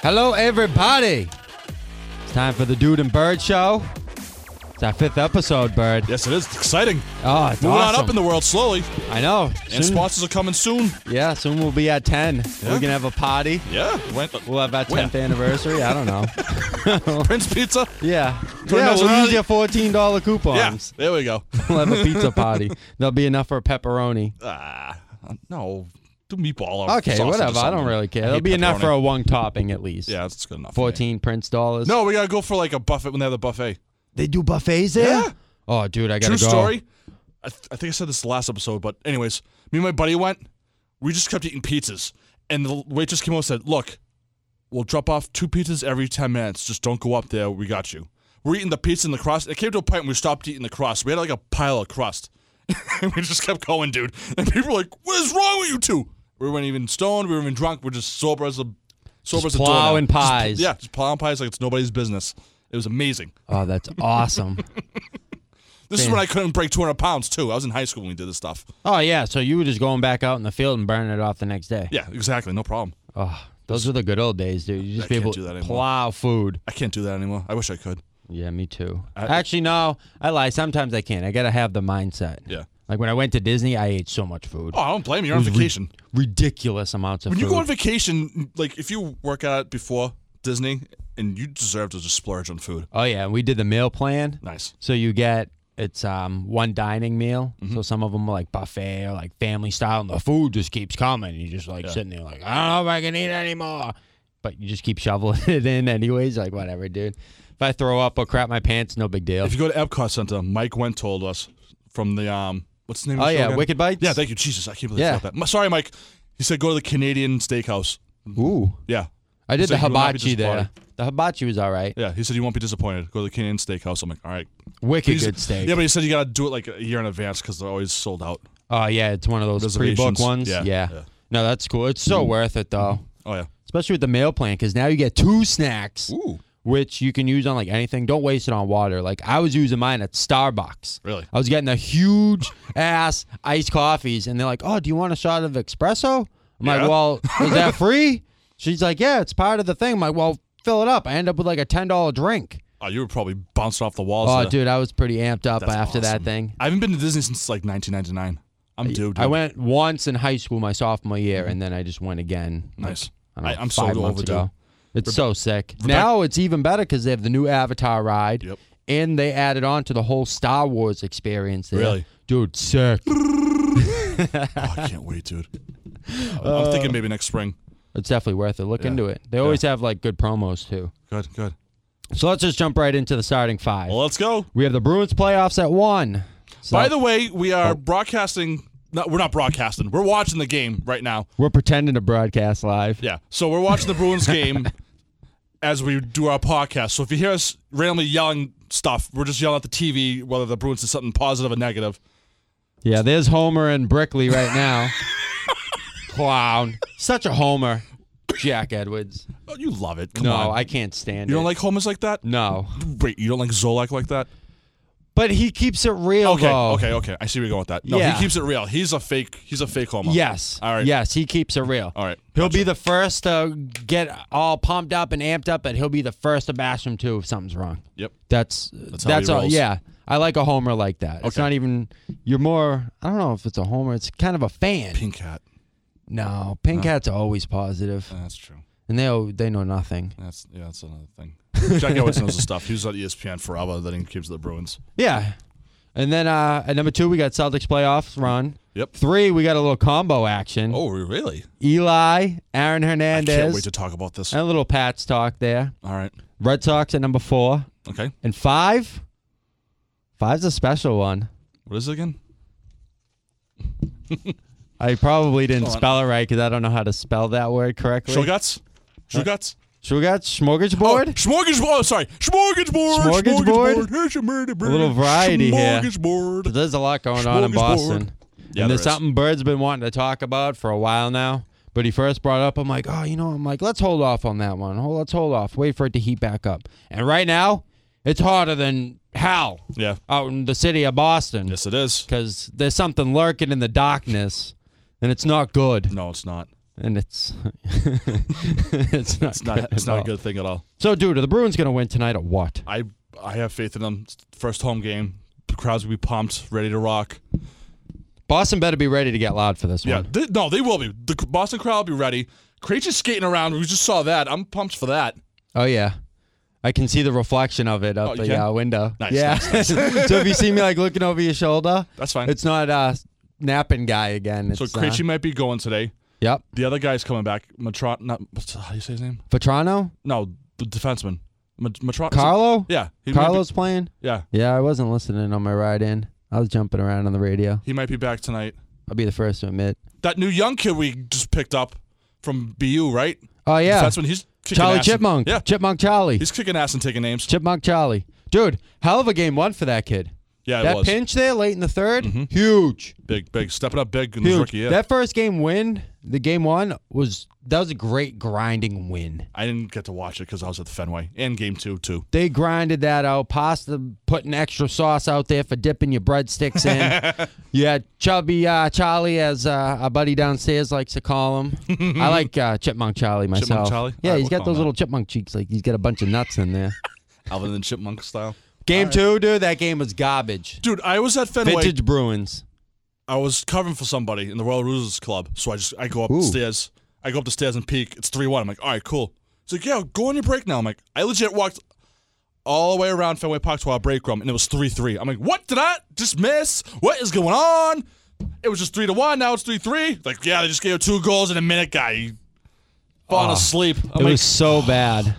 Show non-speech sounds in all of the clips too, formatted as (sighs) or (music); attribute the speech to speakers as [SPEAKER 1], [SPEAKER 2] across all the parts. [SPEAKER 1] Hello, everybody. It's time for the Dude and Bird Show. It's our fifth episode, Bird.
[SPEAKER 2] Yes, it is. It's exciting.
[SPEAKER 1] Oh, it's
[SPEAKER 2] Moving
[SPEAKER 1] awesome.
[SPEAKER 2] on up in the world slowly.
[SPEAKER 1] I know.
[SPEAKER 2] And
[SPEAKER 1] Soon-
[SPEAKER 2] sponsors are coming soon.
[SPEAKER 1] yeah, soon we'll be at 10. We're
[SPEAKER 2] Yeah. Oh,
[SPEAKER 1] going to have a party.
[SPEAKER 2] Yeah. Went,
[SPEAKER 1] We'll have our
[SPEAKER 2] Where?
[SPEAKER 1] 10th anniversary. I
[SPEAKER 2] (laughs)
[SPEAKER 1] don't know.
[SPEAKER 2] Prince Pizza.
[SPEAKER 1] Yeah.
[SPEAKER 2] Join
[SPEAKER 1] yeah,
[SPEAKER 2] us
[SPEAKER 1] we'll use
[SPEAKER 2] early.
[SPEAKER 1] your $14
[SPEAKER 2] Yeah.
[SPEAKER 1] coupons.
[SPEAKER 2] There we go. (laughs)
[SPEAKER 1] (laughs) We'll have a pizza party. There'll be enough for a pepperoni.
[SPEAKER 2] Ah, no. Do meatball. Or
[SPEAKER 1] Okay,
[SPEAKER 2] sausage or
[SPEAKER 1] whatever. I don't
[SPEAKER 2] something.
[SPEAKER 1] really care.
[SPEAKER 2] I
[SPEAKER 1] There'll
[SPEAKER 2] hate
[SPEAKER 1] be enough
[SPEAKER 2] pepperoni.
[SPEAKER 1] for a one topping at least.
[SPEAKER 2] Yeah, that's good enough. for me.
[SPEAKER 1] 14 Prince dollars.
[SPEAKER 2] No, we gotta go for like a buffet when they have the buffet.
[SPEAKER 1] They do buffets there?
[SPEAKER 2] Yeah.
[SPEAKER 1] Oh, dude, I got
[SPEAKER 2] True
[SPEAKER 1] to go.
[SPEAKER 2] story. I, th- I think I said this last episode, but anyways, me and my buddy went. We just kept eating pizzas, and the waitress came over and said, "Look, we'll drop off two pizzas every ten minutes. Just don't go up there. We got you." We're eating the pizza and the crust. It came to a point where we stopped eating the crust. We had like a pile of crust, (laughs) and we just kept going, dude. And people were like, "What is wrong with you two? We weren't even stoned. We weren't even drunk. We're just sober as a sober as a doorknob.
[SPEAKER 1] plowing
[SPEAKER 2] Just pl-
[SPEAKER 1] pies.
[SPEAKER 2] yeah, just plowing pies like it's nobody's business. It was amazing.
[SPEAKER 1] Oh, that's
[SPEAKER 2] (laughs)
[SPEAKER 1] awesome.
[SPEAKER 2] This is when I couldn't break 200 pounds too. I was in high school when we did this stuff.
[SPEAKER 1] oh, yeah. So you were just going back out in the field and burning it off the next day.
[SPEAKER 2] Yeah, exactly. No problem.
[SPEAKER 1] Oh, those were the good old days, dude. You just
[SPEAKER 2] I
[SPEAKER 1] be
[SPEAKER 2] can't
[SPEAKER 1] able
[SPEAKER 2] do that
[SPEAKER 1] to
[SPEAKER 2] anymore.
[SPEAKER 1] plow food.
[SPEAKER 2] I can't do that anymore. I wish I could.
[SPEAKER 1] Yeah, me too.
[SPEAKER 2] I-
[SPEAKER 1] Actually, no. I lie. Sometimes I can't. I got to have the mindset.
[SPEAKER 2] Yeah.
[SPEAKER 1] Like when I went to Disney, I ate so much food.
[SPEAKER 2] Oh, I don't blame you. You're on vacation.
[SPEAKER 1] Ridiculous amounts of
[SPEAKER 2] When
[SPEAKER 1] food.
[SPEAKER 2] you go on vacation, like if you work out before Disney, and you deserve to just splurge on food.
[SPEAKER 1] oh, yeah. And we did the meal plan.
[SPEAKER 2] Nice.
[SPEAKER 1] So you get it's um one dining meal.
[SPEAKER 2] Mm-hmm.
[SPEAKER 1] So some of them are like buffet or like family style, and the food just keeps coming. You're just like sitting there like I don't know if I can eat anymore, but you just keep shoveling (laughs) it in anyways. Like whatever, dude. If I throw up or crap my pants, no big deal.
[SPEAKER 2] If you go to Epcot Center, Mike Went told us from the um, what's the name?
[SPEAKER 1] Oh,
[SPEAKER 2] of the show
[SPEAKER 1] yeah,
[SPEAKER 2] again?
[SPEAKER 1] Wicked Bites?
[SPEAKER 2] Yeah, thank you, Jesus. I can't believe
[SPEAKER 1] Yeah.
[SPEAKER 2] I forgot that. M- Sorry, Mike. He said go to the Canadian Steakhouse.
[SPEAKER 1] Ooh,
[SPEAKER 2] Yeah,
[SPEAKER 1] I did
[SPEAKER 2] So
[SPEAKER 1] the
[SPEAKER 2] you will not be
[SPEAKER 1] hibachi there. The hibachi was all right.
[SPEAKER 2] yeah. He said you won't be disappointed. Go to the Canadian Steakhouse. I'm like, all right.
[SPEAKER 1] Wicked
[SPEAKER 2] He's-
[SPEAKER 1] good steak.
[SPEAKER 2] Yeah, but he said you gotta do it like a year in advance because they're always sold out.
[SPEAKER 1] oh yeah, it's one of those pre-book
[SPEAKER 2] Reservations.
[SPEAKER 1] ones.
[SPEAKER 2] Yeah,
[SPEAKER 1] yeah.
[SPEAKER 2] yeah.
[SPEAKER 1] No, that's cool. It's so worth it though,
[SPEAKER 2] Oh yeah.
[SPEAKER 1] especially with the meal plan because now you get two snacks.
[SPEAKER 2] Ooh.
[SPEAKER 1] which you can use on like anything. Don't waste it on water. Like I was using mine at Starbucks.
[SPEAKER 2] Really?
[SPEAKER 1] I was getting the huge ass iced coffees, and they're like, "Oh, do you want a shot of espresso?" I'm
[SPEAKER 2] Yeah.
[SPEAKER 1] like, "Well, is
[SPEAKER 2] (laughs)
[SPEAKER 1] that free?" She's like, "Yeah, it's part of the thing." I'm like, "Well, fill it up." I end up with like a ten dollar drink.
[SPEAKER 2] Oh, you were probably bouncing off the walls.
[SPEAKER 1] Oh,
[SPEAKER 2] there.
[SPEAKER 1] dude, I was pretty amped up
[SPEAKER 2] That's
[SPEAKER 1] after that
[SPEAKER 2] awesome.
[SPEAKER 1] thing.
[SPEAKER 2] I haven't been to Disney since like 1999. I'm due. Dude.
[SPEAKER 1] I went once in high school, my sophomore year, and then I just went again. like,
[SPEAKER 2] Nice.
[SPEAKER 1] I don't know,
[SPEAKER 2] I- I'm so
[SPEAKER 1] five months
[SPEAKER 2] overdue.
[SPEAKER 1] ago. It's so sick. now it's even better because they have the new Avatar ride,
[SPEAKER 2] Yep.
[SPEAKER 1] and they added on to the whole Star Wars experience. There.
[SPEAKER 2] Really?
[SPEAKER 1] dude, sick.
[SPEAKER 2] Oh, I can't
[SPEAKER 1] (laughs)
[SPEAKER 2] wait, dude. I'm- I'm
[SPEAKER 1] Uh,
[SPEAKER 2] thinking maybe next spring.
[SPEAKER 1] It's definitely worth it. Look into it. They always have like good promos too.
[SPEAKER 2] Good, good.
[SPEAKER 1] So let's just jump right into the starting five.
[SPEAKER 2] Well, let's go.
[SPEAKER 1] We have the Bruins playoffs at one. So
[SPEAKER 2] By the way, we
[SPEAKER 1] Oh.
[SPEAKER 2] are broadcasting. No, we're not broadcasting. We're watching the game right now.
[SPEAKER 1] we're pretending to broadcast live.
[SPEAKER 2] Yeah. So
[SPEAKER 1] (laughs)
[SPEAKER 2] we're watching the Bruins game as we do our podcast. So if you hear us randomly yelling stuff, we're just yelling at the TV whether the Bruins did something positive or negative.
[SPEAKER 1] Yeah, there's Homer and Brickley right
[SPEAKER 2] (laughs)
[SPEAKER 1] now. Clown. Such a Homer. Jack Edwards.
[SPEAKER 2] Oh, you love it. Come
[SPEAKER 1] No,
[SPEAKER 2] on.
[SPEAKER 1] I Mm. can't stand
[SPEAKER 2] you
[SPEAKER 1] it.
[SPEAKER 2] don't like homers like that?
[SPEAKER 1] no.
[SPEAKER 2] Wait, you don't like Zolak like that?
[SPEAKER 1] But he keeps it real
[SPEAKER 2] Okay,
[SPEAKER 1] though.
[SPEAKER 2] okay, okay. I see where you're going with that. No,
[SPEAKER 1] Yeah.
[SPEAKER 2] he keeps it real. He's a fake. He's a fake homo.
[SPEAKER 1] Yes.
[SPEAKER 2] All right.
[SPEAKER 1] Yes, he keeps it real.
[SPEAKER 2] All right.
[SPEAKER 1] He'll
[SPEAKER 2] Gotcha.
[SPEAKER 1] be the first to get all pumped up and amped up, but he'll be the first to bash him too if something's wrong.
[SPEAKER 2] Yep.
[SPEAKER 1] That's that's,
[SPEAKER 2] That's how he
[SPEAKER 1] all.
[SPEAKER 2] rolls.
[SPEAKER 1] Yeah, I like a homer like that. It's
[SPEAKER 2] Okay.
[SPEAKER 1] not even. You're more. I don't know if it's a homer. It's kind of a fan.
[SPEAKER 2] Pink hat.
[SPEAKER 1] No, pink hats are always positive,
[SPEAKER 2] That's true.
[SPEAKER 1] and they they know nothing.
[SPEAKER 2] That's yeah. That's another thing. (laughs) Jack Edwards (laughs) knows the stuff. He was at E ESPN forever. Then he came to the Bruins.
[SPEAKER 1] Yeah. And then uh, at number two, we got Celtics playoffs run.
[SPEAKER 2] Yep.
[SPEAKER 1] Three, we got a little combo action.
[SPEAKER 2] Oh, really?
[SPEAKER 1] Eli, Aaron
[SPEAKER 2] I
[SPEAKER 1] Hernandez,
[SPEAKER 2] can't wait to talk about this.
[SPEAKER 1] and a little Pats talk there.
[SPEAKER 2] All right.
[SPEAKER 1] Red Sox at number four.
[SPEAKER 2] Okay.
[SPEAKER 1] And five, five's a special one.
[SPEAKER 2] What is it again?
[SPEAKER 1] I probably didn't
[SPEAKER 2] Hold on.
[SPEAKER 1] spell it right because I don't know how to spell that word correctly.
[SPEAKER 2] Shogats.
[SPEAKER 1] Uh,
[SPEAKER 2] Shogats.
[SPEAKER 1] So we got smorgasbord.
[SPEAKER 2] Oh, smorgasbord. Oh, sorry. Smorgasbord.
[SPEAKER 1] Smorgasbord?
[SPEAKER 2] Here's your murder bird.
[SPEAKER 1] little variety here.
[SPEAKER 2] Smorgasbord.
[SPEAKER 1] But there's a lot going on in
[SPEAKER 2] Oh, Smorgasbord.
[SPEAKER 1] Boston.
[SPEAKER 2] Yeah,
[SPEAKER 1] and
[SPEAKER 2] there
[SPEAKER 1] there's
[SPEAKER 2] is.
[SPEAKER 1] something Bird's been wanting to talk about for a while now. But he first brought up, I'm like, oh, you know, I'm like, let's hold off on that one. Hold, let's hold off. Wait for it to heat back up. And right now, it's harder than hell
[SPEAKER 2] Yeah.
[SPEAKER 1] out in the city of Boston
[SPEAKER 2] Yes, it is.
[SPEAKER 1] because there's something lurking in the darkness, and it's not good.
[SPEAKER 2] No, it's not.
[SPEAKER 1] and it's (laughs) it's not
[SPEAKER 2] It's not.
[SPEAKER 1] good
[SPEAKER 2] It's
[SPEAKER 1] at
[SPEAKER 2] not a
[SPEAKER 1] all.
[SPEAKER 2] good thing at all.
[SPEAKER 1] So, dude, are the Bruins gonna win tonight or what?
[SPEAKER 2] I I have faith in them. First home game, the crowds will be pumped, ready to rock.
[SPEAKER 1] Boston better be ready to get loud for this
[SPEAKER 2] Yeah,
[SPEAKER 1] one.
[SPEAKER 2] they- no, they will be. The Boston crowd will be ready. Krejci's skating around. We just saw that. I'm pumped for that.
[SPEAKER 1] Oh yeah. I can see the reflection of it up
[SPEAKER 2] Oh, you can?
[SPEAKER 1] the uh, window.
[SPEAKER 2] Nice,
[SPEAKER 1] yeah. (laughs) so if you see me like looking over your shoulder,
[SPEAKER 2] That's fine.
[SPEAKER 1] it's not uh napping guy again. It's,
[SPEAKER 2] so
[SPEAKER 1] uh,
[SPEAKER 2] Krejci might be going today.
[SPEAKER 1] Yep.
[SPEAKER 2] The other guy's coming back. Matron, not what's- how do you say his name?
[SPEAKER 1] Vetrano?
[SPEAKER 2] No, the defenseman. Mat- Matron.
[SPEAKER 1] Carlo?
[SPEAKER 2] Yeah, he might be-
[SPEAKER 1] Carlo's playing?
[SPEAKER 2] yeah,
[SPEAKER 1] Yeah, I wasn't listening on my ride in. I was jumping around on the radio.
[SPEAKER 2] he might be back tonight.
[SPEAKER 1] I'll be the first to admit.
[SPEAKER 2] That new young kid we just picked up from BU, right?
[SPEAKER 1] Oh yeah.
[SPEAKER 2] That's when he's kicking
[SPEAKER 1] Charlie
[SPEAKER 2] ass
[SPEAKER 1] Chipmunk.
[SPEAKER 2] And, yeah,
[SPEAKER 1] Chipmunk Charlie.
[SPEAKER 2] he's kicking ass and taking names.
[SPEAKER 1] Chipmunk Charlie. Dude, hell of a game one for that kid.
[SPEAKER 2] Yeah,
[SPEAKER 1] that
[SPEAKER 2] it was
[SPEAKER 1] pinch there late in the 3rd huge.
[SPEAKER 2] big, big, stepping up big in his
[SPEAKER 1] Huge.
[SPEAKER 2] rookie year.
[SPEAKER 1] That first game win, the game one was that was a great grinding win.
[SPEAKER 2] I didn't get to watch it because I was at the Fenway and Game Two too.
[SPEAKER 1] They grinded that out. Pasta putting extra sauce out there for dipping your breadsticks
[SPEAKER 2] (laughs)
[SPEAKER 1] in. you had chubby uh, Charlie, as uh, our buddy downstairs likes to call him.
[SPEAKER 2] (laughs)
[SPEAKER 1] I like uh, Chipmunk Charlie myself.
[SPEAKER 2] Charlie?
[SPEAKER 1] Yeah,
[SPEAKER 2] All right,
[SPEAKER 1] he's
[SPEAKER 2] we'll
[SPEAKER 1] got
[SPEAKER 2] call
[SPEAKER 1] those
[SPEAKER 2] him
[SPEAKER 1] little chipmunk cheeks. Like he's got a bunch of nuts in
[SPEAKER 2] (laughs)
[SPEAKER 1] there.
[SPEAKER 2] Alvin and the Chipmunk style.
[SPEAKER 1] Game two, dude, that game was garbage.
[SPEAKER 2] Dude, I was at Fenway.
[SPEAKER 1] Vintage Bruins.
[SPEAKER 2] I was covering for somebody in the Royal Roosters Club, so I just I go upstairs. I go up the stairs and peek. It's three one. I'm like, all right, cool. It's like, yeah, go on your break now. I'm like, I legit walked all the way around Fenway Park to our break room, and it was three three. I'm like, what did I just miss? What is going on? It was just three to one. Now it's three three. Like, yeah, they just gave two goals in a minute, guy. He falling asleep. I'm
[SPEAKER 1] It
[SPEAKER 2] like,
[SPEAKER 1] was so
[SPEAKER 2] (sighs)
[SPEAKER 1] bad.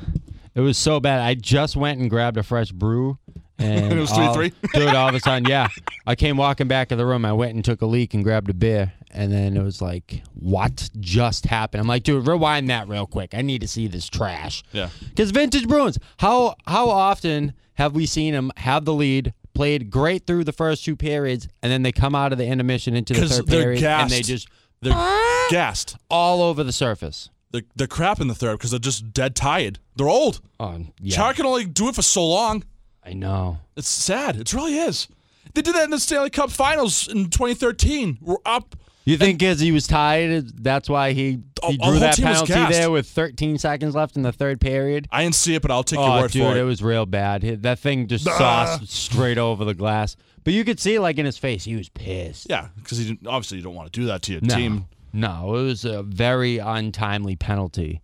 [SPEAKER 1] It was so bad. I just went and grabbed a fresh
[SPEAKER 2] (laughs)
[SPEAKER 1] brew. And
[SPEAKER 2] It was
[SPEAKER 1] all-
[SPEAKER 2] 3-3?
[SPEAKER 1] Dude, all of a sudden, yeah. I came walking back to the room. I went and took a leak and grabbed a beer. And then it was like, what just happened? I'm like, dude, rewind that real quick. I need to see this trash.
[SPEAKER 2] Yeah.
[SPEAKER 1] Because vintage Bruins, how how often have we seen them have the lead, played great through the first two periods, and then they come out of the intermission into the
[SPEAKER 2] 'Cause
[SPEAKER 1] third
[SPEAKER 2] they're
[SPEAKER 1] period and they
[SPEAKER 2] gassed.
[SPEAKER 1] just
[SPEAKER 2] they're gassed.
[SPEAKER 1] all over the surface.
[SPEAKER 2] They're, they're crap in the third because they're just dead tired. They're old.
[SPEAKER 1] Oh, yeah,
[SPEAKER 2] Char can only do it for so long.
[SPEAKER 1] I know.
[SPEAKER 2] It's sad. It really is. They did that in the Stanley Cup Finals in 2013. We're up.
[SPEAKER 1] You think as he was tired, that's why he,
[SPEAKER 2] Oh,
[SPEAKER 1] he
[SPEAKER 2] our
[SPEAKER 1] drew
[SPEAKER 2] whole
[SPEAKER 1] that
[SPEAKER 2] team was
[SPEAKER 1] penalty
[SPEAKER 2] gassed.
[SPEAKER 1] there with 13 seconds left in the third period?
[SPEAKER 2] I didn't see it, but I'll take your
[SPEAKER 1] Oh,
[SPEAKER 2] word
[SPEAKER 1] dude,
[SPEAKER 2] for
[SPEAKER 1] it
[SPEAKER 2] it.
[SPEAKER 1] was real bad. Hit- That thing just sauced straight over the glass. But you could see, like, in his face, he was pissed.
[SPEAKER 2] Yeah, because he didn't, obviously you don't want to do that to your
[SPEAKER 1] No,
[SPEAKER 2] team.
[SPEAKER 1] no, it was a very untimely penalty.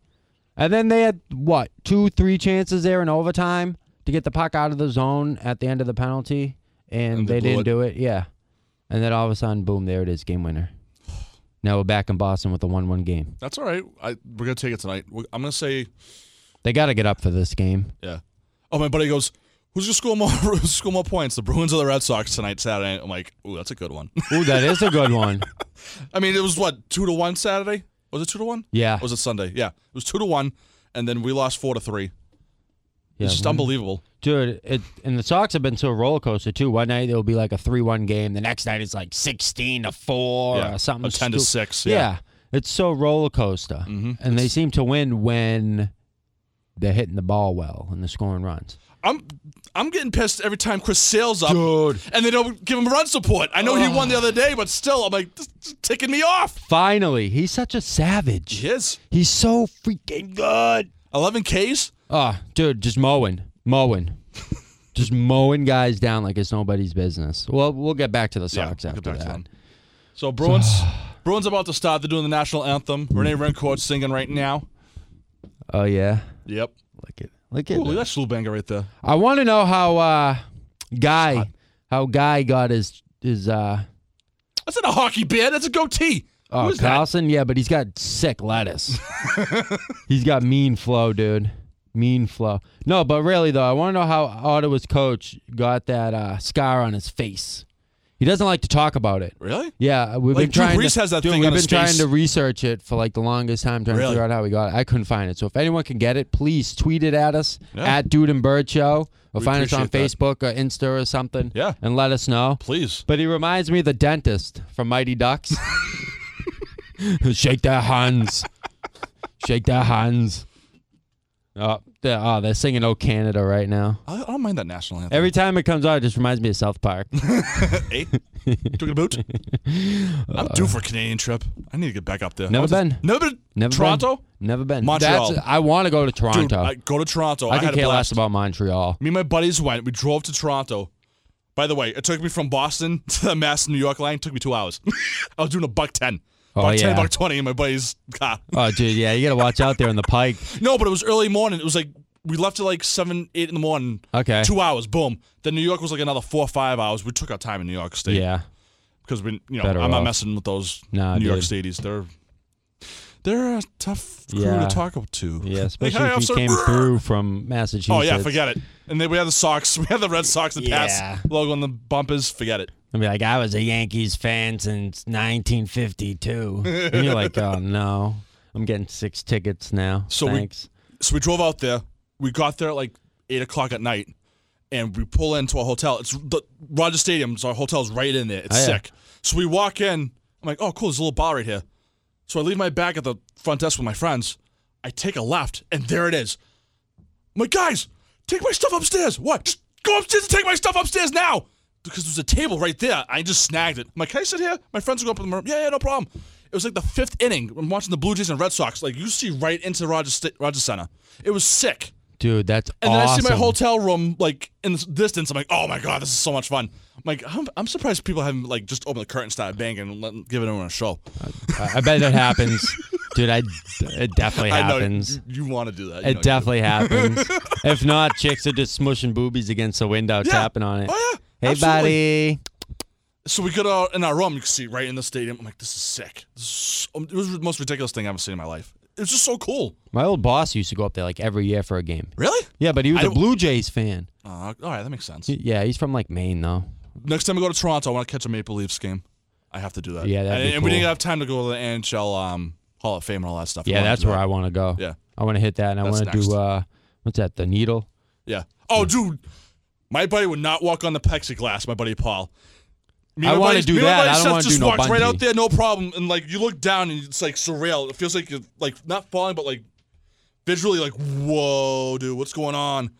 [SPEAKER 1] And then they had, what, two, three chances there in overtime to get the puck out of the zone at the end of the penalty, and,
[SPEAKER 2] And they
[SPEAKER 1] they,
[SPEAKER 2] blew
[SPEAKER 1] didn't
[SPEAKER 2] it.
[SPEAKER 1] do it. Yeah. And then all of a sudden, boom, there it is, game winner. Now we're back in Boston with a 1 1 game.
[SPEAKER 2] That's all right. I, we're gonna take it tonight. We're- I'm gonna say,
[SPEAKER 1] They got to get up for this game.
[SPEAKER 2] yeah. Oh, my buddy goes, "Who's gonna score more? (laughs) who's gonna score more points, the Bruins or the Red Sox tonight, Saturday?" I'm like, "Ooh, that's a good one." (laughs)
[SPEAKER 1] Ooh, that is a good one. (laughs)
[SPEAKER 2] I mean, it was what two to one Saturday? Was it two to one?
[SPEAKER 1] Yeah.
[SPEAKER 2] Was it Sunday? Yeah, it was two to one, and then we lost four to three.
[SPEAKER 1] yeah
[SPEAKER 2] It's just unbelievable.
[SPEAKER 1] dude, it, and the Sox have been to a roller coaster too. One night it'll be like a three-one game. The next night it's like sixteen to four
[SPEAKER 2] yeah,
[SPEAKER 1] or something.
[SPEAKER 2] Or ten to
[SPEAKER 1] stu-
[SPEAKER 2] six.
[SPEAKER 1] Yeah. it's so roller coaster,
[SPEAKER 2] Mm-hmm.
[SPEAKER 1] and they seem to win when they're hitting the ball well and they're scoring runs.
[SPEAKER 2] I'm I'm getting pissed every time Chris Sale's up, and they don't give him run support. I know he won the other day, but still, I'm like, this is ticking me off.
[SPEAKER 1] Finally, he's such a savage.
[SPEAKER 2] He is
[SPEAKER 1] He's so freaking good.
[SPEAKER 2] 11 Ks.
[SPEAKER 1] Ah, dude, just mowing,
[SPEAKER 2] (laughs)
[SPEAKER 1] mowing, just mowing guys down like it's nobody's business. Well, we'll get back to the Sox
[SPEAKER 2] we'll get
[SPEAKER 1] after
[SPEAKER 2] back to
[SPEAKER 1] that.
[SPEAKER 2] them.
[SPEAKER 1] (sighs)
[SPEAKER 2] So Bruins, Bruins about to start. They're doing the national anthem. Renee Rencourt's singing right now.
[SPEAKER 1] Oh yeah,
[SPEAKER 2] Yep.
[SPEAKER 1] look at look at.
[SPEAKER 2] Ooh, look at that Schlubanger right there.
[SPEAKER 1] I want to know how uh, guy how guy got his his uh
[SPEAKER 2] That's not a hockey beard. That's a goatee.
[SPEAKER 1] oh,
[SPEAKER 2] is that?
[SPEAKER 1] Carlson. Yeah, but he's got sick
[SPEAKER 2] (laughs)
[SPEAKER 1] lettuce. he's got mean flow, dude. Mean flow. No, but really though, I want to know how Ottawa's coach got that uh, scar on his face. He doesn't like to talk about it.
[SPEAKER 2] Really?
[SPEAKER 1] Yeah, we've
[SPEAKER 2] Like,
[SPEAKER 1] been
[SPEAKER 2] Drew
[SPEAKER 1] trying.
[SPEAKER 2] Brees
[SPEAKER 1] to,
[SPEAKER 2] has that
[SPEAKER 1] dude,
[SPEAKER 2] thing
[SPEAKER 1] We've
[SPEAKER 2] on
[SPEAKER 1] been
[SPEAKER 2] his
[SPEAKER 1] trying
[SPEAKER 2] face.
[SPEAKER 1] to research it for like the longest time, trying
[SPEAKER 2] Really?
[SPEAKER 1] to figure out how we got it. I couldn't find it. So if anyone can get it, please tweet it at us
[SPEAKER 2] Yeah.
[SPEAKER 1] at Dude and Bird Show, or
[SPEAKER 2] We
[SPEAKER 1] find us on
[SPEAKER 2] appreciate
[SPEAKER 1] Facebook or Insta or something.
[SPEAKER 2] Yeah.
[SPEAKER 1] and let us know.
[SPEAKER 2] Please.
[SPEAKER 1] But he reminds me of the dentist from Mighty Ducks. (laughs) Shake their hands. Shake their hands. Oh, they're, oh, they're singing "Oh Canada" right now.
[SPEAKER 2] I I don't mind that national anthem.
[SPEAKER 1] Every time it comes out, it just reminds me of South Park. (laughs)
[SPEAKER 2] Hey, took a boot. I'm due for a Canadian trip. I need to get back up there.
[SPEAKER 1] Uh, Never
[SPEAKER 2] I went to-
[SPEAKER 1] been.
[SPEAKER 2] Never been.
[SPEAKER 1] Never been.
[SPEAKER 2] Toronto.
[SPEAKER 1] Never been.
[SPEAKER 2] Montreal.
[SPEAKER 1] That's, I want to go to Toronto.
[SPEAKER 2] Dude, I, go to Toronto. I,
[SPEAKER 1] I could
[SPEAKER 2] had a
[SPEAKER 1] care
[SPEAKER 2] blast.
[SPEAKER 1] less about Montreal.
[SPEAKER 2] Me and my buddies went. We drove to Toronto. By the way, it took me from Boston (laughs) to the Mass New York line. It took me two hours. (laughs) I was doing a buck ten.
[SPEAKER 1] Oh,
[SPEAKER 2] buck ten,
[SPEAKER 1] yeah.
[SPEAKER 2] buck twenty in my buddy's car.
[SPEAKER 1] Oh, dude, yeah, you gotta watch out there on the
[SPEAKER 2] (laughs)
[SPEAKER 1] Pike.
[SPEAKER 2] No, but it was early morning. It was like we left at like seven, eight in the morning.
[SPEAKER 1] Okay.
[SPEAKER 2] Two hours, boom. Then New York was like another four or five hours. We took our time in New York State.
[SPEAKER 1] Yeah,
[SPEAKER 2] Because we you know,
[SPEAKER 1] Better
[SPEAKER 2] I'm not
[SPEAKER 1] off.
[SPEAKER 2] messing with those
[SPEAKER 1] Nah,
[SPEAKER 2] New York
[SPEAKER 1] dude.
[SPEAKER 2] Staties. They're they're a tough crew
[SPEAKER 1] Yeah.
[SPEAKER 2] to talk to.
[SPEAKER 1] yeah.
[SPEAKER 2] Like,
[SPEAKER 1] Especially
[SPEAKER 2] "Hey,
[SPEAKER 1] if you
[SPEAKER 2] officer,
[SPEAKER 1] came
[SPEAKER 2] brr."
[SPEAKER 1] through from Massachusetts.
[SPEAKER 2] Oh yeah, forget it. And then we had the socks. (laughs) We had the red socks and
[SPEAKER 1] Yeah.
[SPEAKER 2] pass logo on the bumpers. Forget it.
[SPEAKER 1] I'd be like, I was a Yankees fan since 1952. and you're like, oh no, I'm getting six tickets now.
[SPEAKER 2] So we-
[SPEAKER 1] Thanks.
[SPEAKER 2] So we drove out there. We got there at like eight o'clock at night, and we pull into our hotel. It's the Rogers Stadium. So our hotel's right in there. It's
[SPEAKER 1] Oh, yeah.
[SPEAKER 2] sick. So we walk in. I'm like, oh cool. There's a little bar right here. So I leave my bag at the front desk with my friends. I take a left, and there it is. I'm like, guys, take my stuff upstairs. What? Just go upstairs and take my stuff upstairs now. Because there's a table right there. I just snagged it. I'm like, can I sit here? My friends will go up in the room. Yeah, yeah, no problem. It was like the fifth inning. I'm watching the Blue Jays and Red Sox. Like, you see right into Rogers, Sta- Rogers Center. It was sick.
[SPEAKER 1] Dude, that's
[SPEAKER 2] And then I
[SPEAKER 1] awesome.
[SPEAKER 2] see my hotel room, like, in the distance. I'm like, oh my God, this is so much fun. I'm like, I'm, I'm surprised people haven't, like, just opened the curtain, started banging, and let, giving everyone a show.
[SPEAKER 1] I I bet that happens. Dude, I, it definitely
[SPEAKER 2] (laughs) I know
[SPEAKER 1] happens.
[SPEAKER 2] you, you want to do that. You know
[SPEAKER 1] It
[SPEAKER 2] you do.
[SPEAKER 1] definitely
[SPEAKER 2] (laughs)
[SPEAKER 1] happens. If not, chicks are just smushing boobies against the window, tapping on it.
[SPEAKER 2] Oh, yeah.
[SPEAKER 1] Hey,
[SPEAKER 2] Absolutely.
[SPEAKER 1] buddy.
[SPEAKER 2] So we get out in our room. You can see right in the stadium. I'm like, this is sick. This is so- um, it was the most ridiculous thing I've ever seen in my life. It was just so cool.
[SPEAKER 1] My old boss used to go up there like every year for a game.
[SPEAKER 2] Really?
[SPEAKER 1] Yeah, but he was
[SPEAKER 2] I
[SPEAKER 1] a
[SPEAKER 2] don't-
[SPEAKER 1] Blue Jays fan.
[SPEAKER 2] Uh, all right, that makes sense.
[SPEAKER 1] Y- Yeah, he's from like Maine though.
[SPEAKER 2] Next time I go to Toronto, I want to catch a Maple Leafs game. I have to do that.
[SPEAKER 1] Yeah, that'd
[SPEAKER 2] and,
[SPEAKER 1] be
[SPEAKER 2] and we didn't
[SPEAKER 1] cool.
[SPEAKER 2] have time to go to the NHL um, Hall of Fame and all that stuff.
[SPEAKER 1] Yeah, that's where I want to go.
[SPEAKER 2] Yeah.
[SPEAKER 1] I want to hit that, and I
[SPEAKER 2] That's
[SPEAKER 1] want to
[SPEAKER 2] next.
[SPEAKER 1] do uh, what's that? The needle.
[SPEAKER 2] Yeah. Oh, dude, my buddy would not walk on the plexiglass. My buddy Paul. Me and
[SPEAKER 1] I
[SPEAKER 2] my
[SPEAKER 1] wanna
[SPEAKER 2] buddies-
[SPEAKER 1] do
[SPEAKER 2] me and my
[SPEAKER 1] that.
[SPEAKER 2] buddy
[SPEAKER 1] I don't
[SPEAKER 2] Seth
[SPEAKER 1] wanna
[SPEAKER 2] just
[SPEAKER 1] do no
[SPEAKER 2] walked right
[SPEAKER 1] bungee.
[SPEAKER 2] out there, no problem. And like you look down, and it's like surreal. It feels like you're like not falling, but like visually, like whoa, dude, what's going on?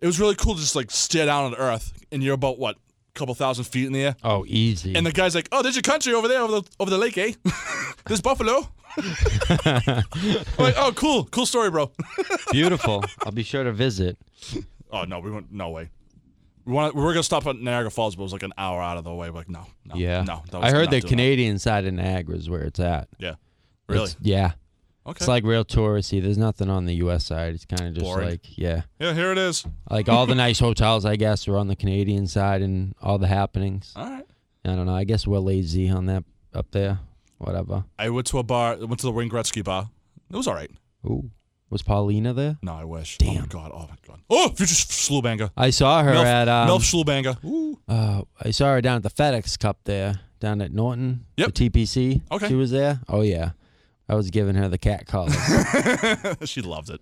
[SPEAKER 2] It was really cool to just like stare down at Earth, and you're about what, a couple thousand feet in the air.
[SPEAKER 1] Oh, easy.
[SPEAKER 2] And the (laughs) guy's like, "Oh, there's your country over there, over the over the lake, eh? (laughs) there's buffalo." (laughs) I'm like, oh, cool, cool story, bro.
[SPEAKER 1] Beautiful. I'll be sure to visit.
[SPEAKER 2] Oh no, we went no way. We want we were gonna stop at Niagara Falls, but it was like an hour out of the way. We're like no, no,
[SPEAKER 1] Yeah.
[SPEAKER 2] no. that
[SPEAKER 1] I
[SPEAKER 2] was
[SPEAKER 1] heard
[SPEAKER 2] not
[SPEAKER 1] the
[SPEAKER 2] doing
[SPEAKER 1] Canadian side of Niagara is where it's at.
[SPEAKER 2] that. Yeah, really.
[SPEAKER 1] It's- yeah.
[SPEAKER 2] okay.
[SPEAKER 1] It's like real touristy. There's nothing on the U.S. side. It's kind of just
[SPEAKER 2] Boring.
[SPEAKER 1] like yeah,
[SPEAKER 2] yeah, here it is.
[SPEAKER 1] like all the nice hotels I guess are on the Canadian side and all the happenings.
[SPEAKER 2] All right.
[SPEAKER 1] I don't know. I guess we're lazy on that up there. Whatever.
[SPEAKER 2] I went to a bar. Went to the Wayne Gretzky bar. It was all right.
[SPEAKER 1] Ooh, was Paulina there?
[SPEAKER 2] No, I wish. Oh my
[SPEAKER 1] Damn.
[SPEAKER 2] god. Oh my god. Oh, future Schlubanger.
[SPEAKER 1] I saw her
[SPEAKER 2] Milf,
[SPEAKER 1] at um,
[SPEAKER 2] Milf Schlubanger. Ooh. (laughs)
[SPEAKER 1] Uh, I saw her down at the FedEx Cup there, down at Norton.
[SPEAKER 2] Yep.
[SPEAKER 1] The TPC.
[SPEAKER 2] Okay.
[SPEAKER 1] She was there. Oh yeah, I was giving her the cat
[SPEAKER 2] (laughs)
[SPEAKER 1] collar.
[SPEAKER 2] she loved it.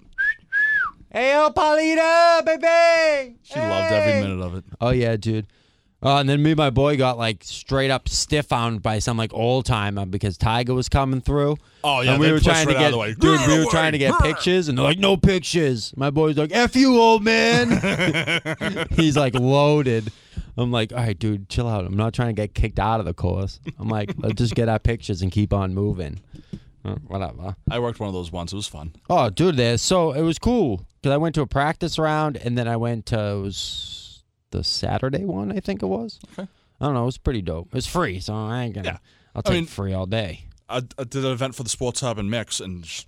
[SPEAKER 1] hey, oh, Paulina, baby.
[SPEAKER 2] She loved every minute of it.
[SPEAKER 1] Oh yeah, dude. Uh, and then me and my boy got like straight up stiff armed by some like old timer because Tiger was coming through.
[SPEAKER 2] Oh, yeah,
[SPEAKER 1] and we
[SPEAKER 2] they
[SPEAKER 1] were
[SPEAKER 2] pushed
[SPEAKER 1] trying
[SPEAKER 2] right
[SPEAKER 1] to
[SPEAKER 2] out
[SPEAKER 1] get
[SPEAKER 2] of the way.
[SPEAKER 1] dude,
[SPEAKER 2] Get
[SPEAKER 1] we were
[SPEAKER 2] away.
[SPEAKER 1] trying to get
[SPEAKER 2] Brr.
[SPEAKER 1] pictures, and they're like, "No pictures." My boy's like, "F you, old man."
[SPEAKER 2] (laughs)
[SPEAKER 1] He's like loaded. I'm like, "All right, dude, chill out. I'm not trying to get kicked out of the course." I'm like, "Let's just get our pictures and keep on moving." Uh, Whatever.
[SPEAKER 2] I worked one of those once. It was fun.
[SPEAKER 1] Oh, dude, there. So it was cool because I went to a practice round, and then I went to it was the Saturday one, I think it was.
[SPEAKER 2] Okay.
[SPEAKER 1] I don't know. It was pretty dope. It was free, so I ain't gonna.
[SPEAKER 2] Yeah.
[SPEAKER 1] I'll
[SPEAKER 2] I
[SPEAKER 1] take
[SPEAKER 2] mean-
[SPEAKER 1] free all day.
[SPEAKER 2] I, I did an event for the sports hub in Mix, and sh-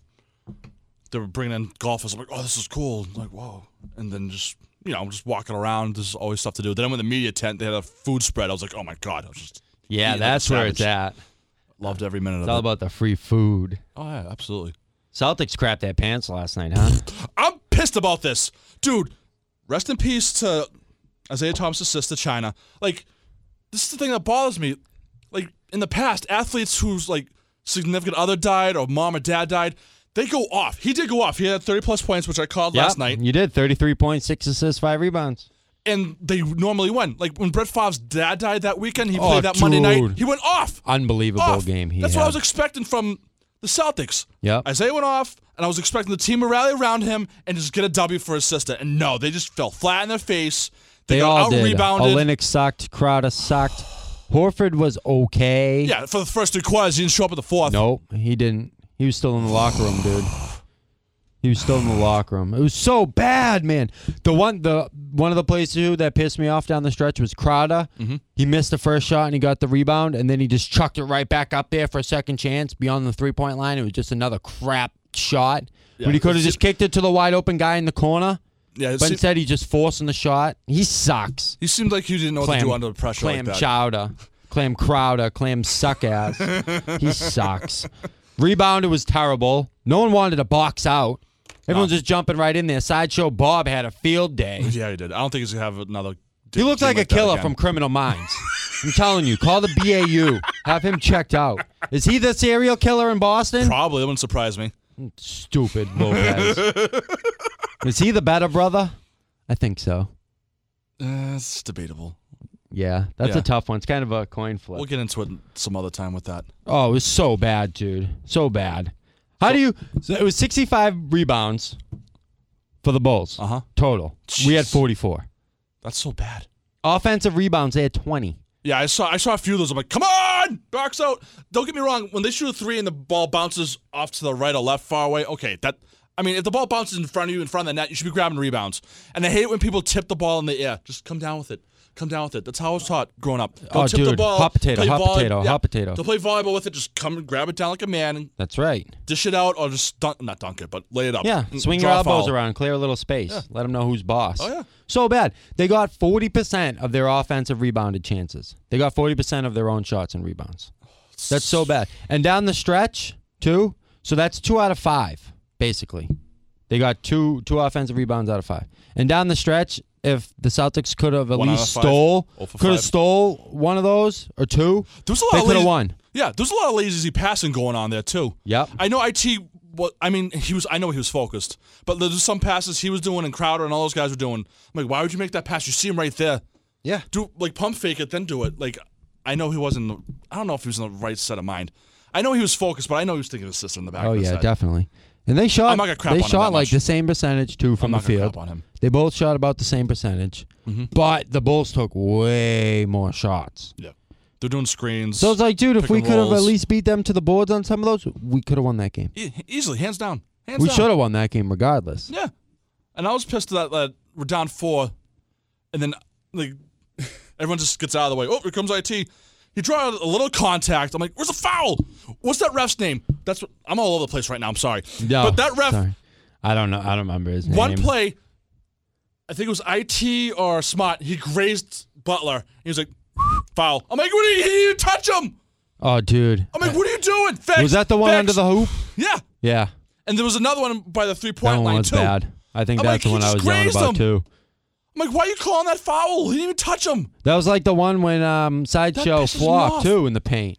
[SPEAKER 2] they were bringing in golfers. I'm like, oh, this is cool. I'm like, whoa. And then just, you know, I'm just walking around. There's always stuff to do. Then I went to the media tent. They had a food spread. I was like, oh my God. I was just
[SPEAKER 1] Yeah,
[SPEAKER 2] like a
[SPEAKER 1] that's where it's at.
[SPEAKER 2] loved every minute
[SPEAKER 1] It's all
[SPEAKER 2] of it.
[SPEAKER 1] about the free food.
[SPEAKER 2] Oh, yeah, absolutely.
[SPEAKER 1] Celtics crapped their pants last night, huh?
[SPEAKER 2] I'm pissed about this. Dude, rest in peace to Isaiah Thomas' sister, China. Like, this is the thing that bothers me. Like, in the past, athletes whose, like, significant other died or mom or dad died, they go off. He did go off. He had 30 plus points, which I called last
[SPEAKER 1] Yep,
[SPEAKER 2] night.
[SPEAKER 1] you did thirty-three points, six assists, five rebounds.
[SPEAKER 2] and they normally win. Like when Brett Favre's dad died that weekend, he
[SPEAKER 1] Oh,
[SPEAKER 2] played that Monday
[SPEAKER 1] dude.
[SPEAKER 2] night. He went off.
[SPEAKER 1] Unbelievable
[SPEAKER 2] off.
[SPEAKER 1] game. He
[SPEAKER 2] That's what I
[SPEAKER 1] had.
[SPEAKER 2] was expecting from the Celtics.
[SPEAKER 1] Yep.
[SPEAKER 2] Isaiah went off, and I was expecting the team to rally around him and just get a W for his sister. And no, they just fell flat in their face. They,
[SPEAKER 1] They
[SPEAKER 2] got
[SPEAKER 1] all
[SPEAKER 2] out
[SPEAKER 1] did.
[SPEAKER 2] rebounded.
[SPEAKER 1] Olenek sucked. Crowder sucked. Horford was okay.
[SPEAKER 2] yeah, for the first three quarters, he didn't show up at the fourth.
[SPEAKER 1] Nope, he didn't. He was still in the locker room, dude. He was still in the locker room. It was so bad, man. The one, the one of the plays too that pissed me off down the stretch was Crowder. He missed the first shot and he got the rebound, and then he just chucked it right back up there for a second chance beyond the three point line. It was just another crap shot. when he could have
[SPEAKER 2] it's-
[SPEAKER 1] just kicked it to the wide open guy in the corner,
[SPEAKER 2] Yeah, it
[SPEAKER 1] but
[SPEAKER 2] seemed-
[SPEAKER 1] instead he just forcing the shot. He sucks.
[SPEAKER 2] he seemed like he didn't know what to do under pressure
[SPEAKER 1] Clam
[SPEAKER 2] like that.
[SPEAKER 1] chowder, clam crowder, clam suck ass. he sucks. Rebounder was terrible. No one wanted to box out. Everyone's just jumping right in there. Sideshow Bob had a field day.
[SPEAKER 2] Yeah, he did. I don't think he's gonna have another.
[SPEAKER 1] He looked
[SPEAKER 2] game
[SPEAKER 1] like a
[SPEAKER 2] that
[SPEAKER 1] killer
[SPEAKER 2] again.
[SPEAKER 1] from Criminal Minds. I'm telling you, call the BAU. Have him checked out. Is he the serial killer in Boston?
[SPEAKER 2] Probably it wouldn't surprise me.
[SPEAKER 1] Stupid
[SPEAKER 2] (laughs)
[SPEAKER 1] Lopez. Is he the better brother? I think so.
[SPEAKER 2] Uh, it's debatable.
[SPEAKER 1] Yeah, that's
[SPEAKER 2] Yeah.
[SPEAKER 1] a tough one. It's kind of a coin flip.
[SPEAKER 2] We'll get into it some other time with that.
[SPEAKER 1] Oh, it was so bad, dude. So bad. How do you? So it was 65 rebounds for the Bulls
[SPEAKER 2] Uh huh.
[SPEAKER 1] total. We had
[SPEAKER 2] Jeez.
[SPEAKER 1] 44
[SPEAKER 2] That's so bad.
[SPEAKER 1] offensive rebounds. They had 20.
[SPEAKER 2] Yeah, I saw I saw a few of those. I'm like, come on, box out. Don't get me wrong. When they shoot a three and the ball bounces off to the right or left, far away, okay. That I mean, if the ball bounces in front of you, in front of the net, you should be grabbing rebounds. And I hate when people tip the ball in the air. Just come down with it. Come down with it. That's how I was taught growing up. Don't
[SPEAKER 1] Oh,
[SPEAKER 2] tip the
[SPEAKER 1] dude.
[SPEAKER 2] ball.
[SPEAKER 1] Hot potato,
[SPEAKER 2] play
[SPEAKER 1] hot
[SPEAKER 2] volley-
[SPEAKER 1] potato, hot potato.
[SPEAKER 2] Don't play volleyball with it. Just come and grab it down like a man and
[SPEAKER 1] That's right.
[SPEAKER 2] dish it out, or just dunk, not dunk it, but lay it up.
[SPEAKER 1] Yeah,
[SPEAKER 2] Mm,
[SPEAKER 1] swing your
[SPEAKER 2] draw a
[SPEAKER 1] elbows
[SPEAKER 2] foul.
[SPEAKER 1] around, clear a little space. Let them know who's boss.
[SPEAKER 2] Oh, yeah.
[SPEAKER 1] So bad. They got 40% of their offensive rebounded chances. They got 40% of their own shots and rebounds.
[SPEAKER 2] Oh,
[SPEAKER 1] That's so bad. And down the stretch, two. So that's two out of five, basically. They got two two offensive rebounds out of five. And down the stretch, if the Celtics could have at
[SPEAKER 2] One out
[SPEAKER 1] least
[SPEAKER 2] of five.
[SPEAKER 1] stole,
[SPEAKER 2] Oh for
[SPEAKER 1] could have
[SPEAKER 2] five.
[SPEAKER 1] stole one of those or two,
[SPEAKER 2] There was a lot
[SPEAKER 1] they
[SPEAKER 2] of
[SPEAKER 1] could have
[SPEAKER 2] lazy-
[SPEAKER 1] won.
[SPEAKER 2] Yeah, there's a lot of lazy passing going on there too.
[SPEAKER 1] Yep.
[SPEAKER 2] I know it. Well, I mean, he was. I know he was focused, but there's some passes he was doing, and Crowder and all those guys were doing. I'm like, why would you make that pass? You see him right there.
[SPEAKER 1] Yeah.
[SPEAKER 2] Do like pump fake it, then do it. Like, I know he wasn't. in the- I don't know if he was in the right set of mind. I know he was focused, but I know he was thinking of his sister in the back.
[SPEAKER 1] Oh
[SPEAKER 2] of
[SPEAKER 1] yeah,
[SPEAKER 2] his head.
[SPEAKER 1] definitely. And they shot.
[SPEAKER 2] I'm not gonna crap
[SPEAKER 1] they
[SPEAKER 2] on him
[SPEAKER 1] shot
[SPEAKER 2] that
[SPEAKER 1] like
[SPEAKER 2] much.
[SPEAKER 1] the same percentage too from
[SPEAKER 2] I'm not
[SPEAKER 1] the
[SPEAKER 2] gonna
[SPEAKER 1] field.
[SPEAKER 2] crap on him.
[SPEAKER 1] They both shot about the same percentage,
[SPEAKER 2] Mm-hmm.
[SPEAKER 1] but the Bulls took way more shots.
[SPEAKER 2] Yeah, they're doing screens.
[SPEAKER 1] So it's like, dude, if
[SPEAKER 2] Pick
[SPEAKER 1] we
[SPEAKER 2] and
[SPEAKER 1] could have at
[SPEAKER 2] rolls.
[SPEAKER 1] least beat them to the boards on some of those, we could have won that game.
[SPEAKER 2] E- easily, hands down, hands
[SPEAKER 1] We
[SPEAKER 2] down.
[SPEAKER 1] should have won that game regardless.
[SPEAKER 2] Yeah, and I was pissed that that we're down four, and then like (laughs) everyone just gets out of the way. Oh, here comes it. He draw a little contact. I'm like, where's the foul? What's that ref's name? That's what I'm all over the place right now. I'm sorry,
[SPEAKER 1] No,
[SPEAKER 2] but that ref
[SPEAKER 1] sorry. I don't know. I don't remember his name.
[SPEAKER 2] one play, I think it was it or Smart. He grazed Butler. He was like, foul. I'm like, what are you? He didn't touch him.
[SPEAKER 1] Oh, dude,
[SPEAKER 2] I'm like, what are you doing? Fix,
[SPEAKER 1] was that the one
[SPEAKER 2] fix.
[SPEAKER 1] under the hoop?
[SPEAKER 2] Yeah,
[SPEAKER 1] Yeah,
[SPEAKER 2] and there was another one by the three
[SPEAKER 1] that
[SPEAKER 2] point
[SPEAKER 1] one
[SPEAKER 2] line
[SPEAKER 1] was
[SPEAKER 2] too.
[SPEAKER 1] bad. I think
[SPEAKER 2] I'm
[SPEAKER 1] that's
[SPEAKER 2] like,
[SPEAKER 1] the
[SPEAKER 2] he
[SPEAKER 1] one I
[SPEAKER 2] just
[SPEAKER 1] was yelling
[SPEAKER 2] grazed
[SPEAKER 1] about
[SPEAKER 2] him.
[SPEAKER 1] too.
[SPEAKER 2] I'm like, why are you calling that foul? He didn't even touch him.
[SPEAKER 1] That was like the one when um, sideshow
[SPEAKER 2] pisses me
[SPEAKER 1] flopped
[SPEAKER 2] off.
[SPEAKER 1] too in the paint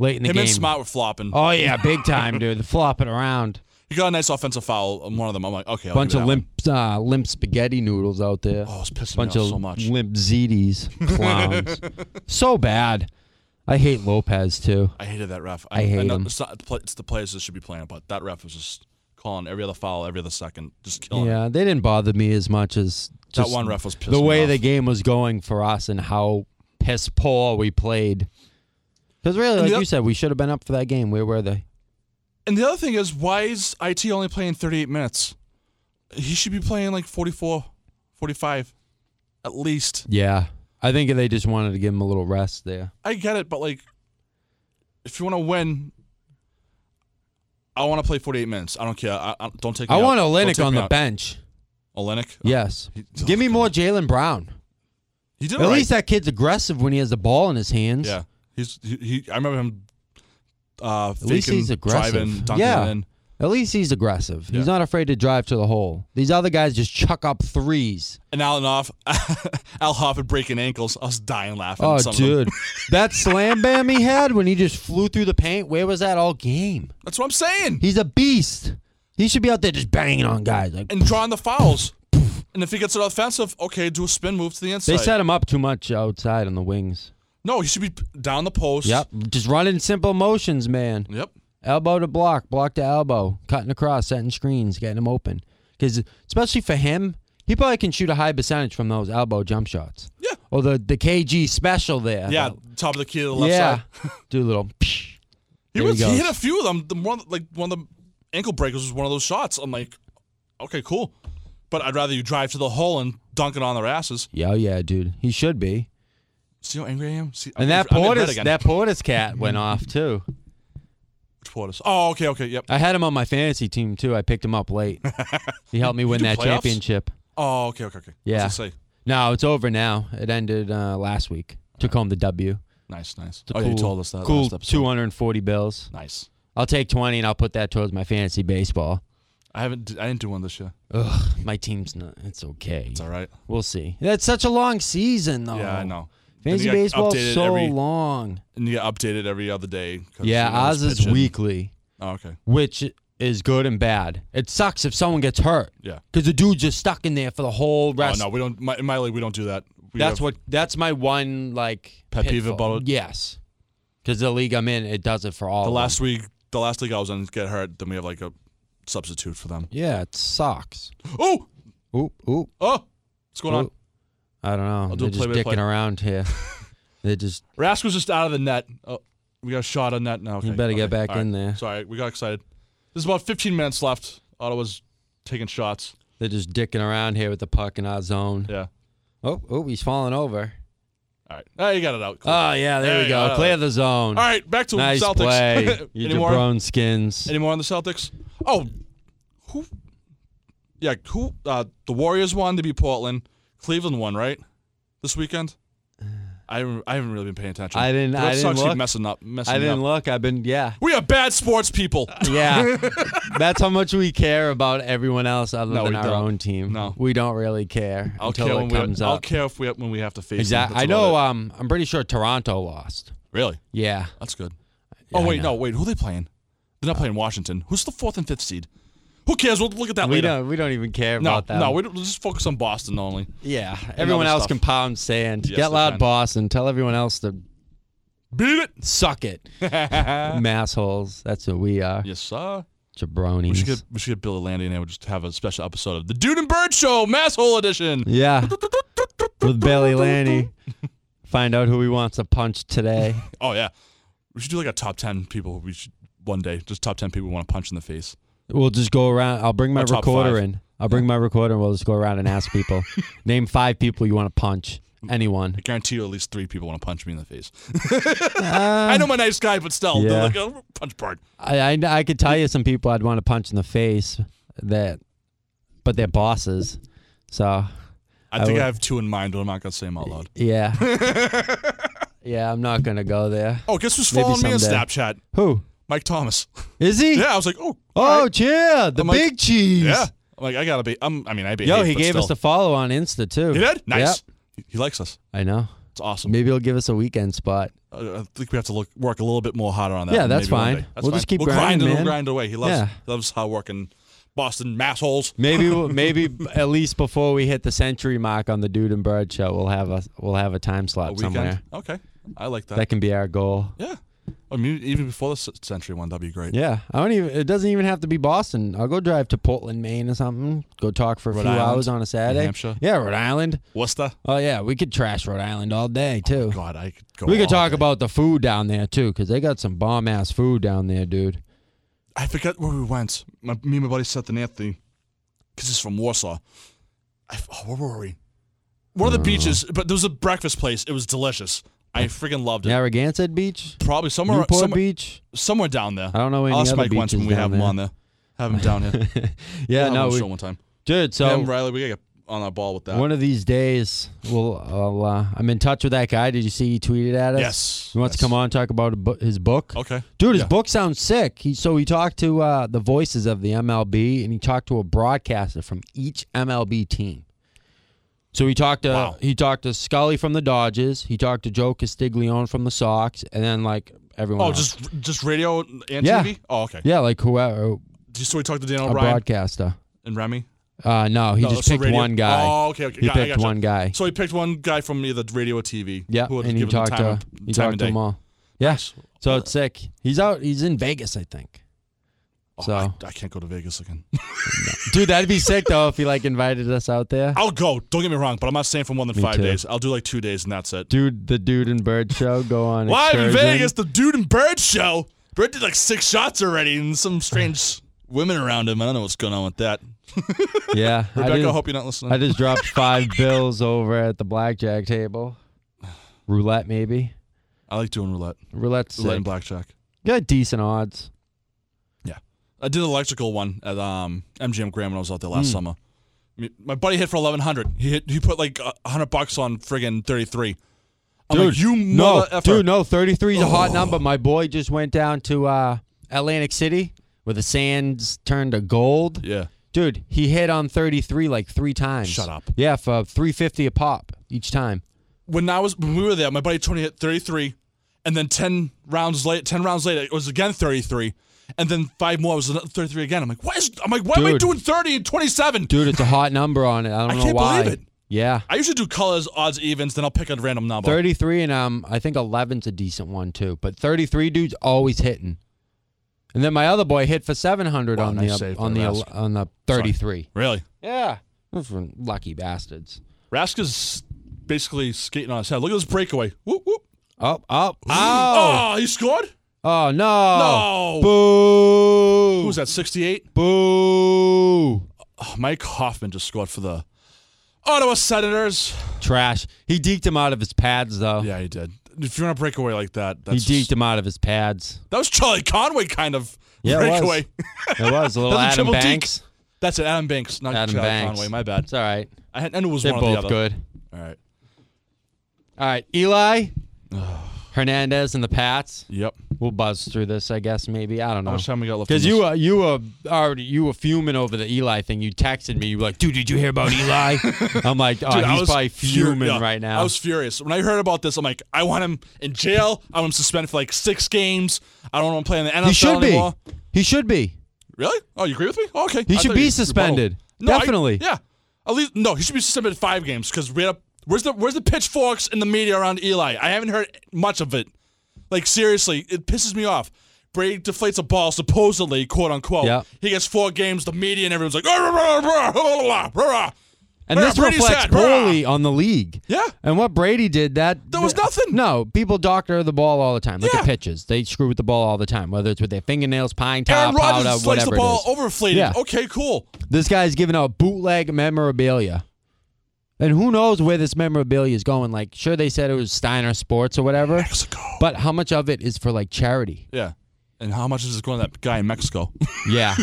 [SPEAKER 1] late in the
[SPEAKER 2] Him
[SPEAKER 1] game.
[SPEAKER 2] and Smart were flopping.
[SPEAKER 1] Oh yeah, big time, dude. The flopping around,
[SPEAKER 2] He got a nice offensive foul on one of them. I'm like, okay, I'll
[SPEAKER 1] bunch
[SPEAKER 2] give you
[SPEAKER 1] of
[SPEAKER 2] that
[SPEAKER 1] limp, uh, limp spaghetti noodles out there.
[SPEAKER 2] One. Oh, it's pissing
[SPEAKER 1] bunch
[SPEAKER 2] me
[SPEAKER 1] of
[SPEAKER 2] off so much.
[SPEAKER 1] limp
[SPEAKER 2] (laughs)
[SPEAKER 1] zeties, clowns. so bad. I hate Lopez too.
[SPEAKER 2] I hated that ref.
[SPEAKER 1] I hate
[SPEAKER 2] know
[SPEAKER 1] him.
[SPEAKER 2] It's, not, the pla- it's the players that should be playing, but that ref was just calling every other foul, every other second, just killing. it.
[SPEAKER 1] Yeah, they didn't bother me as much as
[SPEAKER 2] That
[SPEAKER 1] just
[SPEAKER 2] one ref was pissing
[SPEAKER 1] the way
[SPEAKER 2] me off.
[SPEAKER 1] the game was going for us and how piss poor we played. Because really, like
[SPEAKER 2] the
[SPEAKER 1] you
[SPEAKER 2] oth-
[SPEAKER 1] said, we should have been up for that game. Where were they?
[SPEAKER 2] And the other thing is, why is it only playing 38 minutes? He should be playing like 44, 45, at least.
[SPEAKER 1] Yeah, I think they just wanted to give him a little rest there.
[SPEAKER 2] I get it, but like, if you want to win. I want to play 48 minutes. I don't care. I, I, don't take. Me
[SPEAKER 1] I want
[SPEAKER 2] out. Don't take
[SPEAKER 1] Olenek on
[SPEAKER 2] me
[SPEAKER 1] the
[SPEAKER 2] out.
[SPEAKER 1] bench.
[SPEAKER 2] Olenek. (laughs)
[SPEAKER 1] Yes,
[SPEAKER 2] He-
[SPEAKER 1] give me more Jalen Brown.
[SPEAKER 2] He did
[SPEAKER 1] At
[SPEAKER 2] all right.
[SPEAKER 1] least that kid's aggressive when he has the ball in his hands.
[SPEAKER 2] Yeah, he's he. he I remember him. Uh, faking,
[SPEAKER 1] least he's aggressive.
[SPEAKER 2] driving, dunking
[SPEAKER 1] Yeah.
[SPEAKER 2] it in.
[SPEAKER 1] At least he's aggressive.
[SPEAKER 2] Yeah.
[SPEAKER 1] He's not afraid to drive to the hole. These other guys just chuck up threes.
[SPEAKER 2] and Alan off, (laughs) Al Hoffman breaking ankles. I was dying laughing.
[SPEAKER 1] Oh,
[SPEAKER 2] at some of them. (laughs)
[SPEAKER 1] dude. that slam bam he had when he just flew through the paint, where was that all game?
[SPEAKER 2] that's what I'm saying.
[SPEAKER 1] He's a beast. He should be out there just banging on guys. Like
[SPEAKER 2] and drawing the fouls. and if he gets it offensive, okay, do a spin move to the inside.
[SPEAKER 1] They set him up too much outside on the wings.
[SPEAKER 2] no, he should be down the post.
[SPEAKER 1] Yep. Just running simple motions, man.
[SPEAKER 2] Yep.
[SPEAKER 1] elbow to block, block to elbow, cutting across, setting screens, getting them open. Because especially for him, he probably can shoot a high percentage from those elbow jump shots.
[SPEAKER 2] Yeah.
[SPEAKER 1] Or the the KG special there.
[SPEAKER 2] Yeah,
[SPEAKER 1] That-
[SPEAKER 2] top of the key to the left
[SPEAKER 1] yeah.
[SPEAKER 2] side.
[SPEAKER 1] (laughs) Do a little.
[SPEAKER 2] He,
[SPEAKER 1] There he
[SPEAKER 2] was, he hit
[SPEAKER 1] goes.
[SPEAKER 2] a few of them. The one, like one of the ankle breakers was one of those shots. I'm like, okay, cool, but I'd rather you drive to the hole and dunk it on their asses.
[SPEAKER 1] Yeah, yeah, dude. He should be.
[SPEAKER 2] See how angry I am. See,
[SPEAKER 1] And that
[SPEAKER 2] I'm in red
[SPEAKER 1] Portis,
[SPEAKER 2] again.
[SPEAKER 1] that Portis cat went off too.
[SPEAKER 2] Portis. Oh, okay, okay, yep.
[SPEAKER 1] I had him on my fantasy team too. I picked him up late.
[SPEAKER 2] (laughs)
[SPEAKER 1] he helped me win
[SPEAKER 2] do
[SPEAKER 1] that
[SPEAKER 2] playoffs?
[SPEAKER 1] championship.
[SPEAKER 2] Oh, okay, okay, okay.
[SPEAKER 1] Yeah.
[SPEAKER 2] What's it say?
[SPEAKER 1] No, it's over now. It ended uh, last week. Took home the W.
[SPEAKER 2] Nice, nice.
[SPEAKER 1] The
[SPEAKER 2] oh, yeah, you told us that
[SPEAKER 1] Cool.
[SPEAKER 2] last episode.
[SPEAKER 1] 240 bills.
[SPEAKER 2] Nice.
[SPEAKER 1] I'll take 20 and I'll put that towards my fantasy baseball.
[SPEAKER 2] I haven't. I didn't do one this year.
[SPEAKER 1] Ugh, my team's not. It's okay.
[SPEAKER 2] It's all right.
[SPEAKER 1] We'll see. That's such a long season though.
[SPEAKER 2] Yeah, I know. Then
[SPEAKER 1] Oh. Fantasy
[SPEAKER 2] you get
[SPEAKER 1] baseball's
[SPEAKER 2] updated
[SPEAKER 1] so
[SPEAKER 2] every-
[SPEAKER 1] long.
[SPEAKER 2] And you get updated every other day. 'cause
[SPEAKER 1] Yeah,
[SPEAKER 2] you know, it's
[SPEAKER 1] ours is
[SPEAKER 2] pitching.
[SPEAKER 1] weekly,
[SPEAKER 2] Oh, okay.
[SPEAKER 1] which is good and bad. It sucks if someone gets hurt.
[SPEAKER 2] Yeah.
[SPEAKER 1] Because the dude's just stuck in there for the whole
[SPEAKER 2] Oh
[SPEAKER 1] rest.
[SPEAKER 2] no, we don't. My, in my league, we don't do that. We
[SPEAKER 1] that's
[SPEAKER 2] have-
[SPEAKER 1] what. That's my one like
[SPEAKER 2] Pet peeve
[SPEAKER 1] pitfall.
[SPEAKER 2] about it?
[SPEAKER 1] Yes, because the league I'm in, it does it for all.
[SPEAKER 2] the
[SPEAKER 1] of
[SPEAKER 2] last week. The last league I was in get hurt. Then we have like a substitute for them.
[SPEAKER 1] them. Yeah, it sucks.
[SPEAKER 2] Oh,
[SPEAKER 1] Oop oop.
[SPEAKER 2] oh, what's going on?
[SPEAKER 1] oop. I don't know.
[SPEAKER 2] I'll do
[SPEAKER 1] They're
[SPEAKER 2] a
[SPEAKER 1] just
[SPEAKER 2] play-by-play.
[SPEAKER 1] dicking around
[SPEAKER 2] (laughs)
[SPEAKER 1] here. They're just.
[SPEAKER 2] Rask was just out of the net. Oh, we got a shot on net now. Okay.
[SPEAKER 1] You better
[SPEAKER 2] okay.
[SPEAKER 1] get back
[SPEAKER 2] All right.
[SPEAKER 1] in there.
[SPEAKER 2] Sorry, we got excited. There's about 15 minutes left. Ottawa's taking shots.
[SPEAKER 1] They're just dicking around here with the puck in our zone.
[SPEAKER 2] Yeah.
[SPEAKER 1] Oh oh, he's falling over.
[SPEAKER 2] All right. Oh, you got it out. Cool.
[SPEAKER 1] Oh yeah, there,
[SPEAKER 2] There
[SPEAKER 1] we
[SPEAKER 2] you
[SPEAKER 1] go.
[SPEAKER 2] go.
[SPEAKER 1] Clear the zone.
[SPEAKER 2] All right, back to
[SPEAKER 1] Nice
[SPEAKER 2] Celtics. (laughs)
[SPEAKER 1] play. You
[SPEAKER 2] Any more?
[SPEAKER 1] jabron skins.
[SPEAKER 2] Any more on the Celtics? Oh, who? Yeah, who? Uh, the Warriors won to beat Portland. Cleveland won, right? This weekend. I haven't, I haven't really been paying attention.
[SPEAKER 1] I didn't-
[SPEAKER 2] The
[SPEAKER 1] I
[SPEAKER 2] Red
[SPEAKER 1] didn't
[SPEAKER 2] Sox keep
[SPEAKER 1] look.
[SPEAKER 2] messing up. Messing
[SPEAKER 1] I didn't
[SPEAKER 2] Up.
[SPEAKER 1] look. I've been
[SPEAKER 2] (laughs)
[SPEAKER 1] yeah.
[SPEAKER 2] We are bad sports people.
[SPEAKER 1] Yeah, that's how much we care about everyone else other
[SPEAKER 2] No,
[SPEAKER 1] than
[SPEAKER 2] we
[SPEAKER 1] our
[SPEAKER 2] don't.
[SPEAKER 1] own team.
[SPEAKER 2] No.
[SPEAKER 1] we don't really care
[SPEAKER 2] I'll
[SPEAKER 1] until
[SPEAKER 2] care
[SPEAKER 1] it
[SPEAKER 2] when we.
[SPEAKER 1] comes
[SPEAKER 2] I'll
[SPEAKER 1] up.
[SPEAKER 2] care if we when we have to face. them.
[SPEAKER 1] Exactly.
[SPEAKER 2] That's
[SPEAKER 1] I
[SPEAKER 2] about
[SPEAKER 1] know.
[SPEAKER 2] it.
[SPEAKER 1] Um, I'm pretty sure Toronto lost.
[SPEAKER 2] Really,
[SPEAKER 1] Yeah.
[SPEAKER 2] that's good.
[SPEAKER 1] Yeah, I
[SPEAKER 2] oh wait,
[SPEAKER 1] know. Uh,
[SPEAKER 2] no, wait. Who are they playing? They're not playing Washington. Who's the fourth and fifth seed? Who cares? We'll look at that
[SPEAKER 1] We
[SPEAKER 2] later.
[SPEAKER 1] don't. We don't even care
[SPEAKER 2] No,
[SPEAKER 1] about that.
[SPEAKER 2] no. We don't, let's just focus on Boston only.
[SPEAKER 1] yeah. Everyone
[SPEAKER 2] other
[SPEAKER 1] else
[SPEAKER 2] stuff.
[SPEAKER 1] can pound sand.
[SPEAKER 2] Yes,
[SPEAKER 1] Get
[SPEAKER 2] they
[SPEAKER 1] loud,
[SPEAKER 2] can.
[SPEAKER 1] boss, and tell everyone else to
[SPEAKER 2] Beat
[SPEAKER 1] suck
[SPEAKER 2] (laughs)
[SPEAKER 1] it. (laughs)
[SPEAKER 2] it.
[SPEAKER 1] Massholes. That's what we are.
[SPEAKER 2] yes, sir.
[SPEAKER 1] Jabronis.
[SPEAKER 2] We should get we should get Bill Landy in there. We'll just have a special episode of the Dude and Bird Show, Masshole Edition. (laughs)
[SPEAKER 1] yeah. With Bailey Lanny. Find out who he wants to punch
[SPEAKER 2] (laughs)
[SPEAKER 1] today.
[SPEAKER 2] Oh yeah, we should do like a top ten people. We should one day just top ten people we want to punch in the face.
[SPEAKER 1] We'll just go around. I'll bring my
[SPEAKER 2] Or top
[SPEAKER 1] recorder
[SPEAKER 2] five.
[SPEAKER 1] in. I'll bring my recorder and we'll just go around and ask people.
[SPEAKER 2] (laughs)
[SPEAKER 1] Name five people you want to punch. Anyone.
[SPEAKER 2] I guarantee you, at least three people want to punch me in the face. I know my nice guy, but still,
[SPEAKER 1] Um, yeah.
[SPEAKER 2] they're like, oh, punch Bird.
[SPEAKER 1] I, I, I could tell you some people I'd want to punch in the face that, but they're bosses. So,
[SPEAKER 2] I,
[SPEAKER 1] I
[SPEAKER 2] think
[SPEAKER 1] would-
[SPEAKER 2] I have two in mind, but I'm not gonna say them out loud.
[SPEAKER 1] yeah. yeah, I'm not going to go there.
[SPEAKER 2] Oh, guess who's
[SPEAKER 1] Maybe
[SPEAKER 2] following me on
[SPEAKER 1] someday.
[SPEAKER 2] Snapchat?
[SPEAKER 1] Who?
[SPEAKER 2] Mike Thomas. (laughs)
[SPEAKER 1] Is he?
[SPEAKER 2] yeah, I was like, oh, all
[SPEAKER 1] oh,
[SPEAKER 2] right.
[SPEAKER 1] yeah. The
[SPEAKER 2] I'm like-
[SPEAKER 1] big cheese.
[SPEAKER 2] yeah. I'm like, I gotta be. I'm, I mean, I be.
[SPEAKER 1] Yo, he gave us the follow on Insta too.
[SPEAKER 2] He did. Nice.
[SPEAKER 1] Yep.
[SPEAKER 2] He- He likes us.
[SPEAKER 1] I know.
[SPEAKER 2] It's awesome.
[SPEAKER 1] Maybe he'll give us a weekend spot.
[SPEAKER 2] Uh, I think we have to look work a little bit more harder on that.
[SPEAKER 1] Yeah,
[SPEAKER 2] one,
[SPEAKER 1] that's
[SPEAKER 2] maybe one
[SPEAKER 1] fine.
[SPEAKER 2] day.
[SPEAKER 1] We'll just keep
[SPEAKER 2] we'll grind
[SPEAKER 1] grinding,
[SPEAKER 2] and
[SPEAKER 1] man.
[SPEAKER 2] we'll grind away. He loves
[SPEAKER 1] Yeah.
[SPEAKER 2] loves how working Boston massholes.
[SPEAKER 1] Maybe we'll- maybe (laughs) at least before we hit the century mark on the Dude and Bird show, we'll have a we'll have a time
[SPEAKER 2] A
[SPEAKER 1] slot
[SPEAKER 2] weekend. Uh.
[SPEAKER 1] somewhere.
[SPEAKER 2] Okay, I like that.
[SPEAKER 1] That can be our goal.
[SPEAKER 2] yeah, I mean, even before the s- century one, that'd be great.
[SPEAKER 1] Yeah, I don't even. It doesn't even have to be Boston. I'll go drive to Portland, Maine, or something. Go talk for a
[SPEAKER 2] Rhode
[SPEAKER 1] few
[SPEAKER 2] Island,
[SPEAKER 1] hours on a Saturday.
[SPEAKER 2] Hampshire.
[SPEAKER 1] Yeah, Rhode Island.
[SPEAKER 2] Worcester.
[SPEAKER 1] Oh yeah, we could trash Rhode Island all day too.
[SPEAKER 2] God, I could Oh, go.
[SPEAKER 1] we could
[SPEAKER 2] all
[SPEAKER 1] talk
[SPEAKER 2] day.
[SPEAKER 1] about the food down there too, because they got some bomb ass food down there, dude.
[SPEAKER 2] I forget where we went. My, me and my buddy Seth and Anthony, because he's from Warsaw. I f oh, where were we? One of
[SPEAKER 1] Uh,
[SPEAKER 2] the beaches, but there was a breakfast place. It was delicious. I freaking loved it.
[SPEAKER 1] Narragansett Beach,
[SPEAKER 2] Probably somewhere,
[SPEAKER 1] Newport
[SPEAKER 2] somewhere,
[SPEAKER 1] Beach.
[SPEAKER 2] somewhere down there.
[SPEAKER 1] I don't know any
[SPEAKER 2] I'll ask
[SPEAKER 1] other
[SPEAKER 2] Mike
[SPEAKER 1] beaches
[SPEAKER 2] once when we
[SPEAKER 1] down
[SPEAKER 2] have
[SPEAKER 1] there.
[SPEAKER 2] him on there. Have him
[SPEAKER 1] (laughs)
[SPEAKER 2] down here.
[SPEAKER 1] yeah,
[SPEAKER 2] I'll have him
[SPEAKER 1] no,
[SPEAKER 2] on the
[SPEAKER 1] we,
[SPEAKER 2] show one time.
[SPEAKER 1] dude. So
[SPEAKER 2] Him, Riley, we gotta get on our ball with that.
[SPEAKER 1] One of these days, we'll. I'll, uh, I'm in touch with that guy. Did you see he tweeted at us?
[SPEAKER 2] yes,
[SPEAKER 1] He wants
[SPEAKER 2] yes.
[SPEAKER 1] to come on and talk about a bu- his book.
[SPEAKER 2] Okay,
[SPEAKER 1] Dude, his
[SPEAKER 2] Yeah.
[SPEAKER 1] book sounds sick. He, so he talked to uh, the voices of the MLB, and he talked to a broadcaster from each MLB team. So he talked to
[SPEAKER 2] Wow.
[SPEAKER 1] he talked to Scully from the Dodgers. He talked to Joe Castiglione from the Sox, and then like everyone.
[SPEAKER 2] Oh,
[SPEAKER 1] else.
[SPEAKER 2] just just radio and
[SPEAKER 1] Yeah.
[SPEAKER 2] TV. Oh, okay.
[SPEAKER 1] yeah, like whoever
[SPEAKER 2] Just So we talked to Dan
[SPEAKER 1] a
[SPEAKER 2] O'Brien
[SPEAKER 1] broadcaster.
[SPEAKER 2] and Remy.
[SPEAKER 1] Uh, no, he
[SPEAKER 2] No,
[SPEAKER 1] just
[SPEAKER 2] so
[SPEAKER 1] picked
[SPEAKER 2] radio-
[SPEAKER 1] one guy.
[SPEAKER 2] Oh, okay, okay.
[SPEAKER 1] he
[SPEAKER 2] got, I
[SPEAKER 1] picked
[SPEAKER 2] gotcha.
[SPEAKER 1] one guy.
[SPEAKER 2] So he picked one guy from either radio or TV.
[SPEAKER 1] Yeah,
[SPEAKER 2] who would
[SPEAKER 1] and he
[SPEAKER 2] give him
[SPEAKER 1] talked
[SPEAKER 2] the time,
[SPEAKER 1] to
[SPEAKER 2] of-
[SPEAKER 1] he
[SPEAKER 2] time
[SPEAKER 1] talked
[SPEAKER 2] and
[SPEAKER 1] to
[SPEAKER 2] day.
[SPEAKER 1] them all. Yes. So it's sick. He's out. He's in Vegas, I think.
[SPEAKER 2] Oh,
[SPEAKER 1] So-
[SPEAKER 2] I, I can't go to Vegas again.
[SPEAKER 1] Dude, that'd be sick though if he like invited us out there.
[SPEAKER 2] I'll go. Don't get me wrong, but I'm not staying for more than
[SPEAKER 1] Me
[SPEAKER 2] five
[SPEAKER 1] too.
[SPEAKER 2] days. I'll do like two days and that's
[SPEAKER 1] (laughs)
[SPEAKER 2] it.
[SPEAKER 1] Dude, the dude and bird show go on.
[SPEAKER 2] Live in
[SPEAKER 1] excursion.
[SPEAKER 2] Vegas, the dude and Bird show. Bird did like six shots already, and
[SPEAKER 1] (sighs)
[SPEAKER 2] some strange women around him. I don't know what's going on with that.
[SPEAKER 1] (laughs) Yeah, I
[SPEAKER 2] Rebecca, I
[SPEAKER 1] just,
[SPEAKER 2] hope you're not listening.
[SPEAKER 1] I just dropped five bills over at the blackjack table. Roulette, maybe.
[SPEAKER 2] I like doing roulette,
[SPEAKER 1] Roulette's
[SPEAKER 2] roulette
[SPEAKER 1] sick.
[SPEAKER 2] and blackjack.
[SPEAKER 1] Got decent odds.
[SPEAKER 2] I did an electrical one at um, MGM Grand when I was out there
[SPEAKER 1] Hmm.
[SPEAKER 2] last summer. Me- My buddy hit for eleven hundred. He hit, he put like a hundred bucks on friggin' thirty three. I'm like, you
[SPEAKER 1] no,
[SPEAKER 2] mother effer.
[SPEAKER 1] dude, no. Thirty-three is a hot number. My boy just went down to uh, Atlantic City where the sands turned to gold.
[SPEAKER 2] Yeah,
[SPEAKER 1] Dude, he hit on thirty-three like three times.
[SPEAKER 2] Shut up.
[SPEAKER 1] Yeah, for three fifty a pop each time.
[SPEAKER 2] when I was when we were there, my buddy Tony hit thirty three, and then ten rounds late, ten rounds later, it was again thirty three, and then five more it was thirty three again. I'm like, why is I'm like, why am I
[SPEAKER 1] Dude.
[SPEAKER 2] doing thirty and twenty seven?
[SPEAKER 1] Dude, it's a hot number on it. I don't know
[SPEAKER 2] can't
[SPEAKER 1] why.
[SPEAKER 2] believe it.
[SPEAKER 1] Yeah.
[SPEAKER 2] I usually do colors, odds, evens, then I'll pick a random number.
[SPEAKER 1] 33 and um I think 11's a decent one too, but 33 dude's always hitting. And then my other boy hit for 700
[SPEAKER 2] Wow,
[SPEAKER 1] on
[SPEAKER 2] nice
[SPEAKER 1] the
[SPEAKER 2] save
[SPEAKER 1] on
[SPEAKER 2] by
[SPEAKER 1] the
[SPEAKER 2] Rask.
[SPEAKER 1] on the 33.
[SPEAKER 2] Really,
[SPEAKER 1] Yeah. Those were lucky bastards.
[SPEAKER 2] Raska's basically skating on his head. Look at this breakaway. Whoop whoop.
[SPEAKER 1] Oh, oh, oh.
[SPEAKER 2] Oh, he scored.
[SPEAKER 1] Oh no.
[SPEAKER 2] Oh,
[SPEAKER 1] Boo.
[SPEAKER 2] who was that? Sixty-eight. Oh,
[SPEAKER 1] Boo.
[SPEAKER 2] Mike Hoffman just scored for the Ottawa Senators.
[SPEAKER 1] Trash. He deked him out of his pads though.
[SPEAKER 2] Yeah, he did. If you're gonna break away like that,
[SPEAKER 1] he
[SPEAKER 2] that's
[SPEAKER 1] deked him out of his pads.
[SPEAKER 2] that was Charlie Conway kind of
[SPEAKER 1] Yeah, it was.
[SPEAKER 2] breakaway.
[SPEAKER 1] (laughs) It was a little
[SPEAKER 2] That's a
[SPEAKER 1] Adam
[SPEAKER 2] triple deke.
[SPEAKER 1] Banks.
[SPEAKER 2] That's it, Adam Banks, not
[SPEAKER 1] Adam
[SPEAKER 2] Charlie
[SPEAKER 1] Banks.
[SPEAKER 2] Conway. My bad.
[SPEAKER 1] It's all right.
[SPEAKER 2] I, had- I knew it was
[SPEAKER 1] They're
[SPEAKER 2] one or the
[SPEAKER 1] both
[SPEAKER 2] other.
[SPEAKER 1] good.
[SPEAKER 2] All right.
[SPEAKER 1] All right, Eli, Hernandez, and the Pats.
[SPEAKER 2] Yep.
[SPEAKER 1] We'll buzz through this, I guess. Maybe I don't know.
[SPEAKER 2] How much time we got left?
[SPEAKER 1] Oh. Because
[SPEAKER 2] on
[SPEAKER 1] you
[SPEAKER 2] this?
[SPEAKER 1] uh, you were already you were fuming over the Eli thing. You texted me. You were like, "Dude, did you hear about (laughs) Eli?" I'm like, "Oh,
[SPEAKER 2] Dude, I
[SPEAKER 1] he's
[SPEAKER 2] was
[SPEAKER 1] probably
[SPEAKER 2] fur-
[SPEAKER 1] fuming
[SPEAKER 2] yeah,
[SPEAKER 1] right now."
[SPEAKER 2] I was furious when I heard about this. I'm like, I want him in jail. I want him suspended for like six games. I don't want him playing in the NFL
[SPEAKER 1] he should be.
[SPEAKER 2] anymore.
[SPEAKER 1] He should be.
[SPEAKER 2] Really? Oh, you agree with me? Oh, okay.
[SPEAKER 1] He
[SPEAKER 2] I
[SPEAKER 1] should
[SPEAKER 2] thought
[SPEAKER 1] be
[SPEAKER 2] you- you
[SPEAKER 1] suspended.
[SPEAKER 2] bottled. No, I-
[SPEAKER 1] Definitely.
[SPEAKER 2] yeah. At least no, he should be suspended five games because we had a, where's the where's the pitchforks in the media around Eli? I haven't heard much of it. Like seriously, it pisses me off. Brady deflates a ball, supposedly, quote unquote.
[SPEAKER 1] Yeah.
[SPEAKER 2] He gets four games. The media and everyone's like, "Ah, rah, rah, rah, rah, rah, rah."
[SPEAKER 1] And
[SPEAKER 2] Yeah,
[SPEAKER 1] this
[SPEAKER 2] Brady's
[SPEAKER 1] reflects
[SPEAKER 2] sad. Rah.
[SPEAKER 1] poorly on the league.
[SPEAKER 2] yeah.
[SPEAKER 1] And what Brady did that
[SPEAKER 2] There was nothing.
[SPEAKER 1] No, people doctor the ball all the time. Look at
[SPEAKER 2] Yeah.
[SPEAKER 1] pitches; they screw with the ball all the time, whether it's with their fingernails, pine tar,
[SPEAKER 2] Aaron Rodgers
[SPEAKER 1] powder,
[SPEAKER 2] deflates
[SPEAKER 1] whatever
[SPEAKER 2] the ball,
[SPEAKER 1] it is.
[SPEAKER 2] overflated.
[SPEAKER 1] Yeah.
[SPEAKER 2] Okay, cool.
[SPEAKER 1] This guy's giving out bootleg memorabilia. And who knows where this memorabilia is going? Like, sure, they said it was Steiner Sports or whatever,
[SPEAKER 2] Mexico.
[SPEAKER 1] but how much of it is for like charity?
[SPEAKER 2] Yeah. And how much is it going to that guy in Mexico? (laughs)
[SPEAKER 1] Yeah,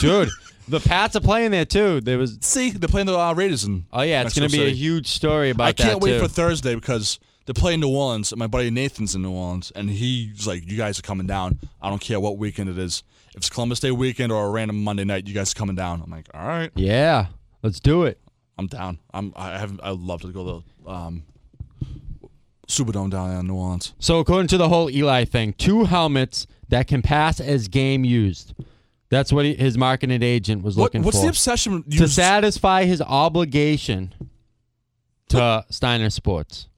[SPEAKER 1] dude, the Pats are playing there too. There was,
[SPEAKER 2] See, they're playing the uh, Raiders and
[SPEAKER 1] oh yeah, it's gonna be a huge story about
[SPEAKER 2] I
[SPEAKER 1] that
[SPEAKER 2] can't wait
[SPEAKER 1] too.
[SPEAKER 2] for Thursday because they're playing New Orleans. And my buddy Nathan's in New Orleans, and he's like, "You guys are coming down. I don't care what weekend it is. If it's Columbus Day weekend or a random Monday night, you guys are coming down." I'm like, "All right,
[SPEAKER 1] yeah, let's do it.
[SPEAKER 2] I'm down. I'm. I haven't. I love to go to the um, Superdome down there in New Orleans.
[SPEAKER 1] So according to the whole Eli thing, two helmets that can pass as game used. That's what he, his marketing agent was
[SPEAKER 2] What,
[SPEAKER 1] looking
[SPEAKER 2] what's
[SPEAKER 1] for.
[SPEAKER 2] the obsession? with- You
[SPEAKER 1] to
[SPEAKER 2] just-
[SPEAKER 1] satisfy his obligation to Steiner Sports.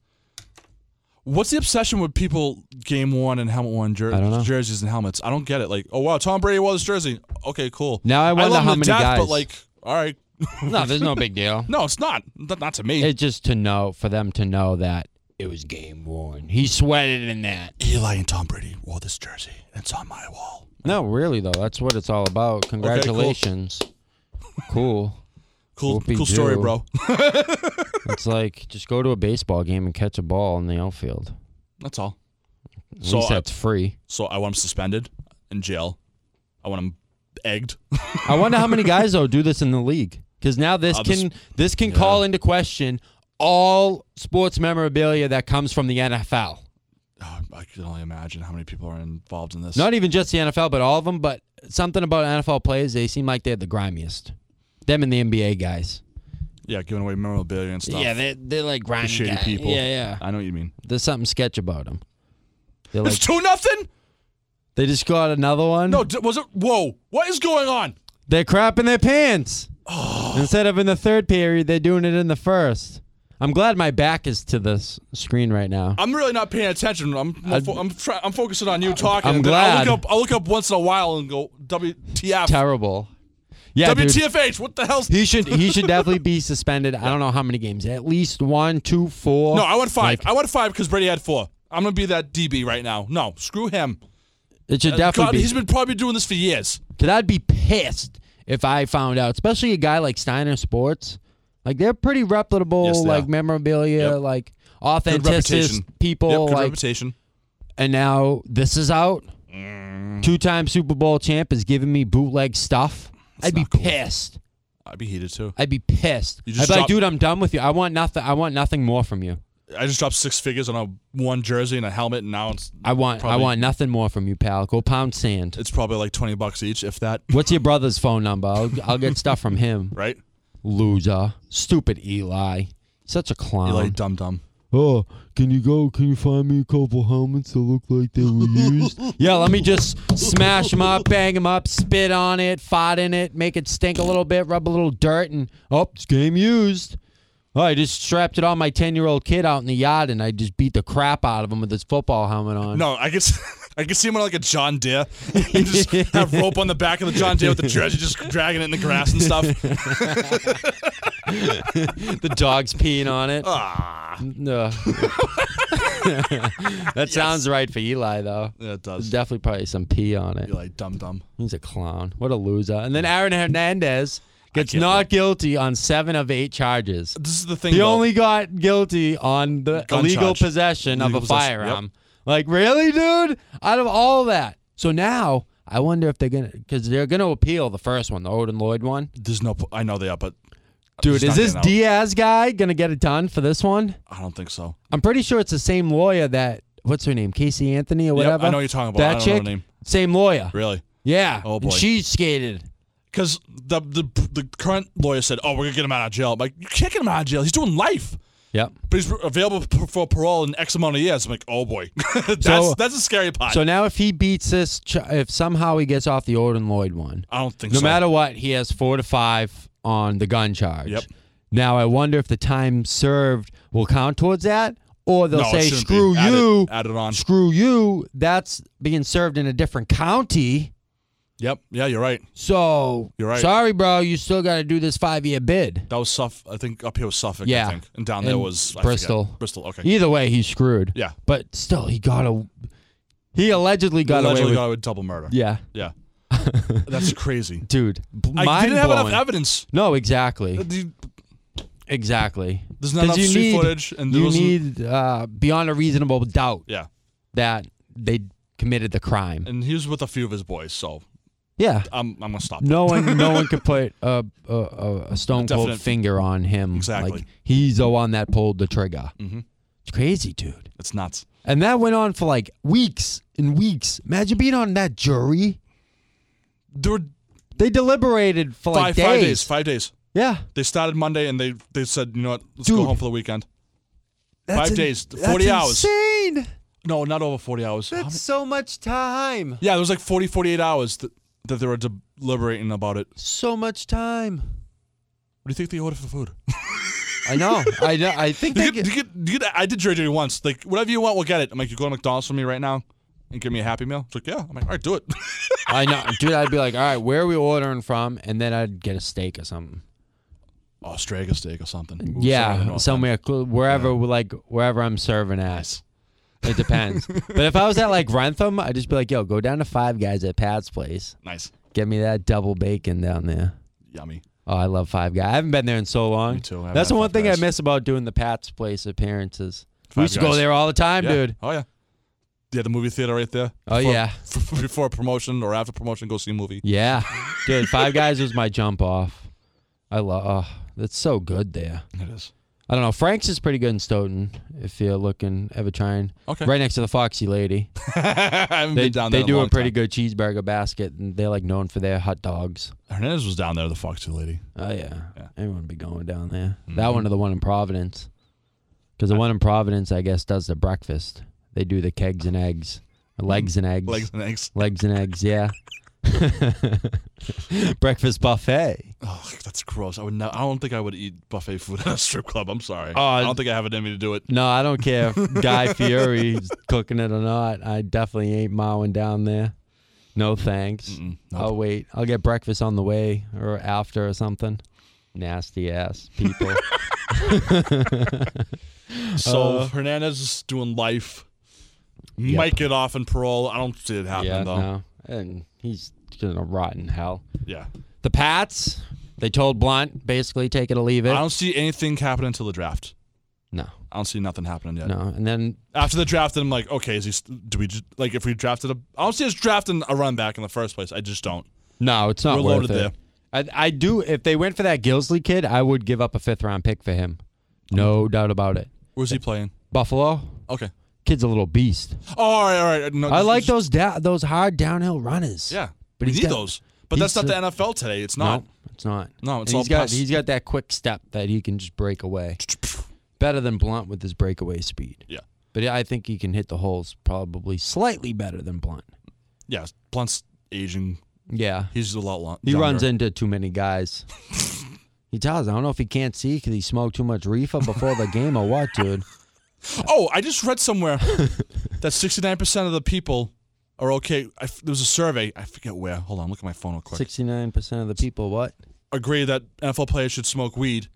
[SPEAKER 2] What's the obsession with people game worn and helmet worn jer-
[SPEAKER 1] I don't know.
[SPEAKER 2] jerseys and helmets? I don't get it. Like, oh wow, Tom Brady wore this jersey. Okay, cool.
[SPEAKER 1] Now I wonder
[SPEAKER 2] love him
[SPEAKER 1] how
[SPEAKER 2] to
[SPEAKER 1] many
[SPEAKER 2] death, But
[SPEAKER 1] guys-
[SPEAKER 2] like, all right, (laughs)
[SPEAKER 1] No, there's no big deal.
[SPEAKER 2] no, it's not. Not not to me.
[SPEAKER 1] (laughs) It's just to know for them to know that it was game worn. He sweated in that.
[SPEAKER 2] Eli and Tom Brady wore this jersey. It's on my wall.
[SPEAKER 1] No, really though. That's what it's all about. Congratulations. cool.
[SPEAKER 2] Cool,
[SPEAKER 1] Whoopie
[SPEAKER 2] cool story,
[SPEAKER 1] doo.
[SPEAKER 2] bro. (laughs)
[SPEAKER 1] It's like just go to a baseball game and catch a ball in the outfield.
[SPEAKER 2] That's all.
[SPEAKER 1] At
[SPEAKER 2] So
[SPEAKER 1] least
[SPEAKER 2] I,
[SPEAKER 1] that's free.
[SPEAKER 2] so I want him suspended in jail. I want him egged.
[SPEAKER 1] I wonder how many guys though do this in the league because now this
[SPEAKER 2] I'll just-
[SPEAKER 1] can this can call into question all sports memorabilia that comes from the NFL.
[SPEAKER 2] Oh, I can only imagine how many people are involved in this.
[SPEAKER 1] Not even just the NFL, but all of them. But something about NFL players, they seem like they're the grimiest. Them and the NBA guys.
[SPEAKER 2] yeah, giving away memorabilia and stuff.
[SPEAKER 1] Yeah, they're, they're like grimy
[SPEAKER 2] The shady
[SPEAKER 1] guy-
[SPEAKER 2] people.
[SPEAKER 1] Yeah, yeah.
[SPEAKER 2] I know what you mean.
[SPEAKER 1] There's something sketch about them. They're like,
[SPEAKER 2] it's two nothing.
[SPEAKER 1] they just got another one.
[SPEAKER 2] No, d- was it? Whoa, what is going on? Oh.
[SPEAKER 1] They're crapping their pants. Instead of in the third period, they're doing it in the first. I'm glad my back is to this screen right now.
[SPEAKER 2] I'm really not paying attention. I'm more fo- I'm, try- I'm focusing on you talking.
[SPEAKER 1] I'm
[SPEAKER 2] and then
[SPEAKER 1] glad.
[SPEAKER 2] I look up I look up once in a while and go WTF
[SPEAKER 1] Terrible. Yeah, dude.
[SPEAKER 2] WTFH. What the hell's
[SPEAKER 1] He should he should definitely be suspended. I don't know how many games. At least one, two, four.
[SPEAKER 2] No, I want five. I want five because Brady had four. I'm gonna be that DB right now. No, screw him.
[SPEAKER 1] It should
[SPEAKER 2] uh, God,
[SPEAKER 1] definitely be.
[SPEAKER 2] he's been probably doing this for years.
[SPEAKER 1] Cause I'd be pissed if I found out, especially a guy like Steiner Sports. Like they're pretty reputable,
[SPEAKER 2] Yes, they
[SPEAKER 1] like
[SPEAKER 2] are.
[SPEAKER 1] memorabilia,
[SPEAKER 2] Yep.
[SPEAKER 1] like
[SPEAKER 2] Good
[SPEAKER 1] authenticist
[SPEAKER 2] reputation.
[SPEAKER 1] people.
[SPEAKER 2] Yep, good
[SPEAKER 1] like,
[SPEAKER 2] reputation.
[SPEAKER 1] and now this is out.
[SPEAKER 2] Mm.
[SPEAKER 1] Two-time Super Bowl champ is giving me bootleg stuff. I'd be
[SPEAKER 2] not cool.
[SPEAKER 1] pissed.
[SPEAKER 2] I'd be heated too.
[SPEAKER 1] I'd be pissed. I'd
[SPEAKER 2] You just
[SPEAKER 1] be like,
[SPEAKER 2] dropped-
[SPEAKER 1] dude, I'm done with you. I want nothing. I want nothing more from you.
[SPEAKER 2] I just dropped six figures on a one jersey and a helmet, and now it's
[SPEAKER 1] I want.
[SPEAKER 2] Probably-
[SPEAKER 1] I want nothing more from you, pal. Go pound sand.
[SPEAKER 2] it's probably like twenty bucks each, if that.
[SPEAKER 1] What's your brother's phone number? I'll, I'll get stuff from him.
[SPEAKER 2] Right?
[SPEAKER 1] Loser. Stupid Eli. Such a clown.
[SPEAKER 2] You're like dumb dumb.
[SPEAKER 1] Oh, can you go? Can you find me a couple helmets that look like they were used?
[SPEAKER 2] (laughs)
[SPEAKER 1] yeah, let me just smash them up, bang them up, spit on it, fart in it, make it stink a little bit, rub a little dirt, and oh, it's game used. Oh, I just strapped it on my ten-year-old kid out in the yard, and I just beat the crap out of him with his football helmet on.
[SPEAKER 2] No, I guess. (laughs) I can see him on like a John Deere. (laughs) You
[SPEAKER 1] (laughs)
[SPEAKER 2] just have rope on the back of the John Deere with the jersey, just dragging it in the grass
[SPEAKER 1] (laughs)
[SPEAKER 2] and stuff.
[SPEAKER 1] the dog's peeing on it.
[SPEAKER 2] Ah,
[SPEAKER 1] No.
[SPEAKER 2] (laughs)
[SPEAKER 1] that sounds right for Eli though.
[SPEAKER 2] yeah, it
[SPEAKER 1] There's
[SPEAKER 2] does.
[SPEAKER 1] definitely probably some pee on it.
[SPEAKER 2] You're like dumb dumb.
[SPEAKER 1] He's a clown. What a loser. And then Aaron Hernandez gets
[SPEAKER 2] can't
[SPEAKER 1] not guilty on seven of eight charges.
[SPEAKER 2] This is the thing.
[SPEAKER 1] He
[SPEAKER 2] though.
[SPEAKER 1] only got guilty on the
[SPEAKER 2] Gun
[SPEAKER 1] illegal
[SPEAKER 2] charge.
[SPEAKER 1] possession
[SPEAKER 2] Illegal
[SPEAKER 1] of a
[SPEAKER 2] possession, yep.
[SPEAKER 1] firearm. Like, really, dude? Out of all that. So now I wonder if they're going to, because they're going to appeal the first one, the Odin Lloyd one.
[SPEAKER 2] There's no. po- I know they are, but
[SPEAKER 1] Dude,
[SPEAKER 2] he's
[SPEAKER 1] is
[SPEAKER 2] not
[SPEAKER 1] this
[SPEAKER 2] getting out.
[SPEAKER 1] Diaz guy going to get it done for this one?
[SPEAKER 2] I don't think so.
[SPEAKER 1] I'm pretty sure it's the same lawyer that what's her name, Casey Anthony or
[SPEAKER 2] Yep,
[SPEAKER 1] whatever.
[SPEAKER 2] I know what you're talking about.
[SPEAKER 1] That
[SPEAKER 2] I don't know
[SPEAKER 1] chick,
[SPEAKER 2] her name.
[SPEAKER 1] same lawyer.
[SPEAKER 2] Really?
[SPEAKER 1] Yeah.
[SPEAKER 2] Oh,
[SPEAKER 1] and
[SPEAKER 2] boy.
[SPEAKER 1] she skated.
[SPEAKER 2] Because the, the the current lawyer said, "Oh, we're gonna get him out of jail." I'm like, you can't get him out of jail. He's doing life,
[SPEAKER 1] Yep.
[SPEAKER 2] but he's available p- for parole in X amount of years. I'm like, oh boy, (laughs) that's
[SPEAKER 1] So-
[SPEAKER 2] that's a scary part.
[SPEAKER 1] So now if he beats this, ch- if somehow he gets off the Odin Lloyd one,
[SPEAKER 2] I don't think
[SPEAKER 1] no
[SPEAKER 2] so.
[SPEAKER 1] matter what, he has four to five on the gun charge.
[SPEAKER 2] Yep.
[SPEAKER 1] Now I wonder if the time served will count towards that, or they'll
[SPEAKER 2] No,
[SPEAKER 1] say,
[SPEAKER 2] it shouldn't be.
[SPEAKER 1] "Screw
[SPEAKER 2] Add it-
[SPEAKER 1] you,
[SPEAKER 2] add it on.
[SPEAKER 1] screw you." That's being served in a different county.
[SPEAKER 2] Yep. Yeah, you're right.
[SPEAKER 1] So
[SPEAKER 2] You're right.
[SPEAKER 1] Sorry, bro. You still got to do this five year bid.
[SPEAKER 2] That was Suff. I think up here was Suffolk.
[SPEAKER 1] Yeah.
[SPEAKER 2] I think, and down there
[SPEAKER 1] And
[SPEAKER 2] was I
[SPEAKER 1] Bristol.
[SPEAKER 2] forget. Bristol. Okay.
[SPEAKER 1] Either way, he's screwed.
[SPEAKER 2] Yeah.
[SPEAKER 1] But still, he got a. He allegedly got
[SPEAKER 2] Allegedly
[SPEAKER 1] away with.
[SPEAKER 2] got away with double murder.
[SPEAKER 1] yeah,
[SPEAKER 2] Yeah. that's
[SPEAKER 1] (laughs)
[SPEAKER 2] crazy.
[SPEAKER 1] dude. B-
[SPEAKER 2] I
[SPEAKER 1] mind
[SPEAKER 2] didn't have enough
[SPEAKER 1] blowing.
[SPEAKER 2] evidence. Uh,
[SPEAKER 1] No, exactly,
[SPEAKER 2] The-
[SPEAKER 1] exactly.
[SPEAKER 2] There's not
[SPEAKER 1] 'Cause you
[SPEAKER 2] enough street
[SPEAKER 1] need-
[SPEAKER 2] footage, and there
[SPEAKER 1] you
[SPEAKER 2] wasn't-
[SPEAKER 1] need uh, beyond a reasonable doubt
[SPEAKER 2] yeah.
[SPEAKER 1] that they committed the crime.
[SPEAKER 2] And he was with a few of his boys, so
[SPEAKER 1] Yeah.
[SPEAKER 2] I'm I'm gonna stop.
[SPEAKER 1] No one, no one could put a a, a, a stone cold
[SPEAKER 2] Definite-
[SPEAKER 1] finger on him.
[SPEAKER 2] Exactly.
[SPEAKER 1] Like he's the one that pulled the trigger.
[SPEAKER 2] Mhm.
[SPEAKER 1] It's crazy, dude.
[SPEAKER 2] It's nuts.
[SPEAKER 1] And that went on for like weeks and weeks. Imagine being on that jury.
[SPEAKER 2] There were
[SPEAKER 1] They deliberated for like
[SPEAKER 2] five,
[SPEAKER 1] days.
[SPEAKER 2] five days. Five days.
[SPEAKER 1] Yeah.
[SPEAKER 2] They started Monday and they they said, you know what, let's go
[SPEAKER 1] Dude.
[SPEAKER 2] home for the weekend.
[SPEAKER 1] That's
[SPEAKER 2] Five
[SPEAKER 1] in-
[SPEAKER 2] days, 40
[SPEAKER 1] that's
[SPEAKER 2] hours.
[SPEAKER 1] Insane.
[SPEAKER 2] No, not over 40 hours. How
[SPEAKER 1] That's so much time.
[SPEAKER 2] many- yeah, there was like 40, 48 hours that, that they were deliberating about it.
[SPEAKER 1] So much time.
[SPEAKER 2] What do you think they ordered
[SPEAKER 1] (laughs)
[SPEAKER 2] for food?
[SPEAKER 1] I know. I know. I think
[SPEAKER 2] You
[SPEAKER 1] they
[SPEAKER 2] get, you get, you get, I did jury duty once. Like, whatever you want, we'll get it. I'm like, you go to McDonald's for me right now and give me a Happy Meal? It's like, yeah. I'm like, all right, do it. (laughs)
[SPEAKER 1] I know, dude. I'd be like, all right, where are we ordering from? And then I'd get a steak or something.
[SPEAKER 2] Australia steak or something. Ooh, somewhere in the
[SPEAKER 1] yeah,
[SPEAKER 2] north.
[SPEAKER 1] somewhere, cl- wherever, like wherever I'm serving at. It
[SPEAKER 2] (laughs)
[SPEAKER 1] depends. but if I was at like Rentham, I'd just be like, yo, go down to Five Guys at Pat's place.
[SPEAKER 2] Nice.
[SPEAKER 1] Get me that double bacon down there.
[SPEAKER 2] Yummy.
[SPEAKER 1] Oh, I love Five Guys. I haven't been there in so long.
[SPEAKER 2] Me too. I haven't
[SPEAKER 1] That's the
[SPEAKER 2] had
[SPEAKER 1] one
[SPEAKER 2] Five
[SPEAKER 1] thing
[SPEAKER 2] Guys.
[SPEAKER 1] I miss about doing the Pat's Place appearances.
[SPEAKER 2] Five
[SPEAKER 1] we used to go
[SPEAKER 2] Guys.
[SPEAKER 1] there all the time,
[SPEAKER 2] Yeah.
[SPEAKER 1] dude.
[SPEAKER 2] Oh, yeah. Yeah, the movie theater right there.
[SPEAKER 1] Oh,
[SPEAKER 2] Before-
[SPEAKER 1] yeah.
[SPEAKER 2] (laughs) Before promotion or after promotion, go see a movie.
[SPEAKER 1] Yeah, dude. Five Guys was my jump off. I love. Oh, that's so good there.
[SPEAKER 2] It is.
[SPEAKER 1] I don't know. Frank's is pretty good in Stoughton if you're looking, ever
[SPEAKER 2] (laughs)
[SPEAKER 1] trying.
[SPEAKER 2] Okay.
[SPEAKER 1] Right next to the Foxy Lady.
[SPEAKER 2] I haven't
[SPEAKER 1] They,
[SPEAKER 2] been down
[SPEAKER 1] they
[SPEAKER 2] there. in
[SPEAKER 1] do
[SPEAKER 2] a,
[SPEAKER 1] a
[SPEAKER 2] long
[SPEAKER 1] pretty
[SPEAKER 2] time.
[SPEAKER 1] good cheeseburger basket, and they're like known for their hot dogs.
[SPEAKER 2] Hernandez was down there, the Foxy lady.
[SPEAKER 1] Oh, yeah.
[SPEAKER 2] Yeah. Mm-hmm.
[SPEAKER 1] Everyone be going down there. That one or the one in Providence. Because the one in Providence, I guess, does the breakfast. They do the kegs and eggs, or legs and eggs.
[SPEAKER 2] Legs and eggs. (laughs)
[SPEAKER 1] Legs and eggs, yeah. breakfast buffet.
[SPEAKER 2] Oh, that's that's gross. I would not. I don't think I would eat buffet food at a strip club. I'm sorry.
[SPEAKER 1] Oh,
[SPEAKER 2] I don't think I have it in me to do it.
[SPEAKER 1] No, I don't care if
[SPEAKER 2] (laughs)
[SPEAKER 1] Guy Fieri's cooking it or not. I definitely ain't mowing down there. No thanks.
[SPEAKER 2] Mm-mm,
[SPEAKER 1] I'll
[SPEAKER 2] nope.
[SPEAKER 1] wait. I'll get breakfast on the way or after or something. Nasty ass
[SPEAKER 2] (laughs)
[SPEAKER 1] people. uh,
[SPEAKER 2] so Hernandez is doing life.
[SPEAKER 1] Yep.
[SPEAKER 2] Might get off in parole. I don't see it happening
[SPEAKER 1] yeah,
[SPEAKER 2] though.
[SPEAKER 1] no. And he's gonna rot in hell.
[SPEAKER 2] Yeah,
[SPEAKER 1] The Pats, they told Blunt basically take it or leave it.
[SPEAKER 2] I don't see anything happening until the draft.
[SPEAKER 1] No,
[SPEAKER 2] I don't see nothing happening yet.
[SPEAKER 1] no. And then
[SPEAKER 2] After the draft, then I'm like, okay, is he? st- Do we just, like if we drafted a? I don't see us drafting a run back in the first place. I just don't.
[SPEAKER 1] no, it's not
[SPEAKER 2] We're
[SPEAKER 1] worth
[SPEAKER 2] loaded
[SPEAKER 1] it.
[SPEAKER 2] there.
[SPEAKER 1] I, I do. If they went for that Gilsley kid, I would give up a fifth round pick for him. No doubt about it.
[SPEAKER 2] Where's he playing?
[SPEAKER 1] Buffalo
[SPEAKER 2] Okay.
[SPEAKER 1] kid's a little beast.
[SPEAKER 2] Oh, all right, all right. No,
[SPEAKER 1] I
[SPEAKER 2] just-
[SPEAKER 1] like
[SPEAKER 2] just-
[SPEAKER 1] those da- those hard downhill runners.
[SPEAKER 2] Yeah,
[SPEAKER 1] But
[SPEAKER 2] but we
[SPEAKER 1] he's
[SPEAKER 2] need
[SPEAKER 1] got-
[SPEAKER 2] those. But that's
[SPEAKER 1] he's
[SPEAKER 2] not the NFL today. It's not.
[SPEAKER 1] No, it's not.
[SPEAKER 2] No, it's
[SPEAKER 1] And
[SPEAKER 2] all
[SPEAKER 1] he's got
[SPEAKER 2] pass.
[SPEAKER 1] he's got that quick step that he can just break away. Better than Blunt with his breakaway speed.
[SPEAKER 2] Yeah.
[SPEAKER 1] But I think he can hit the holes probably slightly better than Blunt.
[SPEAKER 2] Yeah, Blunt's aging.
[SPEAKER 1] Yeah.
[SPEAKER 2] He's a lot long.
[SPEAKER 1] He runs into too many guys. (laughs) he does. I don't know if he can't see because he smoked too much reefer before the game or what,
[SPEAKER 2] (laughs)
[SPEAKER 1] dude.
[SPEAKER 2] Oh, I just
[SPEAKER 1] (laughs)
[SPEAKER 2] read somewhere that 69% of the people are okay. I f there was a survey. I forget where. Hold on, look at my phone real quick.
[SPEAKER 1] Sixty-nine percent of the people. What?
[SPEAKER 2] Agree that NFL players should smoke weed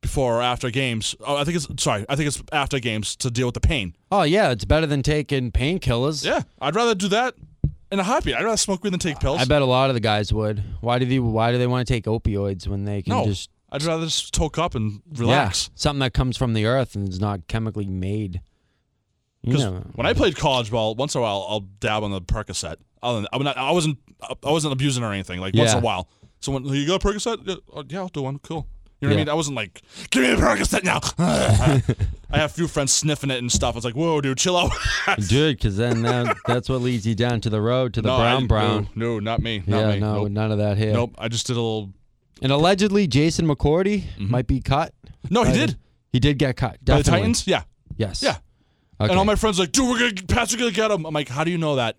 [SPEAKER 2] before or after games. Oh, I think it's sorry. I think it's after games to deal with the pain.
[SPEAKER 1] Oh yeah, it's better than taking painkillers.
[SPEAKER 2] Yeah, I'd rather do that in a heartbeat. I'd rather smoke weed than take pills.
[SPEAKER 1] I bet a lot of the guys would. Why do they? Why do they want to take opioids when they can
[SPEAKER 2] no,
[SPEAKER 1] just
[SPEAKER 2] I'd rather just toke up and relax.
[SPEAKER 1] Yeah, something that comes from the earth and is not chemically made. You
[SPEAKER 2] Because
[SPEAKER 1] know,
[SPEAKER 2] when I played college ball, once in a while I'll dab on the Percocet. Other than- I, would not, I wasn't I wasn't abusing or anything. Like once in a
[SPEAKER 1] Yeah.
[SPEAKER 2] while, someone you got a Percocet? Yeah, oh, yeah, I'll do one. Cool. You know what
[SPEAKER 1] Yeah.
[SPEAKER 2] I mean? I wasn't like, give me the Percocet now. (laughs) I have a few friends sniffing it and stuff. I was like, whoa, dude, chill out. (laughs)
[SPEAKER 1] dude, because then that, that's what leads you down to the road to the
[SPEAKER 2] No, I
[SPEAKER 1] brown
[SPEAKER 2] didn't-
[SPEAKER 1] brown.
[SPEAKER 2] No, no, not me. Not
[SPEAKER 1] yeah,
[SPEAKER 2] me.
[SPEAKER 1] no,
[SPEAKER 2] nope.
[SPEAKER 1] none of that here.
[SPEAKER 2] nope. I just did a little.
[SPEAKER 1] And allegedly, Jason McCourty
[SPEAKER 2] Mm-hmm.
[SPEAKER 1] might be cut.
[SPEAKER 2] No,
[SPEAKER 1] By
[SPEAKER 2] he
[SPEAKER 1] the-
[SPEAKER 2] did.
[SPEAKER 1] He did get cut.
[SPEAKER 2] By the
[SPEAKER 1] Definitely.
[SPEAKER 2] Titans? Yeah.
[SPEAKER 1] Yes.
[SPEAKER 2] Yeah.
[SPEAKER 1] Okay.
[SPEAKER 2] And all my friends are like, dude, we're going to, Patrick's going to get him. I'm like, how do you know that?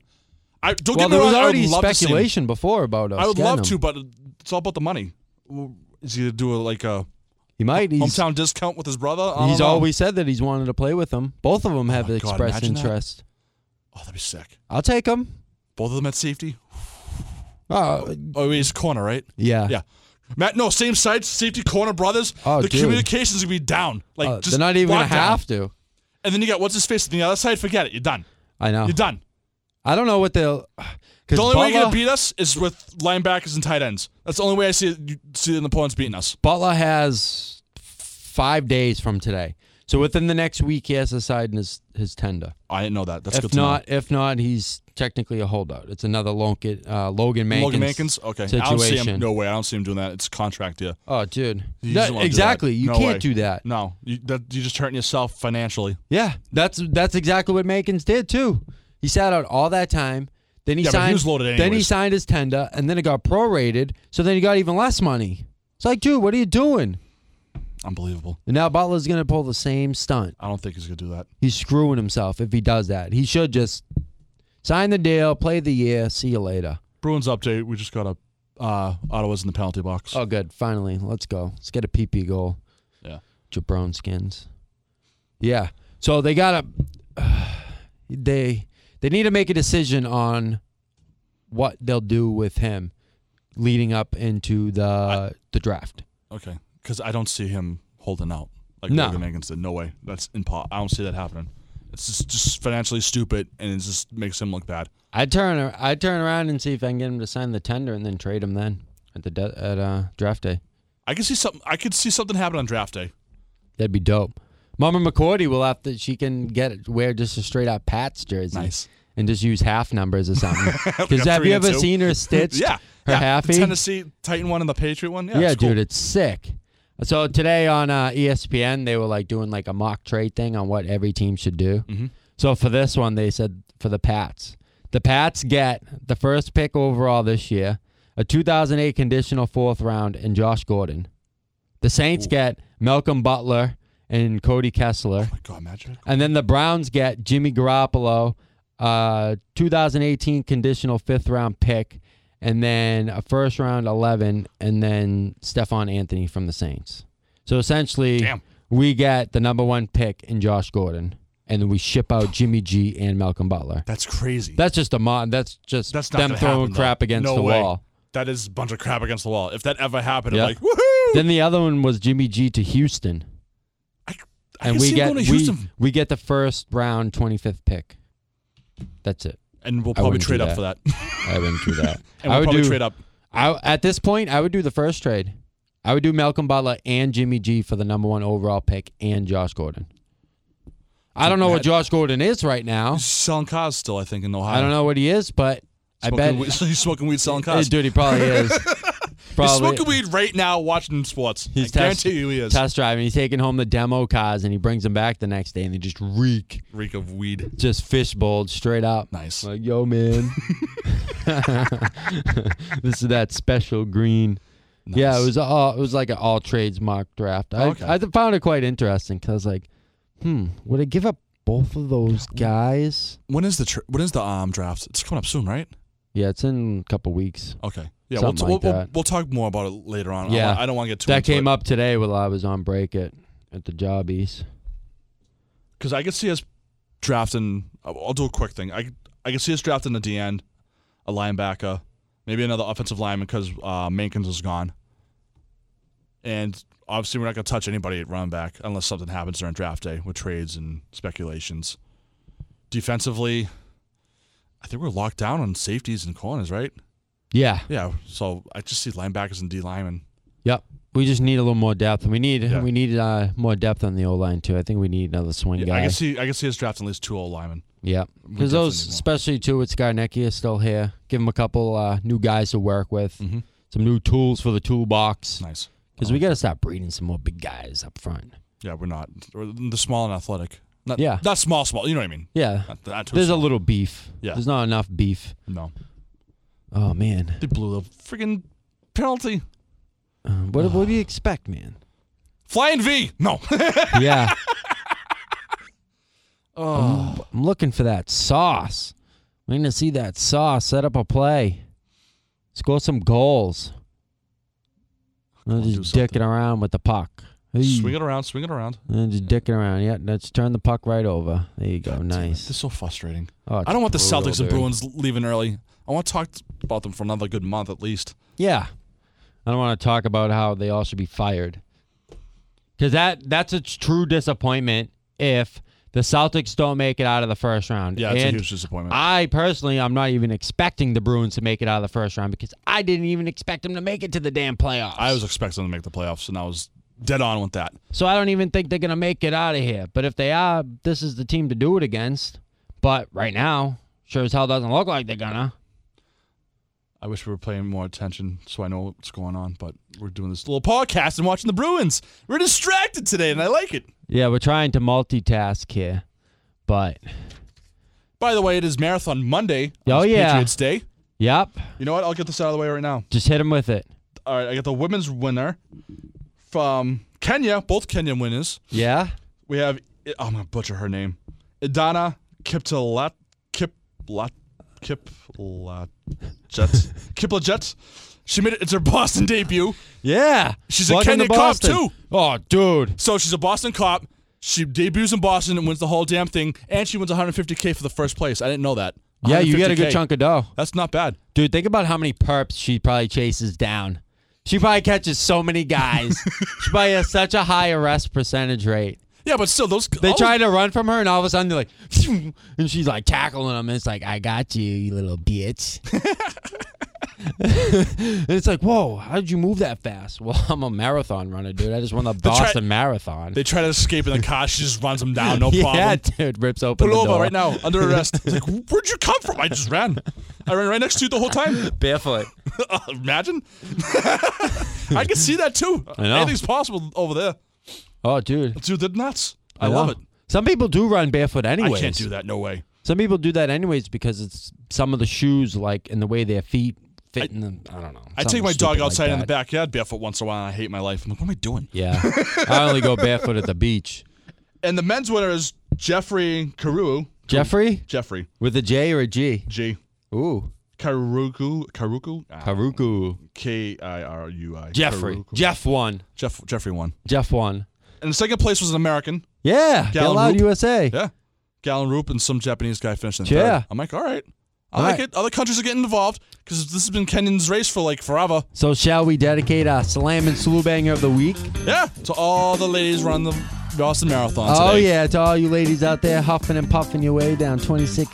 [SPEAKER 2] I Don't
[SPEAKER 1] well,
[SPEAKER 2] get me
[SPEAKER 1] there
[SPEAKER 2] wrong.
[SPEAKER 1] was already
[SPEAKER 2] I would love to see him.
[SPEAKER 1] speculation before about us.
[SPEAKER 2] I would
[SPEAKER 1] getting
[SPEAKER 2] love
[SPEAKER 1] him.
[SPEAKER 2] to, but it's all about the money. Well, Is he gonna do a, like a
[SPEAKER 1] He might. He's,
[SPEAKER 2] hometown discount with his brother? I don't
[SPEAKER 1] he's
[SPEAKER 2] know.
[SPEAKER 1] always said that he's wanted to play with them. Both of them have
[SPEAKER 2] Oh my God,
[SPEAKER 1] expressed
[SPEAKER 2] imagine that.
[SPEAKER 1] interest.
[SPEAKER 2] Oh, that'd be sick.
[SPEAKER 1] I'll take him.
[SPEAKER 2] Both of them at safety.
[SPEAKER 1] Oh,
[SPEAKER 2] Oh, he's corner, right?
[SPEAKER 1] yeah.
[SPEAKER 2] Yeah. Matt, no, same side, safety corner brothers.
[SPEAKER 1] Oh,
[SPEAKER 2] the
[SPEAKER 1] dude.
[SPEAKER 2] communications gonna be down. Like
[SPEAKER 1] Oh,
[SPEAKER 2] just
[SPEAKER 1] they're not even gonna
[SPEAKER 2] lockdown.
[SPEAKER 1] have to.
[SPEAKER 2] And then you got what's his face on the other side. Forget it. You're done.
[SPEAKER 1] I know.
[SPEAKER 2] You're done.
[SPEAKER 1] I don't know what they'll. Cause
[SPEAKER 2] The only way
[SPEAKER 1] Butler,
[SPEAKER 2] you're gonna beat us is with linebackers and tight ends. That's the only way I see it, you see the opponents beating us.
[SPEAKER 1] Butler has five days from today, so within the next week he has to decide his his tender.
[SPEAKER 2] I didn't know that. That's good
[SPEAKER 1] if
[SPEAKER 2] to know.
[SPEAKER 1] not, if not, he's technically a holdout. It's another Logan uh, Logan Mankins.
[SPEAKER 2] Logan Mankins. Okay. I don't see him.
[SPEAKER 1] situation.
[SPEAKER 2] No way. I don't see him doing that. It's a contract deal.
[SPEAKER 1] Oh, dude,
[SPEAKER 2] You
[SPEAKER 1] That-
[SPEAKER 2] just wanna do
[SPEAKER 1] exactly.
[SPEAKER 2] that.
[SPEAKER 1] You
[SPEAKER 2] No
[SPEAKER 1] can't
[SPEAKER 2] way.
[SPEAKER 1] do that.
[SPEAKER 2] No, you, that, you just hurting yourself financially.
[SPEAKER 1] Yeah, that's that's exactly what Mankins did too. He sat out all that time. Then he
[SPEAKER 2] Yeah, but he
[SPEAKER 1] signed.
[SPEAKER 2] was loaded
[SPEAKER 1] then he
[SPEAKER 2] anyways.
[SPEAKER 1] signed his tender, and then it got prorated. So then he got even less money. It's like, dude, what are you doing?
[SPEAKER 2] Unbelievable.
[SPEAKER 1] And now Butler's gonna pull the same stunt.
[SPEAKER 2] I don't think he's gonna do that.
[SPEAKER 1] He's screwing himself if he does that. He should just sign the deal, play the year, see you later.
[SPEAKER 2] Bruins update. We just got a uh, Ottawa's in the penalty box.
[SPEAKER 1] Oh, good. Finally, let's go. Let's get a PP goal.
[SPEAKER 2] Yeah.
[SPEAKER 1] Jabron skins. Yeah. So they gotta. (sighs) they they need to make a decision on what they'll do with him, leading up into the the draft.
[SPEAKER 2] Okay, because I don't see him holding out like
[SPEAKER 1] No.
[SPEAKER 2] Logan Megan said. No way. That's impo- I don't see that happening. It's just, just financially stupid, and it just makes him look bad.
[SPEAKER 1] I turn I turn around and see if I can get him to sign the tender and then trade him then at the de- at uh, draft day.
[SPEAKER 2] I could see something. I could see something happen on draft day.
[SPEAKER 1] That'd be dope. Mama McCordy will have to. She can get wear just a straight out Pats jersey.
[SPEAKER 2] Nice.
[SPEAKER 1] And just use half numbers or
[SPEAKER 2] (laughs)
[SPEAKER 1] something. Because
[SPEAKER 2] Like a
[SPEAKER 1] have
[SPEAKER 2] three
[SPEAKER 1] you
[SPEAKER 2] and
[SPEAKER 1] ever
[SPEAKER 2] two.
[SPEAKER 1] seen her stitched?
[SPEAKER 2] (laughs) yeah,
[SPEAKER 1] Her
[SPEAKER 2] yeah.
[SPEAKER 1] halfie.
[SPEAKER 2] The Tennessee Titan one and the Patriot one. Yeah,
[SPEAKER 1] yeah,
[SPEAKER 2] it's cool.
[SPEAKER 1] dude, it's sick. So today on uh, ESPN, they were like doing like a mock trade thing on what every team should do.
[SPEAKER 2] Mm-hmm.
[SPEAKER 1] So for this one, they said for the Pats, the Pats get the first pick overall this year, a 2008 conditional fourth round, and Josh Gordon. The Saints get Malcolm Butler and Cody Kessler.
[SPEAKER 2] Oh My God, imagine.
[SPEAKER 1] And then the Browns get Jimmy Garoppolo, uh, 2018 conditional fifth round pick, and then a first round 11, and then Stefan Anthony from the Saints. So essentially,
[SPEAKER 2] Damn.
[SPEAKER 1] we get the number one pick in Josh Gordon, and then we ship out Jimmy G and Malcolm Butler.
[SPEAKER 2] That's crazy.
[SPEAKER 1] That's just a mod. That's just
[SPEAKER 2] That's not
[SPEAKER 1] them
[SPEAKER 2] gonna
[SPEAKER 1] throwing
[SPEAKER 2] happen, though.
[SPEAKER 1] crap against
[SPEAKER 2] No
[SPEAKER 1] the
[SPEAKER 2] way.
[SPEAKER 1] wall.
[SPEAKER 2] that is a bunch of crap against the wall. If that ever happened,
[SPEAKER 1] Yeah.
[SPEAKER 2] I'm like, woohoo!
[SPEAKER 1] Then the other one was Jimmy G to Houston,
[SPEAKER 2] I, I
[SPEAKER 1] and
[SPEAKER 2] can
[SPEAKER 1] we
[SPEAKER 2] see him
[SPEAKER 1] get
[SPEAKER 2] going to
[SPEAKER 1] we,
[SPEAKER 2] Houston,
[SPEAKER 1] we get the first round 25th pick. That's it.
[SPEAKER 2] and we'll
[SPEAKER 1] I
[SPEAKER 2] probably
[SPEAKER 1] wouldn't do
[SPEAKER 2] trade up
[SPEAKER 1] that.
[SPEAKER 2] for that.
[SPEAKER 1] I wouldn't do that.
[SPEAKER 2] (laughs) And
[SPEAKER 1] I
[SPEAKER 2] we'll
[SPEAKER 1] would
[SPEAKER 2] probably
[SPEAKER 1] do.
[SPEAKER 2] trade up.
[SPEAKER 1] I at this point I would do the first trade. I would do Malcolm Butler and Jimmy G for the number one overall pick and Josh Gordon. I don't know what
[SPEAKER 2] That-
[SPEAKER 1] Josh Gordon is right now.
[SPEAKER 2] He's selling cars still, I think, in Ohio.
[SPEAKER 1] I don't know what he is, but I
[SPEAKER 2] Smoking
[SPEAKER 1] bet
[SPEAKER 2] weed- (laughs) he's smoking weed, selling
[SPEAKER 1] Eh,
[SPEAKER 2] cars.
[SPEAKER 1] dude he
[SPEAKER 2] (laughs)
[SPEAKER 1] probably is.
[SPEAKER 2] he's
[SPEAKER 1] Probably
[SPEAKER 2] smoking weed right now, watching sports.
[SPEAKER 1] He's
[SPEAKER 2] I
[SPEAKER 1] test-
[SPEAKER 2] guarantee you, he is.
[SPEAKER 1] test driving. He's taking home the demo cars and he brings them back the next day and they just reek,
[SPEAKER 2] Reek of weed.
[SPEAKER 1] just fishbowled straight up.
[SPEAKER 2] Nice.
[SPEAKER 1] Like yo
[SPEAKER 2] (laughs)
[SPEAKER 1] man, (laughs) this is that special green. Yeah, it
[SPEAKER 2] Nice.
[SPEAKER 1] was all it was like an all trades mock draft. I
[SPEAKER 2] Okay.
[SPEAKER 1] I found it quite interesting because I was like, hmm, would I give up both of those guys?
[SPEAKER 2] When is the tr- when is the um draft? It's coming up soon, right?
[SPEAKER 1] Yeah, it's in a couple weeks.
[SPEAKER 2] Okay. Yeah, we'll,
[SPEAKER 1] Something
[SPEAKER 2] we'll,
[SPEAKER 1] like
[SPEAKER 2] we'll,
[SPEAKER 1] that.
[SPEAKER 2] we'll talk more about it later on. I don't
[SPEAKER 1] Yeah.
[SPEAKER 2] wanna- I don't want to get too
[SPEAKER 1] that came up today while I was on break at at the jobbies.
[SPEAKER 2] because I could see us drafting. I'll I'll do a quick thing. I I could see us drafting a DN, a linebacker, maybe another offensive lineman because uh, Mankins is gone, and obviously we're not going to touch anybody at running back unless something happens during draft day with trades and speculations. Defensively, I think we're locked down on safeties and corners, right?
[SPEAKER 1] Yeah,
[SPEAKER 2] Yeah. So I just see linebackers and D linemen.
[SPEAKER 1] yep. We just need a little more depth. We need
[SPEAKER 2] Yeah.
[SPEAKER 1] we need uh, more depth on the O line too. I think we need another swing
[SPEAKER 2] Yeah,
[SPEAKER 1] guy.
[SPEAKER 2] I can see I can see us drafting at least two old linemen.
[SPEAKER 1] Yep.
[SPEAKER 2] We
[SPEAKER 1] Because those,
[SPEAKER 2] definitely need more.
[SPEAKER 1] especially too, with Skarnecki is still here. Give him a couple uh, new guys to work with,
[SPEAKER 2] Mhm.
[SPEAKER 1] some new tools for the toolbox.
[SPEAKER 2] Nice.
[SPEAKER 1] Because we got to stop breeding some more big guys up front.
[SPEAKER 2] Yeah, we're not. We're the small and athletic. Not,
[SPEAKER 1] Yeah.
[SPEAKER 2] Not small, small. You know what I mean?
[SPEAKER 1] Yeah.
[SPEAKER 2] Not, not too
[SPEAKER 1] There's a
[SPEAKER 2] small.
[SPEAKER 1] little beef.
[SPEAKER 2] Yeah.
[SPEAKER 1] There's not enough beef.
[SPEAKER 2] no.
[SPEAKER 1] Oh man.
[SPEAKER 2] They blew the friggin' penalty.
[SPEAKER 1] Uh, what what do you expect,
[SPEAKER 2] (laughs)
[SPEAKER 1] man?
[SPEAKER 2] Flying V.
[SPEAKER 1] (laughs)
[SPEAKER 2] No.
[SPEAKER 1] Yeah.
[SPEAKER 2] oh.
[SPEAKER 1] I'm looking for that sauce. I'm going to see that sauce set up a play. Score some goals. I'm
[SPEAKER 2] Come on, do
[SPEAKER 1] just
[SPEAKER 2] something.
[SPEAKER 1] dicking around with the puck. Hey.
[SPEAKER 2] Swing it around. Swing it around.
[SPEAKER 1] And just dicking around. Yeah, let's turn the puck right over. There you go.
[SPEAKER 2] This
[SPEAKER 1] Nice.
[SPEAKER 2] is so frustrating.
[SPEAKER 1] Oh, it's
[SPEAKER 2] I don't want the
[SPEAKER 1] brutal,
[SPEAKER 2] Celtics and
[SPEAKER 1] dude.
[SPEAKER 2] Bruins leaving early. I want to talk about them for another good month at least.
[SPEAKER 1] Yeah. I don't want to talk about how they all should be fired. Because that, that's a true disappointment if the Celtics don't make it out of the first round.
[SPEAKER 2] Yeah, it's
[SPEAKER 1] and
[SPEAKER 2] a huge disappointment.
[SPEAKER 1] I personally, I'm not even expecting the Bruins to make it out of the first round because I didn't even expect them to make it to the damn playoffs.
[SPEAKER 2] I was expecting them to make the playoffs, and I was dead on with that.
[SPEAKER 1] So I don't even think they're going to make it out of here. But if they are, this is the team to do it against. But right now, sure as hell doesn't look like they're going to.
[SPEAKER 2] I wish we were paying more attention so I know what's going on, but we're doing this little podcast and watching the Bruins. We're distracted today, and I like it.
[SPEAKER 1] Yeah, we're trying to multitask here, but
[SPEAKER 2] By the way, it is Marathon Monday. on
[SPEAKER 1] Oh,
[SPEAKER 2] this
[SPEAKER 1] yeah.
[SPEAKER 2] Patriots Day.
[SPEAKER 1] yep,
[SPEAKER 2] You know what? I'll get this out of the way right now.
[SPEAKER 1] just hit him with it.
[SPEAKER 2] All right, I got the women's winner from Kenya, both Kenyan winners.
[SPEAKER 1] Yeah,
[SPEAKER 2] We have, oh, I'm going to butcher her name, Idana Kiptalat, Kiplat, Kiplat,
[SPEAKER 1] (laughs)
[SPEAKER 2] Jets, Kiplajet. She made it, it's her Boston debut.
[SPEAKER 1] yeah.
[SPEAKER 2] She's a Welcome to Kenyan cop, Boston. too.
[SPEAKER 1] Oh, dude.
[SPEAKER 2] So she's a Boston cop. She debuts in Boston and wins the whole damn thing, and she wins 150K for the first place. I didn't know that.
[SPEAKER 1] Yeah, you get a good
[SPEAKER 2] 150K.
[SPEAKER 1] chunk of dough,
[SPEAKER 2] That's not bad.
[SPEAKER 1] dude. Think about how many perps she probably chases down. She probably catches so many guys. (laughs) she probably has such a high arrest percentage rate.
[SPEAKER 2] Yeah, but still, those
[SPEAKER 1] They
[SPEAKER 2] all-
[SPEAKER 1] try to run from her, and all of a sudden they're like, (laughs) "Phew," and she's like tackling them. And it's like, I got you, you little (laughs) bitch. and it's like, whoa, how did you move that fast? Well, (laughs) I'm a marathon runner, dude. I just won the
[SPEAKER 2] try-
[SPEAKER 1] Boston Marathon.
[SPEAKER 2] They try to escape in the car. She just runs them down.
[SPEAKER 1] (laughs)
[SPEAKER 2] No
[SPEAKER 1] yeah,
[SPEAKER 2] problem.
[SPEAKER 1] dude, rips open
[SPEAKER 2] Pull
[SPEAKER 1] the
[SPEAKER 2] over
[SPEAKER 1] door.
[SPEAKER 2] right now, under
[SPEAKER 1] (laughs)
[SPEAKER 2] arrest. It's like, where'd you come from? I just ran. I ran right next to you the whole time. Uh,
[SPEAKER 1] barefoot.
[SPEAKER 2] Imagine. (laughs) I can see that too.
[SPEAKER 1] know.
[SPEAKER 2] Anything's possible over there.
[SPEAKER 1] Oh, dude,
[SPEAKER 2] Dude, they're nuts. I, love
[SPEAKER 1] know.
[SPEAKER 2] it.
[SPEAKER 1] Some people do run barefoot, anyways.
[SPEAKER 2] I can't do that. No way.
[SPEAKER 1] Some people do that, anyways, because it's some of the shoes, like, and the way their feet fit in them. I don't know.
[SPEAKER 2] I take my dog outside in the backyard barefoot once in a while, and I hate my life. I'm like, what am I doing?
[SPEAKER 1] Yeah, I only go barefoot at the
[SPEAKER 2] (laughs)
[SPEAKER 1] beach.
[SPEAKER 2] And the men's winner is Jeffrey Carew.
[SPEAKER 1] Jeffrey
[SPEAKER 2] Jeffrey
[SPEAKER 1] with a J or a G?
[SPEAKER 2] G.
[SPEAKER 1] Ooh.
[SPEAKER 2] Karuku. Karuku?
[SPEAKER 1] Karuku.
[SPEAKER 2] Ah, K I R U I.
[SPEAKER 1] Jeffrey.
[SPEAKER 2] Karuku.
[SPEAKER 1] Jeff won.
[SPEAKER 2] Jeff. Jeffrey won.
[SPEAKER 1] Jeff won.
[SPEAKER 2] And the second place was an American,
[SPEAKER 1] Yeah. They
[SPEAKER 2] Gallon
[SPEAKER 1] allowed
[SPEAKER 2] Roop.
[SPEAKER 1] USA.
[SPEAKER 2] Yeah. Gallon Roop, and some Japanese guy finished in
[SPEAKER 1] Yeah.
[SPEAKER 2] third. I'm like, all right. I
[SPEAKER 1] All
[SPEAKER 2] like
[SPEAKER 1] right.
[SPEAKER 2] it. Other countries are getting involved because this has been Kenyon's race for like forever.
[SPEAKER 1] So shall we dedicate our slam and slew banger of the week?
[SPEAKER 2] Yeah. To all the ladies running the Boston Marathon
[SPEAKER 1] Oh
[SPEAKER 2] today.
[SPEAKER 1] yeah, to all you ladies out there huffing and puffing your way down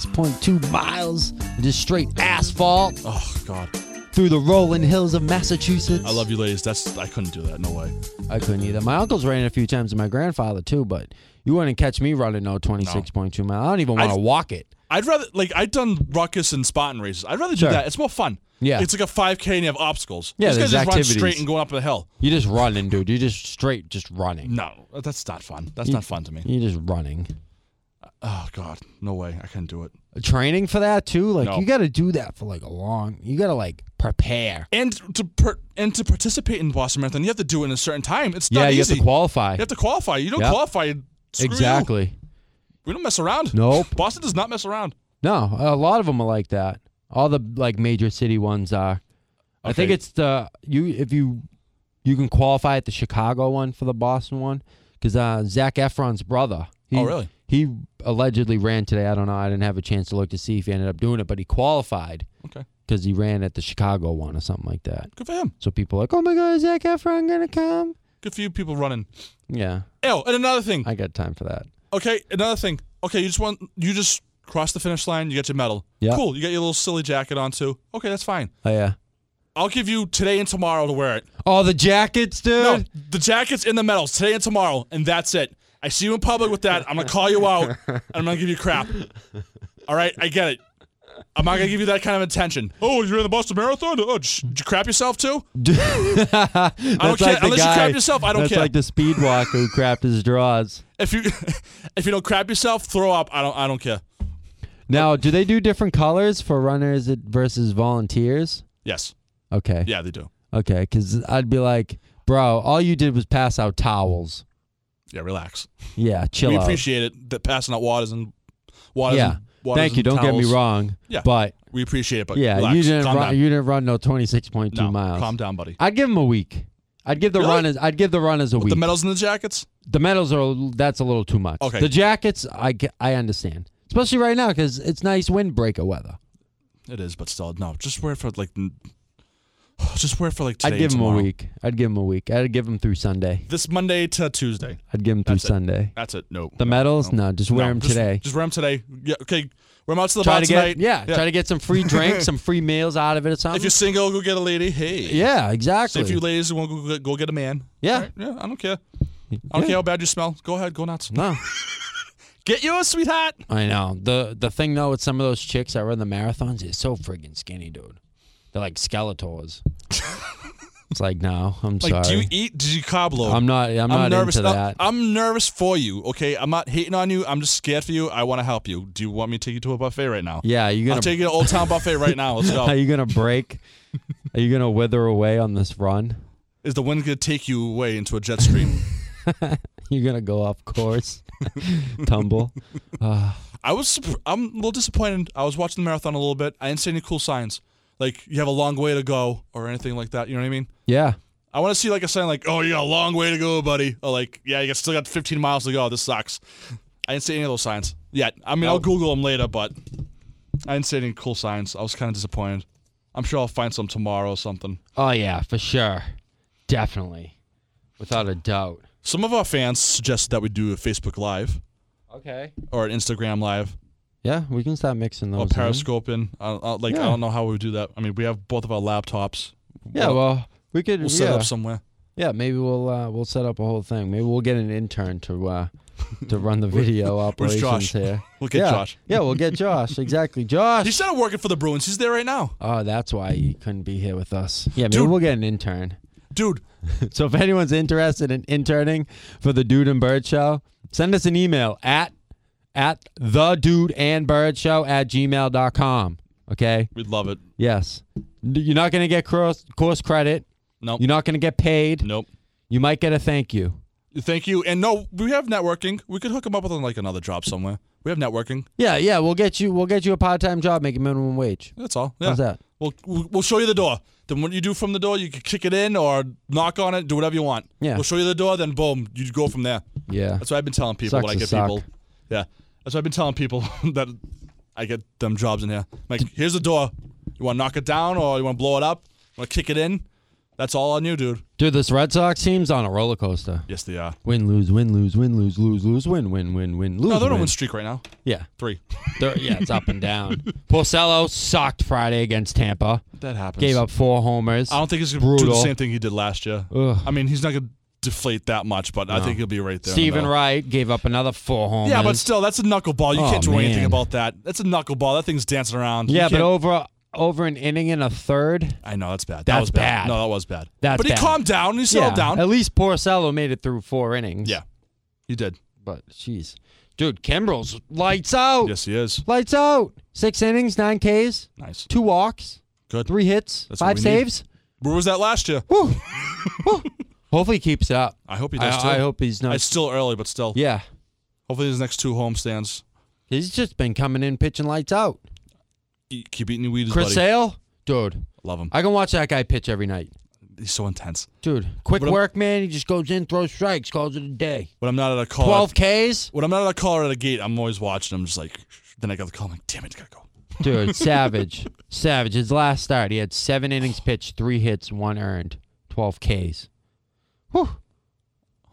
[SPEAKER 1] 26.2 miles, just straight asphalt
[SPEAKER 2] Oh, God.
[SPEAKER 1] through the rolling hills of Massachusetts.
[SPEAKER 2] I love you ladies. That's I couldn't do that. No way.
[SPEAKER 1] I couldn't either. My uncle's ran a few times, and my grandfather too. But you wouldn't catch me running no 26.2 miles. I don't even want to
[SPEAKER 2] I-
[SPEAKER 1] walk it.
[SPEAKER 2] I'd rather like I've done ruckus and Spartan races. I'd rather
[SPEAKER 1] Sure.
[SPEAKER 2] do that. It's more fun.
[SPEAKER 1] Yeah.
[SPEAKER 2] It's like a 5K and you have obstacles.
[SPEAKER 1] Yeah,
[SPEAKER 2] These guys
[SPEAKER 1] there's
[SPEAKER 2] just run
[SPEAKER 1] activities.
[SPEAKER 2] straight and going up the hill.
[SPEAKER 1] You're just running, dude. You're just straight, just running.
[SPEAKER 2] No, that's not fun. That's not fun to me.
[SPEAKER 1] You're just running.
[SPEAKER 2] Oh God, no way. I couldn't do it.
[SPEAKER 1] Training for that too. Like
[SPEAKER 2] No.
[SPEAKER 1] you got to do that for like a long. You got to like prepare.
[SPEAKER 2] And to per- and to participate in the Boston Marathon, you have to do it in a certain time. It's
[SPEAKER 1] yeah,
[SPEAKER 2] not
[SPEAKER 1] you
[SPEAKER 2] easy.
[SPEAKER 1] have to qualify.
[SPEAKER 2] You have to qualify. You don't
[SPEAKER 1] Yep.
[SPEAKER 2] qualify. Screw you.
[SPEAKER 1] exactly.
[SPEAKER 2] We don't mess around.
[SPEAKER 1] Nope.
[SPEAKER 2] Boston does not mess around.
[SPEAKER 1] No, a lot of them are like that. All the like major city ones are. I think
[SPEAKER 2] Okay.
[SPEAKER 1] it's the you if you you can qualify at the Chicago one for the Boston one because uh, Zach Efron's brother. He,
[SPEAKER 2] Oh, really?
[SPEAKER 1] He allegedly ran today. I don't know. I didn't have a chance to look to see if he ended up doing it, but he qualified
[SPEAKER 2] Okay.
[SPEAKER 1] because he ran at the Chicago one or something like that.
[SPEAKER 2] Good for him.
[SPEAKER 1] So people are like, oh my God, is Zach Efron gonna come?
[SPEAKER 2] Good for you people running.
[SPEAKER 1] Yeah,
[SPEAKER 2] Oh, and another thing.
[SPEAKER 1] I got time for that.
[SPEAKER 2] Okay, another thing. Okay, you just want you just cross the finish line, you get your medal.
[SPEAKER 1] Yeah.
[SPEAKER 2] Cool. You got your little silly jacket on too. Okay, that's fine.
[SPEAKER 1] Oh yeah.
[SPEAKER 2] I'll give you today and tomorrow to wear it.
[SPEAKER 1] Oh, the jackets, dude.
[SPEAKER 2] No, the jacket's in the medals today and tomorrow, and that's it. I see you in public with that. I'm gonna call you out, and I'm gonna give you crap. All right, I get it. I'm not gonna give you that kind of attention. Oh, you're in the Boston Marathon? Oh, sh- did you crap yourself too?
[SPEAKER 1] (laughs) that's I
[SPEAKER 2] don't care. Unless you crap yourself, I don't
[SPEAKER 1] that's
[SPEAKER 2] care.
[SPEAKER 1] like the speed walker who crapped his
[SPEAKER 2] (laughs)
[SPEAKER 1] draws.
[SPEAKER 2] If you if you don't crap yourself, throw up. I don't I don't care.
[SPEAKER 1] Now, do they do different colors for runners versus volunteers?
[SPEAKER 2] Yes,
[SPEAKER 1] Okay.
[SPEAKER 2] yeah, they do.
[SPEAKER 1] Okay, because I'd be like, bro, all you did was pass out towels.
[SPEAKER 2] Yeah, relax.
[SPEAKER 1] Yeah, chill
[SPEAKER 2] we
[SPEAKER 1] out.
[SPEAKER 2] appreciate it that passing out waters and waters.
[SPEAKER 1] Yeah.
[SPEAKER 2] and, waters
[SPEAKER 1] Thank you.
[SPEAKER 2] and
[SPEAKER 1] Don't get me
[SPEAKER 2] towels.
[SPEAKER 1] wrong.
[SPEAKER 2] Yeah.
[SPEAKER 1] But
[SPEAKER 2] We appreciate it, but
[SPEAKER 1] yeah,
[SPEAKER 2] relax.
[SPEAKER 1] you didn't
[SPEAKER 2] calm
[SPEAKER 1] run.
[SPEAKER 2] down.
[SPEAKER 1] You didn't run no twenty six point two
[SPEAKER 2] No,
[SPEAKER 1] miles.
[SPEAKER 2] Calm down, buddy.
[SPEAKER 1] I'd give them a week. I'd give the
[SPEAKER 2] Really?
[SPEAKER 1] runners. I'd give the runners a
[SPEAKER 2] The
[SPEAKER 1] week.
[SPEAKER 2] medals and the jackets.
[SPEAKER 1] the medals are that's a little too much.
[SPEAKER 2] Okay.
[SPEAKER 1] The jackets, I ge- I understand, especially right now because it's nice windbreaker weather.
[SPEAKER 2] It is, but still, no. Just wear it for like, n- (sighs) just wear it for like today.
[SPEAKER 1] I'd give
[SPEAKER 2] and
[SPEAKER 1] them a
[SPEAKER 2] tomorrow.
[SPEAKER 1] week. I'd give them a week. I'd give them through Sunday.
[SPEAKER 2] This Monday to Tuesday.
[SPEAKER 1] I'd give them through
[SPEAKER 2] That's it.
[SPEAKER 1] Sunday.
[SPEAKER 2] That's it. No.
[SPEAKER 1] The
[SPEAKER 2] no,
[SPEAKER 1] medals,
[SPEAKER 2] no.
[SPEAKER 1] no, just wear
[SPEAKER 2] No,
[SPEAKER 1] them
[SPEAKER 2] just-
[SPEAKER 1] today.
[SPEAKER 2] Just wear them today. Yeah. Okay. Wear them out to the
[SPEAKER 1] try
[SPEAKER 2] bar
[SPEAKER 1] to
[SPEAKER 2] tonight.
[SPEAKER 1] get yeah, try to get some
[SPEAKER 2] (laughs)
[SPEAKER 1] free drinks, some free meals out of it or
[SPEAKER 2] if
[SPEAKER 1] something.
[SPEAKER 2] you're single, go get a lady. Hey.
[SPEAKER 1] yeah,
[SPEAKER 2] So
[SPEAKER 1] exactly.
[SPEAKER 2] if you ladies want to go, get- go get a man.
[SPEAKER 1] Yeah.
[SPEAKER 2] All right, Yeah. I don't care. I don't
[SPEAKER 1] Yeah.
[SPEAKER 2] care how bad you smell. Go ahead. Go nuts.
[SPEAKER 1] no,
[SPEAKER 2] Get yours, sweetheart.
[SPEAKER 1] I know the the thing though with some of those chicks that run the marathons is so friggin' skinny, dude. They're like
[SPEAKER 2] (laughs)
[SPEAKER 1] skeletors. it's like no, I'm
[SPEAKER 2] Like,
[SPEAKER 1] sorry.
[SPEAKER 2] do you eat? Did you carb load?
[SPEAKER 1] I'm not. I'm,
[SPEAKER 2] Oh. I'm
[SPEAKER 1] not
[SPEAKER 2] nervous.
[SPEAKER 1] into
[SPEAKER 2] I'm-
[SPEAKER 1] that.
[SPEAKER 2] I'm nervous for you. Okay, I'm not hating on you. I'm just scared for you. I want to help you. Do you want me to take you to a buffet right now?
[SPEAKER 1] yeah, you
[SPEAKER 2] I'll
[SPEAKER 1] gonna
[SPEAKER 2] take you to Old Town Buffet right now.
[SPEAKER 1] (laughs)
[SPEAKER 2] Let's
[SPEAKER 1] are
[SPEAKER 2] go.
[SPEAKER 1] you gonna
[SPEAKER 2] (laughs)
[SPEAKER 1] break? are you gonna wither away on this run? (laughs)
[SPEAKER 2] Is the wind gonna take you away into a jet stream?
[SPEAKER 1] You're gonna go off course, (laughs) tumble. Uh,
[SPEAKER 2] I was. surp- I'm a little disappointed. I was watching the marathon a little bit. I didn't see any cool signs, like you have a long way to go or anything like that. You know what I mean?
[SPEAKER 1] yeah,
[SPEAKER 2] I want to see like a sign like, "Oh, you got a long way to go, buddy," or like, "Yeah, you got- still got 15 miles to go. This sucks." I didn't see any of those signs yet. I mean, I'll Google them later, but I didn't see any cool signs. I was kind of disappointed. I'm sure I'll find some tomorrow or something.
[SPEAKER 1] oh yeah, for sure, definitely, without a doubt.
[SPEAKER 2] Some of our fans suggested that we do a Facebook Live
[SPEAKER 1] Okay.
[SPEAKER 2] or an Instagram Live
[SPEAKER 1] Yeah, we can start mixing those.
[SPEAKER 2] or
[SPEAKER 1] in.
[SPEAKER 2] Periscope in. I, I, like,
[SPEAKER 1] Yeah.
[SPEAKER 2] I don't know how we would do that. I mean, we have both of our laptops.
[SPEAKER 1] Yeah,
[SPEAKER 2] we'll,
[SPEAKER 1] well, we could.
[SPEAKER 2] we'll
[SPEAKER 1] yeah.
[SPEAKER 2] set it up somewhere.
[SPEAKER 1] yeah, maybe we'll uh, we'll set up a whole thing. Maybe we'll get an intern to uh, to run
[SPEAKER 2] (laughs)
[SPEAKER 1] the video operations
[SPEAKER 2] Josh?
[SPEAKER 1] here.
[SPEAKER 2] We'll get
[SPEAKER 1] yeah.
[SPEAKER 2] Josh.
[SPEAKER 1] Yeah, we'll get Josh.
[SPEAKER 2] (laughs)
[SPEAKER 1] Exactly,
[SPEAKER 2] He's
[SPEAKER 1] Josh.
[SPEAKER 2] still working for the Bruins. He's there right now,
[SPEAKER 1] Oh, that's why he couldn't be here with us. Yeah, maybe
[SPEAKER 2] Dude.
[SPEAKER 1] we'll get an intern. (laughs)
[SPEAKER 2] dude.
[SPEAKER 1] So if anyone's interested in interning for the Dude and Bird Show, send us an email at at the Dude and Bird Show at gmail.com. Okay.
[SPEAKER 2] We'd love it.
[SPEAKER 1] Yes. You're not going to get course, course credit.
[SPEAKER 2] Nope.
[SPEAKER 1] You're not going to get paid.
[SPEAKER 2] Nope.
[SPEAKER 1] You might get a thank you.
[SPEAKER 2] Thank you. And no, we have networking. We could hook him up with like another job somewhere. We have networking.
[SPEAKER 1] Yeah, yeah, we'll get you. We'll get you a part-time job making minimum wage.
[SPEAKER 2] That's all. Yeah.
[SPEAKER 1] How's that?
[SPEAKER 2] We'll we'll we'll show you the door. Then what you do from the door, you can kick it in or knock on it, do whatever you want.
[SPEAKER 1] Yeah.
[SPEAKER 2] We'll show you the door, then boom, you go from there.
[SPEAKER 1] Yeah,
[SPEAKER 2] That's what I've been telling people.
[SPEAKER 1] Sucks
[SPEAKER 2] when I
[SPEAKER 1] to
[SPEAKER 2] get
[SPEAKER 1] suck.
[SPEAKER 2] people. Yeah. That's what I've been telling people (laughs) that I get them jobs in here. I'm like, here's the door. You want to knock it down or you want to blow it up? Want to kick it in? That's all on you, dude.
[SPEAKER 1] dude, this Red Sox team's on a roller coaster.
[SPEAKER 2] Yes, they are.
[SPEAKER 1] Win, lose, win, lose, win, lose, lose, lose, win, win, win, win, lose.
[SPEAKER 2] No, they're on a
[SPEAKER 1] win.
[SPEAKER 2] win streak right now.
[SPEAKER 1] Yeah,
[SPEAKER 2] Three.
[SPEAKER 1] They're- yeah, it's up and
[SPEAKER 2] (laughs)
[SPEAKER 1] down. Porcello sucked Friday against Tampa.
[SPEAKER 2] That happens.
[SPEAKER 1] Gave up four homers.
[SPEAKER 2] I don't think he's going to do the
[SPEAKER 1] Brutal.
[SPEAKER 2] same thing he did last year.
[SPEAKER 1] Ugh.
[SPEAKER 2] I mean, he's not going to deflate that much, but I think he'll be right there. in the
[SPEAKER 1] Stephen
[SPEAKER 2] middle.
[SPEAKER 1] Wright gave up another four homers.
[SPEAKER 2] Yeah, but still, that's a knuckleball. You
[SPEAKER 1] Oh,
[SPEAKER 2] can't do anything
[SPEAKER 1] man.
[SPEAKER 2] about that. That's a knuckleball. That thing's dancing around. You
[SPEAKER 1] yeah, but oh.
[SPEAKER 2] can't-
[SPEAKER 1] over over an inning and a third.
[SPEAKER 2] I know that's bad. That
[SPEAKER 1] That's
[SPEAKER 2] was bad.
[SPEAKER 1] bad.
[SPEAKER 2] No, that was bad.
[SPEAKER 1] That's
[SPEAKER 2] but he
[SPEAKER 1] bad.
[SPEAKER 2] calmed down. He settled
[SPEAKER 1] yeah,
[SPEAKER 2] down.
[SPEAKER 1] At least Porcello made it through four innings.
[SPEAKER 2] Yeah, he did.
[SPEAKER 1] but jeez, dude, Kimbrel's lights out.
[SPEAKER 2] Yes, he is.
[SPEAKER 1] Lights out. Six innings, nine Ks,
[SPEAKER 2] Nice.
[SPEAKER 1] two walks,
[SPEAKER 2] Good.
[SPEAKER 1] three hits,
[SPEAKER 2] That's what
[SPEAKER 1] five
[SPEAKER 2] we need.
[SPEAKER 1] saves.
[SPEAKER 2] Where was that last year? (laughs)
[SPEAKER 1] Woo. Woo. Hopefully he keeps it up.
[SPEAKER 2] I hope he does too.
[SPEAKER 1] I, I hope he's not.
[SPEAKER 2] It's still early, but still.
[SPEAKER 1] yeah,
[SPEAKER 2] Hopefully, his next two homestands.
[SPEAKER 1] he's just been coming in pitching lights out.
[SPEAKER 2] E- Keep eating your weed,
[SPEAKER 1] Chris
[SPEAKER 2] buddy.
[SPEAKER 1] Sale, dude,
[SPEAKER 2] Love him.
[SPEAKER 1] I can watch that guy pitch every night.
[SPEAKER 2] He's so intense.
[SPEAKER 1] Dude, quick
[SPEAKER 2] What am-
[SPEAKER 1] work, man. He just goes in, throws strikes, calls it a day.
[SPEAKER 2] When I'm not at a call,
[SPEAKER 1] Twelve Ks,
[SPEAKER 2] when I'm not at a call or at a gate, I'm always watching. I'm just like, then I got the call. I'm like, damn it, gotta go.
[SPEAKER 1] dude. savage, (laughs) savage. His last start, he had seven innings pitched, three hits, one earned, twelve Ks. Whew.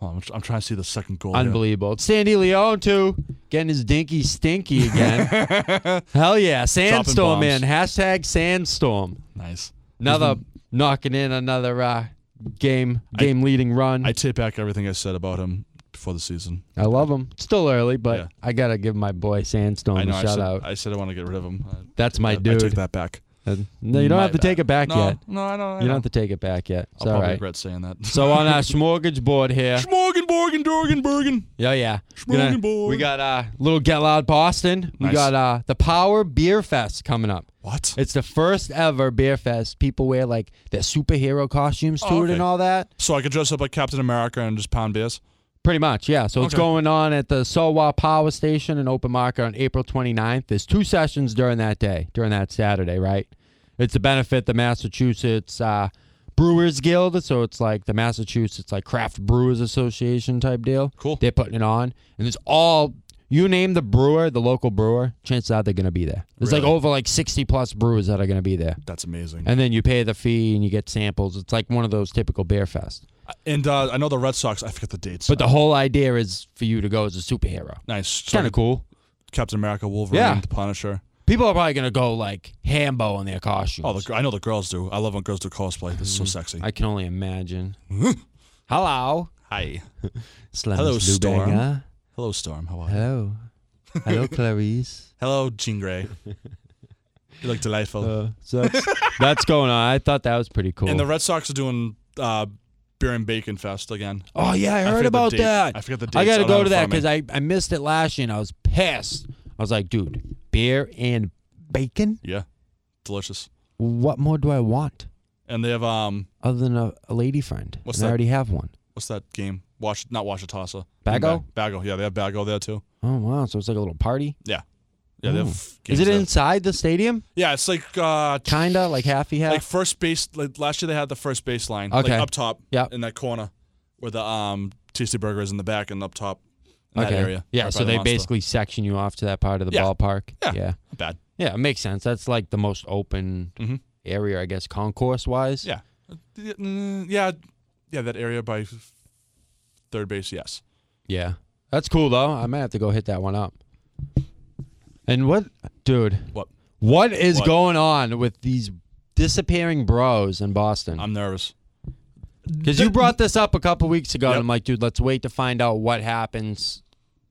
[SPEAKER 2] Hold on, I'm, tr- I'm trying to see the second goal. here.
[SPEAKER 1] Unbelievable. Sandy Leone, too, getting his dinky stinky
[SPEAKER 2] (laughs)
[SPEAKER 1] again. Hell yeah. Sandstorm, man.
[SPEAKER 2] bombs.
[SPEAKER 1] Hashtag Sandstorm.
[SPEAKER 2] Nice.
[SPEAKER 1] Another knocking in another uh, game game leading run.
[SPEAKER 2] I
[SPEAKER 1] I,
[SPEAKER 2] take back everything I said about him before the season.
[SPEAKER 1] love him. Still early, but
[SPEAKER 2] Yeah.
[SPEAKER 1] I got to give my boy Sandstorm
[SPEAKER 2] I know.
[SPEAKER 1] a
[SPEAKER 2] I
[SPEAKER 1] shout
[SPEAKER 2] said,
[SPEAKER 1] out.
[SPEAKER 2] I said I want to get rid of him. I,
[SPEAKER 1] That's my
[SPEAKER 2] I- I took
[SPEAKER 1] dude.
[SPEAKER 2] that back.
[SPEAKER 1] And- no, you don't
[SPEAKER 2] My
[SPEAKER 1] have to
[SPEAKER 2] bad.
[SPEAKER 1] take it back
[SPEAKER 2] No,
[SPEAKER 1] yet.
[SPEAKER 2] no, I don't. I
[SPEAKER 1] You
[SPEAKER 2] know.
[SPEAKER 1] don't have to take it back yet. It's
[SPEAKER 2] I'll
[SPEAKER 1] all
[SPEAKER 2] probably
[SPEAKER 1] right.
[SPEAKER 2] regret saying that. (laughs)
[SPEAKER 1] So on our smorgasbord here,
[SPEAKER 2] Schmorgen, Borgen, Dorgen, Bergen.
[SPEAKER 1] yeah, yeah.
[SPEAKER 2] Schmorgen
[SPEAKER 1] we got uh, little Get Loud Boston. We
[SPEAKER 2] Nice.
[SPEAKER 1] got uh, the Power Beer Fest coming up.
[SPEAKER 2] What?
[SPEAKER 1] It's the first ever beer fest. People wear like their superhero costumes to
[SPEAKER 2] Oh,
[SPEAKER 1] it
[SPEAKER 2] okay.
[SPEAKER 1] and all that.
[SPEAKER 2] So I could dress up like Captain America and just pound beers.
[SPEAKER 1] Pretty much, yeah. So it's
[SPEAKER 2] Okay.
[SPEAKER 1] going on at the Solwa Power Station in Open Market on April 29th. There's two sessions during that day, during that Saturday, right? It's to benefit the Massachusetts uh, Brewers Guild. So it's like the Massachusetts like Craft Brewers Association type deal.
[SPEAKER 2] Cool.
[SPEAKER 1] They're putting it on. And it's all, you name the brewer, the local brewer, chances are they're going to be there. There's like
[SPEAKER 2] Really?
[SPEAKER 1] over like 60 plus brewers that are going to be there.
[SPEAKER 2] That's amazing.
[SPEAKER 1] and then you pay the fee and you get samples. It's like one of those typical beer fests.
[SPEAKER 2] And uh, I know the Red Sox. I forget the dates.
[SPEAKER 1] But the whole idea is for you to go as a superhero.
[SPEAKER 2] nice. So
[SPEAKER 1] Kind of cool.
[SPEAKER 2] Captain America, Wolverine,
[SPEAKER 1] Yeah.
[SPEAKER 2] the Punisher.
[SPEAKER 1] People are probably gonna go like Hambo in their costumes.
[SPEAKER 2] Oh, the, gr- I know the girls do. I love when girls do cosplay. This is so sexy.
[SPEAKER 1] Mm-hmm. I can only imagine. (laughs) Hello,
[SPEAKER 2] Hi.
[SPEAKER 1] Slim
[SPEAKER 2] Hello,
[SPEAKER 1] Miss
[SPEAKER 2] Storm.
[SPEAKER 1] Lubanger.
[SPEAKER 2] Hello, Storm. How are you?
[SPEAKER 1] Hello, (laughs) hello, Clarice.
[SPEAKER 2] Hello, Jean Grey. you look
[SPEAKER 1] (laughs)
[SPEAKER 2] delightful.
[SPEAKER 1] Uh, so that's, that's going on. I thought that was pretty cool.
[SPEAKER 2] And the Red Sox are doing uh, beer and bacon fest again.
[SPEAKER 1] oh yeah, I
[SPEAKER 2] forget
[SPEAKER 1] heard
[SPEAKER 2] the
[SPEAKER 1] about
[SPEAKER 2] date.
[SPEAKER 1] that.
[SPEAKER 2] I forget the
[SPEAKER 1] I
[SPEAKER 2] dates. I
[SPEAKER 1] gotta
[SPEAKER 2] don't
[SPEAKER 1] go to
[SPEAKER 2] have it in
[SPEAKER 1] that
[SPEAKER 2] front of
[SPEAKER 1] because I, I missed it last year and I was pissed. I was like, dude, beer and bacon.
[SPEAKER 2] Yeah, delicious.
[SPEAKER 1] What more do I want?
[SPEAKER 2] And they have um,
[SPEAKER 1] other than a, a lady friend.
[SPEAKER 2] What's
[SPEAKER 1] and I
[SPEAKER 2] that?
[SPEAKER 1] already have one.
[SPEAKER 2] what's that game? Wash not Washitasa.
[SPEAKER 1] Bago?
[SPEAKER 2] Bag- Bago. Yeah, they have Bago there too.
[SPEAKER 1] Oh wow! So it's like a little party.
[SPEAKER 2] Yeah, they
[SPEAKER 1] Ooh.
[SPEAKER 2] have.
[SPEAKER 1] Is
[SPEAKER 2] games
[SPEAKER 1] it
[SPEAKER 2] there.
[SPEAKER 1] inside the stadium?
[SPEAKER 2] Yeah, it's like uh, t-
[SPEAKER 1] Kinda like halfy half.
[SPEAKER 2] like first base. Like last year they had the first base line,
[SPEAKER 1] Okay.
[SPEAKER 2] like up top,
[SPEAKER 1] Yep.
[SPEAKER 2] in that corner where the um tasty burger is in the back and up top in
[SPEAKER 1] okay.
[SPEAKER 2] that area.
[SPEAKER 1] Yeah.
[SPEAKER 2] right by
[SPEAKER 1] So
[SPEAKER 2] the
[SPEAKER 1] they
[SPEAKER 2] monster.
[SPEAKER 1] basically section you off to that part of the
[SPEAKER 2] Yeah.
[SPEAKER 1] ballpark.
[SPEAKER 2] Yeah.
[SPEAKER 1] Yeah.
[SPEAKER 2] Not bad.
[SPEAKER 1] Yeah. It makes sense. That's like the most open
[SPEAKER 2] Mhm.
[SPEAKER 1] area, I guess, concourse wise.
[SPEAKER 2] Yeah. Yeah, mm, yeah, yeah, that area by f- third base. Yes.
[SPEAKER 1] Yeah. That's cool though. I might have to go hit that one up. And what, dude?
[SPEAKER 2] What?
[SPEAKER 1] What is
[SPEAKER 2] What?
[SPEAKER 1] going on with these disappearing bros in Boston?
[SPEAKER 2] I'm nervous.
[SPEAKER 1] Because
[SPEAKER 2] (laughs)
[SPEAKER 1] you brought this up a couple weeks ago, and
[SPEAKER 2] Yep.
[SPEAKER 1] I'm like, dude, let's wait to find out what happens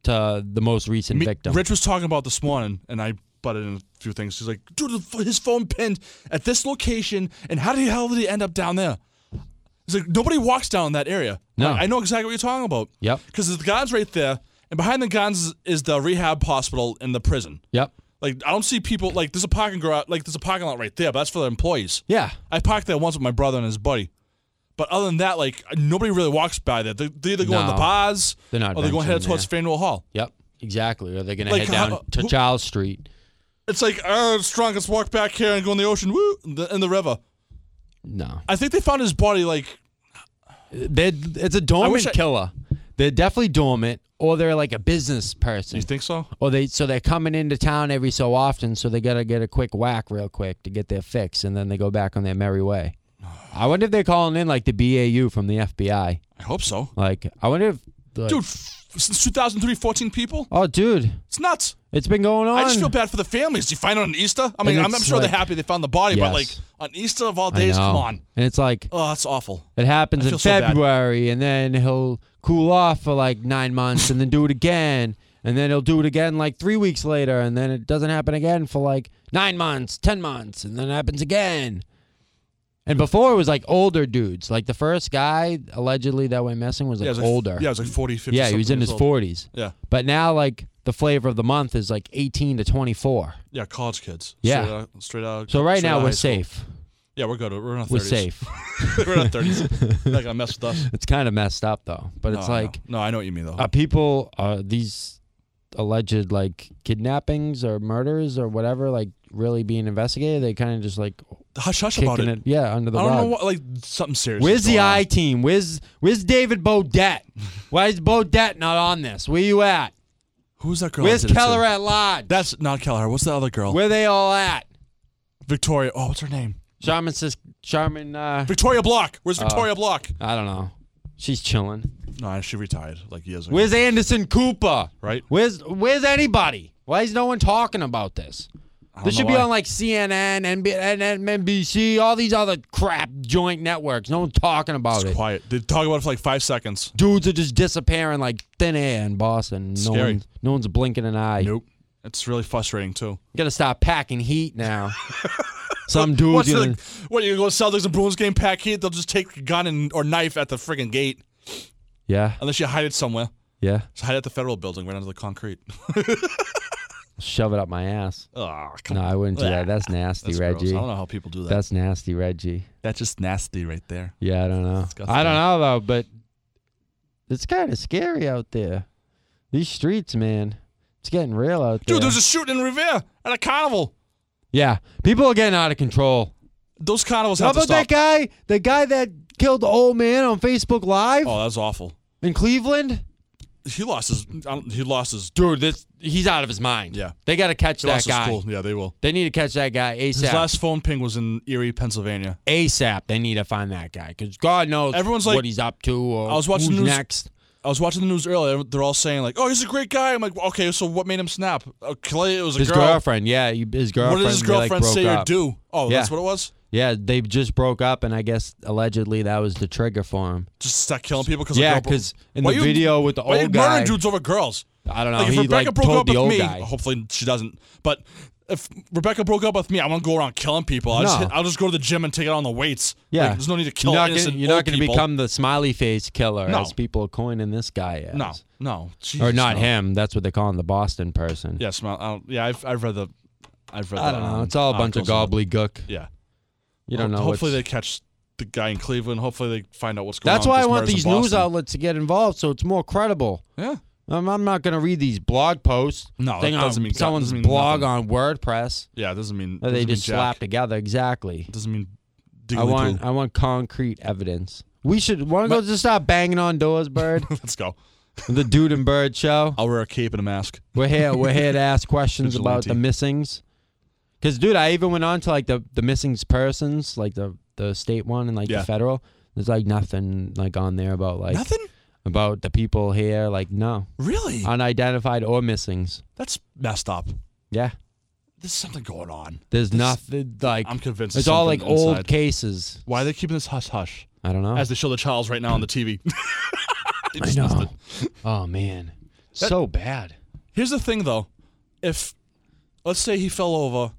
[SPEAKER 1] to the most recent
[SPEAKER 2] Me-
[SPEAKER 1] victim.
[SPEAKER 2] Rich was talking about this morning, and I butted in a few things. He's like, dude, the f- his phone pinned at this location, and how the hell did he end up down there? He's like, nobody walks down that area.
[SPEAKER 1] No.
[SPEAKER 2] I, I know exactly what you're talking about.
[SPEAKER 1] Yep.
[SPEAKER 2] Because the guns right there, and behind the guns is the rehab hospital and the prison.
[SPEAKER 1] Yep.
[SPEAKER 2] Like, I don't see people, like, there's a parking garage, like, there's a parking lot right there, but that's for the employees.
[SPEAKER 1] Yeah.
[SPEAKER 2] I parked there once with my brother and his buddy. But other than that, like nobody really walks by there. They, they either go in the
[SPEAKER 1] No.
[SPEAKER 2] bars
[SPEAKER 1] They're not
[SPEAKER 2] or they go
[SPEAKER 1] venturing
[SPEAKER 2] head towards Faneuil Hall.
[SPEAKER 1] Yep, exactly. Or they're gonna
[SPEAKER 2] Like,
[SPEAKER 1] head down
[SPEAKER 2] how-
[SPEAKER 1] to
[SPEAKER 2] who-
[SPEAKER 1] Charles Street.
[SPEAKER 2] It's like, uh, strong, let's walk back here and go in the ocean, woo, in the, in the river.
[SPEAKER 1] No,
[SPEAKER 2] I think they found his body like
[SPEAKER 1] they're, it's a
[SPEAKER 2] wish
[SPEAKER 1] dormant
[SPEAKER 2] I-
[SPEAKER 1] killer. They're definitely dormant, or they're like a business person,
[SPEAKER 2] You think so?
[SPEAKER 1] or they so they're coming into town every so often, so they gotta get a quick whack real quick to get their fix, and then they go back on their merry way. I wonder if they're calling in like the BAU from the FBI.
[SPEAKER 2] I hope so.
[SPEAKER 1] Like, I wonder if, like-
[SPEAKER 2] Dude, f- since 2003, 14 people?
[SPEAKER 1] Oh, dude,
[SPEAKER 2] It's nuts.
[SPEAKER 1] it's been going on.
[SPEAKER 2] I just feel bad for the families. Do you find out on Easter? I mean,
[SPEAKER 1] And
[SPEAKER 2] I'm, I'm
[SPEAKER 1] it's
[SPEAKER 2] sure
[SPEAKER 1] like-
[SPEAKER 2] they're happy they found the body, but like
[SPEAKER 1] Yes.
[SPEAKER 2] on Easter of all
[SPEAKER 1] I
[SPEAKER 2] days, come
[SPEAKER 1] know.
[SPEAKER 2] on.
[SPEAKER 1] And it's like
[SPEAKER 2] Oh, that's awful.
[SPEAKER 1] It happens
[SPEAKER 2] I
[SPEAKER 1] in
[SPEAKER 2] feel so bad.
[SPEAKER 1] February, and then he'll cool off for like nine months, and then do it again, and then he'll do it again like three weeks later, and then it doesn't happen again for like nine months, ten months, and then it happens again. And before it was like older dudes. Like the first guy allegedly that went missing was like
[SPEAKER 2] yeah, it was like,
[SPEAKER 1] older.
[SPEAKER 2] Yeah, it was like 40, 50.
[SPEAKER 1] yeah, he was
[SPEAKER 2] something
[SPEAKER 1] in
[SPEAKER 2] years
[SPEAKER 1] his
[SPEAKER 2] old.
[SPEAKER 1] forties.
[SPEAKER 2] Yeah,
[SPEAKER 1] But now like the flavor of the month is like eighteen to twenty four.
[SPEAKER 2] yeah, college kids.
[SPEAKER 1] Yeah.
[SPEAKER 2] Straight out. Straight out
[SPEAKER 1] So right
[SPEAKER 2] straight out
[SPEAKER 1] now
[SPEAKER 2] of
[SPEAKER 1] we're
[SPEAKER 2] high school.
[SPEAKER 1] safe.
[SPEAKER 2] Yeah, we're good. We're in our 30s.
[SPEAKER 1] We're safe. (laughs)
[SPEAKER 2] (laughs) we're in our 30s. They're not going to mess with us.
[SPEAKER 1] It's kind of messed up though. But it's
[SPEAKER 2] No, Oh, I know.
[SPEAKER 1] like
[SPEAKER 2] No, I know what you mean, though.
[SPEAKER 1] Are Uh, people are these alleged like kidnappings or murders or whatever like really being investigated? They kind of just like
[SPEAKER 2] hush hush about
[SPEAKER 1] kicking
[SPEAKER 2] it.
[SPEAKER 1] it. yeah, under the
[SPEAKER 2] I don't know
[SPEAKER 1] rug.
[SPEAKER 2] what, like, something serious.
[SPEAKER 1] Where's
[SPEAKER 2] is
[SPEAKER 1] the
[SPEAKER 2] going on.
[SPEAKER 1] I team? Where's where's David Bodette? Why is Bodette not on this? Where you at?
[SPEAKER 2] Who's that girl? I
[SPEAKER 1] Where's
[SPEAKER 2] did it to?
[SPEAKER 1] Keller at Lodge?
[SPEAKER 2] That's not Keller. What's the other girl?
[SPEAKER 1] Where they all at?
[SPEAKER 2] Victoria. Oh, what's her name?
[SPEAKER 1] Charmin says Charmin. Uh,
[SPEAKER 2] Victoria Block. Where's Victoria Block?
[SPEAKER 1] I don't know. She's chilling.
[SPEAKER 2] No, she retired like years ago.
[SPEAKER 1] Where's Anderson Cooper?
[SPEAKER 2] right?
[SPEAKER 1] Where's Where's anybody? Why is no one talking about this?
[SPEAKER 2] I
[SPEAKER 1] This
[SPEAKER 2] don't
[SPEAKER 1] should
[SPEAKER 2] know
[SPEAKER 1] be
[SPEAKER 2] why.
[SPEAKER 1] on like CNN, NBC, NBC, all these other crap joint networks. No one's talking about
[SPEAKER 2] It's
[SPEAKER 1] it.
[SPEAKER 2] quiet. They talk about it for like five seconds.
[SPEAKER 1] Dudes are just disappearing like thin air in Boston. No
[SPEAKER 2] Scary.
[SPEAKER 1] one's no one's blinking an eye.
[SPEAKER 2] Nope. It's really frustrating too.
[SPEAKER 1] Gotta stop packing heat
[SPEAKER 2] (laughs)
[SPEAKER 1] now. Some dudes
[SPEAKER 2] What's
[SPEAKER 1] gonna-
[SPEAKER 2] the, what you go to Celtics and Bruins game pack heat? They'll just take a gun and, or knife at the friggin' gate
[SPEAKER 1] Yeah,
[SPEAKER 2] unless you hide it somewhere.
[SPEAKER 1] yeah.
[SPEAKER 2] Just hide it at the federal building right under the concrete. (laughs)
[SPEAKER 1] Shove it up my ass.
[SPEAKER 2] oh, come
[SPEAKER 1] No, I wouldn't do that. That's nasty,
[SPEAKER 2] That's gross.
[SPEAKER 1] Reggie.
[SPEAKER 2] I don't know how people do that.
[SPEAKER 1] That's nasty, Reggie.
[SPEAKER 2] That's just nasty right there.
[SPEAKER 1] Yeah, I don't know.
[SPEAKER 2] disgusting.
[SPEAKER 1] I don't know though, but it's kind of scary out there. These streets, man, it's getting real out
[SPEAKER 2] Dude,
[SPEAKER 1] there.
[SPEAKER 2] there's a shooting in Revere at a carnival.
[SPEAKER 1] yeah, people are getting out of control.
[SPEAKER 2] Those carnivals
[SPEAKER 1] How
[SPEAKER 2] have to
[SPEAKER 1] about that
[SPEAKER 2] stop.
[SPEAKER 1] guy? The guy that killed the old man on Facebook Live
[SPEAKER 2] Oh, that's awful.
[SPEAKER 1] in Cleveland.
[SPEAKER 2] He lost his. I don't- He lost his.
[SPEAKER 1] Dude, this he's out of his mind.
[SPEAKER 2] Yeah.
[SPEAKER 1] they got to catch
[SPEAKER 2] He
[SPEAKER 1] that
[SPEAKER 2] lost
[SPEAKER 1] guy.
[SPEAKER 2] his cool. Yeah, they will.
[SPEAKER 1] They need to catch that guy
[SPEAKER 2] His
[SPEAKER 1] ASAP.
[SPEAKER 2] last phone ping was in Erie, Pennsylvania.
[SPEAKER 1] ASAP. They need to find that guy because God knows
[SPEAKER 2] Everyone's like-
[SPEAKER 1] what he's up to or
[SPEAKER 2] I was watching
[SPEAKER 1] who's
[SPEAKER 2] the news-
[SPEAKER 1] next.
[SPEAKER 2] I was watching the news earlier. They're all saying like, "Oh, he's a great guy." I'm like, "Okay, so what made him snap?" Oh, clearly it was a
[SPEAKER 1] His
[SPEAKER 2] girl.
[SPEAKER 1] girlfriend, yeah, he- his girlfriend.
[SPEAKER 2] What did his
[SPEAKER 1] they, like,
[SPEAKER 2] girlfriend
[SPEAKER 1] broke
[SPEAKER 2] say or
[SPEAKER 1] up.
[SPEAKER 2] do? Oh, that's
[SPEAKER 1] Yeah.
[SPEAKER 2] what it was.
[SPEAKER 1] Yeah, they just broke up, and I guess allegedly that was the trigger for him.
[SPEAKER 2] Just start killing people because
[SPEAKER 1] Yeah, because in
[SPEAKER 2] Why
[SPEAKER 1] the
[SPEAKER 2] you-
[SPEAKER 1] video with the
[SPEAKER 2] why you
[SPEAKER 1] old guy,
[SPEAKER 2] murdering dudes over girls?
[SPEAKER 1] I don't know,
[SPEAKER 2] Like if
[SPEAKER 1] he
[SPEAKER 2] Rebecca
[SPEAKER 1] like
[SPEAKER 2] broke
[SPEAKER 1] told
[SPEAKER 2] up
[SPEAKER 1] the
[SPEAKER 2] with
[SPEAKER 1] old
[SPEAKER 2] me,
[SPEAKER 1] guy.
[SPEAKER 2] hopefully she doesn't. But if Rebecca broke up with me, I won't go around killing people. I just
[SPEAKER 1] No.
[SPEAKER 2] hit, I'll just go to the gym and take out on the weights.
[SPEAKER 1] Yeah,
[SPEAKER 2] Like, there's no need to kill
[SPEAKER 1] You're not
[SPEAKER 2] innocent
[SPEAKER 1] gonna, you're not
[SPEAKER 2] old
[SPEAKER 1] gonna
[SPEAKER 2] people.
[SPEAKER 1] become the smiley face killer,
[SPEAKER 2] No.
[SPEAKER 1] as people are coining this guy as.
[SPEAKER 2] no, no, Jesus,
[SPEAKER 1] or not
[SPEAKER 2] no.
[SPEAKER 1] him. That's what they call him, the Boston person.
[SPEAKER 2] Yes, man. I don't, yeah, I've, I've read the. I've read.
[SPEAKER 1] I
[SPEAKER 2] the,
[SPEAKER 1] don't
[SPEAKER 2] um,
[SPEAKER 1] know. It's all a bunch of
[SPEAKER 2] articles on it.
[SPEAKER 1] gobbledygook.
[SPEAKER 2] Yeah.
[SPEAKER 1] You don't know. what's-
[SPEAKER 2] Hopefully they catch the guy in Cleveland. Hopefully they find out what's going
[SPEAKER 1] That's
[SPEAKER 2] on.
[SPEAKER 1] why
[SPEAKER 2] with
[SPEAKER 1] I
[SPEAKER 2] this
[SPEAKER 1] want
[SPEAKER 2] murders in
[SPEAKER 1] these news
[SPEAKER 2] Boston.
[SPEAKER 1] outlets to get involved, so it's more credible.
[SPEAKER 2] Yeah.
[SPEAKER 1] I'm, I'm not gonna read these blog posts.
[SPEAKER 2] No,
[SPEAKER 1] thing
[SPEAKER 2] that
[SPEAKER 1] on
[SPEAKER 2] doesn't mean-
[SPEAKER 1] someone's
[SPEAKER 2] doesn't mean
[SPEAKER 1] blog on WordPress
[SPEAKER 2] Yeah, it doesn't mean
[SPEAKER 1] that
[SPEAKER 2] doesn't
[SPEAKER 1] they
[SPEAKER 2] mean
[SPEAKER 1] just
[SPEAKER 2] jack.
[SPEAKER 1] slap together. Exactly.
[SPEAKER 2] Doesn't mean.
[SPEAKER 1] I
[SPEAKER 2] diggly
[SPEAKER 1] want (laughs)
[SPEAKER 2] poo.
[SPEAKER 1] I want concrete evidence. We should want to go just stop banging on doors,
[SPEAKER 2] (laughs)
[SPEAKER 1] Bird.
[SPEAKER 2] Let's go.
[SPEAKER 1] the Dude and Bird show.
[SPEAKER 2] I'll wear a cape and a mask.
[SPEAKER 1] We're here. We're
[SPEAKER 2] (laughs)
[SPEAKER 1] here to ask questions about
[SPEAKER 2] Vigilante.
[SPEAKER 1] the missings. Cause, dude, I even went on to like the the missings persons, like the the state one and like
[SPEAKER 2] Yeah.
[SPEAKER 1] the federal. There's like nothing like on there about like
[SPEAKER 2] Nothing
[SPEAKER 1] about the people here. Like no
[SPEAKER 2] really.
[SPEAKER 1] unidentified or missings.
[SPEAKER 2] That's messed up.
[SPEAKER 1] Yeah,
[SPEAKER 2] There's something going on.
[SPEAKER 1] there's
[SPEAKER 2] This-
[SPEAKER 1] nothing like
[SPEAKER 2] I'm convinced.
[SPEAKER 1] it's all like
[SPEAKER 2] something
[SPEAKER 1] old
[SPEAKER 2] inside.
[SPEAKER 1] cases.
[SPEAKER 2] Why are they keeping this hush hush
[SPEAKER 1] I don't know.
[SPEAKER 2] as they show the Charles right now on the TV? They
[SPEAKER 1] I
[SPEAKER 2] (laughs) just missed
[SPEAKER 1] know.
[SPEAKER 2] (laughs) it.
[SPEAKER 1] Oh man,
[SPEAKER 2] That-
[SPEAKER 1] so bad.
[SPEAKER 2] Here's the thing, though. If let's say he fell over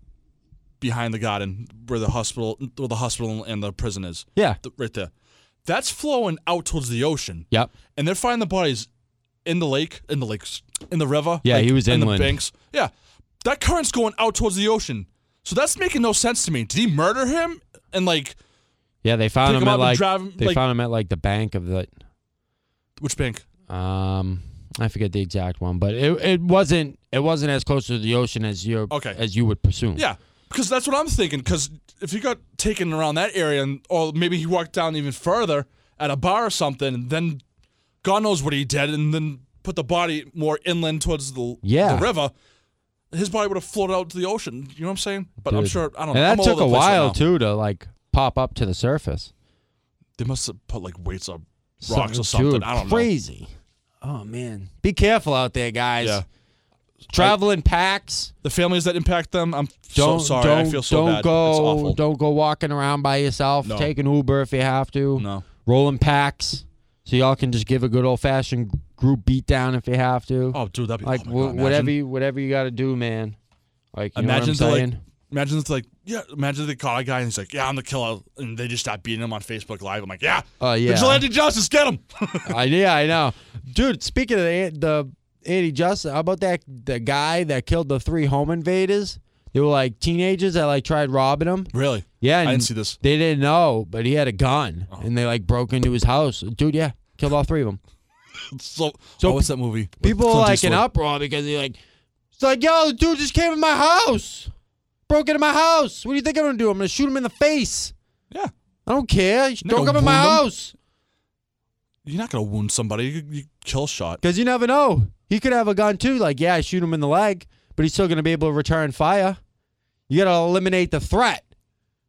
[SPEAKER 2] behind the garden where the hospital, where the hospital and the prison is,
[SPEAKER 1] Yeah.
[SPEAKER 2] th- right there, that's flowing out towards the ocean,
[SPEAKER 1] Yep.
[SPEAKER 2] and they're finding the bodies in the lake, in the lakes, in the river.
[SPEAKER 1] Yeah,
[SPEAKER 2] like,
[SPEAKER 1] he was
[SPEAKER 2] in
[SPEAKER 1] inland.
[SPEAKER 2] the banks. Yeah, that current's going out towards the ocean, so that's making no sense to me. Did he murder him and like
[SPEAKER 1] Yeah, they
[SPEAKER 2] Pick
[SPEAKER 1] found
[SPEAKER 2] 'em
[SPEAKER 1] him
[SPEAKER 2] up
[SPEAKER 1] at
[SPEAKER 2] and
[SPEAKER 1] like
[SPEAKER 2] drive 'em,
[SPEAKER 1] they
[SPEAKER 2] like-
[SPEAKER 1] found him at like the bank of the
[SPEAKER 2] Which bank?
[SPEAKER 1] um I forget the exact one, but it, it wasn't it wasn't as close to the ocean as you
[SPEAKER 2] Okay.
[SPEAKER 1] as you would presume.
[SPEAKER 2] Yeah, because that's what I'm thinking. Because if he got taken around that area, and or maybe he walked down even further at a bar or something, and then God knows what he did, and then put the body more inland towards the,
[SPEAKER 1] Yeah.
[SPEAKER 2] the river. His body would have floated out to the ocean. You know what I'm saying? But I'm
[SPEAKER 1] Dude.
[SPEAKER 2] sure I don't.
[SPEAKER 1] And
[SPEAKER 2] know. I'm
[SPEAKER 1] that
[SPEAKER 2] all
[SPEAKER 1] took
[SPEAKER 2] over
[SPEAKER 1] a
[SPEAKER 2] the place right
[SPEAKER 1] while
[SPEAKER 2] now.
[SPEAKER 1] too to like pop up to the surface.
[SPEAKER 2] They must have put like weights up rocks
[SPEAKER 1] Some-
[SPEAKER 2] or something.
[SPEAKER 1] dude,
[SPEAKER 2] I don't know.
[SPEAKER 1] crazy. Oh man. Be careful out there, guys.
[SPEAKER 2] Yeah.
[SPEAKER 1] Travel in packs.
[SPEAKER 2] The families that impact them. I'm
[SPEAKER 1] Don't
[SPEAKER 2] so sorry.
[SPEAKER 1] don't
[SPEAKER 2] I feel so
[SPEAKER 1] don't
[SPEAKER 2] bad.
[SPEAKER 1] go
[SPEAKER 2] it's awful.
[SPEAKER 1] don't go walking around by yourself.
[SPEAKER 2] No.
[SPEAKER 1] Take an Uber if you have to.
[SPEAKER 2] no.
[SPEAKER 1] Rolling packs so y'all can just give a good old fashioned group beat down if you have to.
[SPEAKER 2] Oh, dude, that'd be
[SPEAKER 1] like
[SPEAKER 2] oh my
[SPEAKER 1] wh-
[SPEAKER 2] God, imagine.
[SPEAKER 1] whatever you whatever you got to do, man. Like you
[SPEAKER 2] Imagine
[SPEAKER 1] know
[SPEAKER 2] they're
[SPEAKER 1] what I'm
[SPEAKER 2] like-
[SPEAKER 1] saying?
[SPEAKER 2] Imagine it's like, yeah, imagine they caught a guy and he's like, yeah, I'm the killer. And they just start beating him on Facebook Live. I'm like, yeah,
[SPEAKER 1] Oh yeah,
[SPEAKER 2] vigilante justice, get him.
[SPEAKER 1] I, yeah, I know, dude. Speaking of the, the Andy Justice, how about that the guy that killed the three home invaders? They were like teenagers that like tried robbing him.
[SPEAKER 2] really?
[SPEAKER 1] Yeah,
[SPEAKER 2] I
[SPEAKER 1] and
[SPEAKER 2] didn't see Oh. this.
[SPEAKER 1] They didn't know, but he had a gun, and they like broke into his house. Dude, yeah, killed all three of them.
[SPEAKER 2] So,
[SPEAKER 1] So
[SPEAKER 2] oh, what's that movie? with
[SPEAKER 1] People
[SPEAKER 2] Clint
[SPEAKER 1] were like in
[SPEAKER 2] Eastwood?
[SPEAKER 1] uproar because he like, it's like, yo, the dude just came in my house, broke into my house. What do you think I'm gonna do? I'm gonna shoot him in the face.
[SPEAKER 2] Yeah.
[SPEAKER 1] I don't care. You
[SPEAKER 2] Not
[SPEAKER 1] Don't
[SPEAKER 2] gonna
[SPEAKER 1] come in my
[SPEAKER 2] wound 'em.
[SPEAKER 1] house
[SPEAKER 2] You're not going to wound somebody. You, you kill shot.
[SPEAKER 1] because you never know. He could have a gun too. Like, yeah, I shoot him in the leg, but he's still gonna be able to return fire. You gotta eliminate the threat.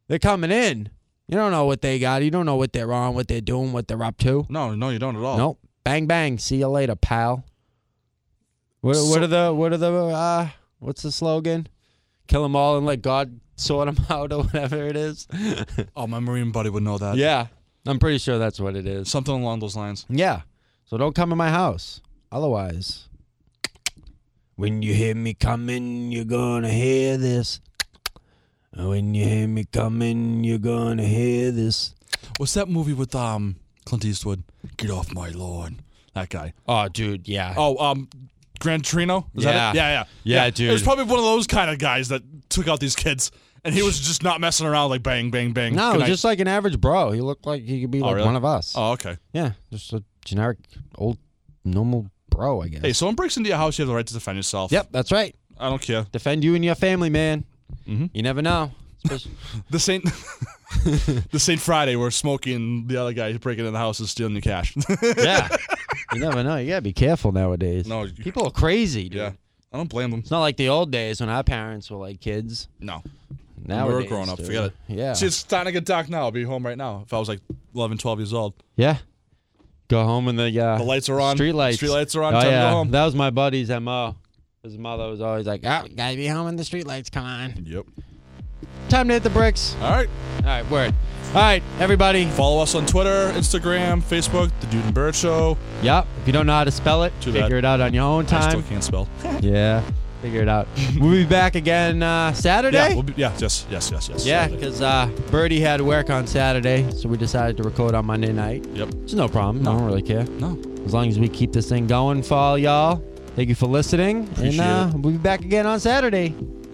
[SPEAKER 1] They're coming in. You don't know what they got. You don't know what they're on, what they're doing, what they're up to.
[SPEAKER 2] No, no, you don't at all.
[SPEAKER 1] Nope. Bang bang. See you later, pal. What, what
[SPEAKER 2] So-
[SPEAKER 1] are the what are the uh, what's the slogan? Kill them all and let God sort them (laughs) out or whatever it is.
[SPEAKER 2] Oh, my Marine buddy would know that.
[SPEAKER 1] yeah, I'm pretty sure that's what it is.
[SPEAKER 2] Something along those lines.
[SPEAKER 1] Yeah. So don't come in my house. Otherwise, when you hear me coming, you're gonna hear this. And When you hear me coming, you're gonna hear this.
[SPEAKER 2] What's that movie with um Clint Eastwood? Get off my lawn. That guy.
[SPEAKER 1] Oh, dude, yeah.
[SPEAKER 2] Oh, um, Gran Trino? Is that it?
[SPEAKER 1] Yeah.
[SPEAKER 2] Yeah, yeah.
[SPEAKER 1] Yeah,
[SPEAKER 2] It was
[SPEAKER 1] dude.
[SPEAKER 2] probably one of those kind of guys that took out these kids. And he was just not messing around like bang, bang, bang.
[SPEAKER 1] no,
[SPEAKER 2] good night.
[SPEAKER 1] just like an average bro. He looked like he could be like
[SPEAKER 2] really?
[SPEAKER 1] one of us.
[SPEAKER 2] Oh, okay.
[SPEAKER 1] Yeah, just a generic old normal bro, I guess.
[SPEAKER 2] Hey, someone breaks into your house, you have the right to defend yourself.
[SPEAKER 1] Yep, that's right.
[SPEAKER 2] I don't care.
[SPEAKER 1] Defend you and your family, man.
[SPEAKER 2] Mhm.
[SPEAKER 1] You never
[SPEAKER 2] (laughs)
[SPEAKER 1] know. Especially-
[SPEAKER 2] This (laughs) ain't this ain't Friday where Smokey and the other guy breaking into the house and stealing your cash. (laughs)
[SPEAKER 1] yeah, you never know. You gotta be careful nowadays.
[SPEAKER 2] no, you-
[SPEAKER 1] People are crazy, dude.
[SPEAKER 2] yeah, I don't blame them.
[SPEAKER 1] It's not like the old days when our parents were like kids.
[SPEAKER 2] No,
[SPEAKER 1] Now
[SPEAKER 2] were growing up, forget it.
[SPEAKER 1] Yeah,
[SPEAKER 2] see, it's starting to get dark now. I'll be home right now if I was like 11, 12 years old.
[SPEAKER 1] yeah. Go home and the uh,
[SPEAKER 2] The lights are on.
[SPEAKER 1] Street lights.
[SPEAKER 2] Street lights are on.
[SPEAKER 1] Oh,
[SPEAKER 2] time
[SPEAKER 1] yeah.
[SPEAKER 2] to go home.
[SPEAKER 1] That was my buddy's mo. His mother was always like, "Oh, gotta be home when the street lights come on.
[SPEAKER 2] Yep.
[SPEAKER 1] Time to hit the bricks."
[SPEAKER 2] All right.
[SPEAKER 1] All right, word. All right, everybody.
[SPEAKER 2] Follow us on Twitter, Instagram, Facebook, The Dude and Bird Show.
[SPEAKER 1] Yep. If you don't know how to spell it,
[SPEAKER 2] Too bad.
[SPEAKER 1] figure it out on your own
[SPEAKER 2] I still
[SPEAKER 1] time.
[SPEAKER 2] can't spell.
[SPEAKER 1] Yeah. Figure it out. (laughs) we'll be back again uh, Saturday.
[SPEAKER 2] Yeah, we'll be, yeah, yes, yes, yes, yes.
[SPEAKER 1] Yeah, because uh, Birdie had work on Saturday, so we decided to record on Monday night.
[SPEAKER 2] Yep.
[SPEAKER 1] It's no problem. I don't really care.
[SPEAKER 2] No.
[SPEAKER 1] As long as we keep this thing going for all y'all. Thank you for listening.
[SPEAKER 2] Appreciate
[SPEAKER 1] and uh,
[SPEAKER 2] it.
[SPEAKER 1] we'll be back again on Saturday.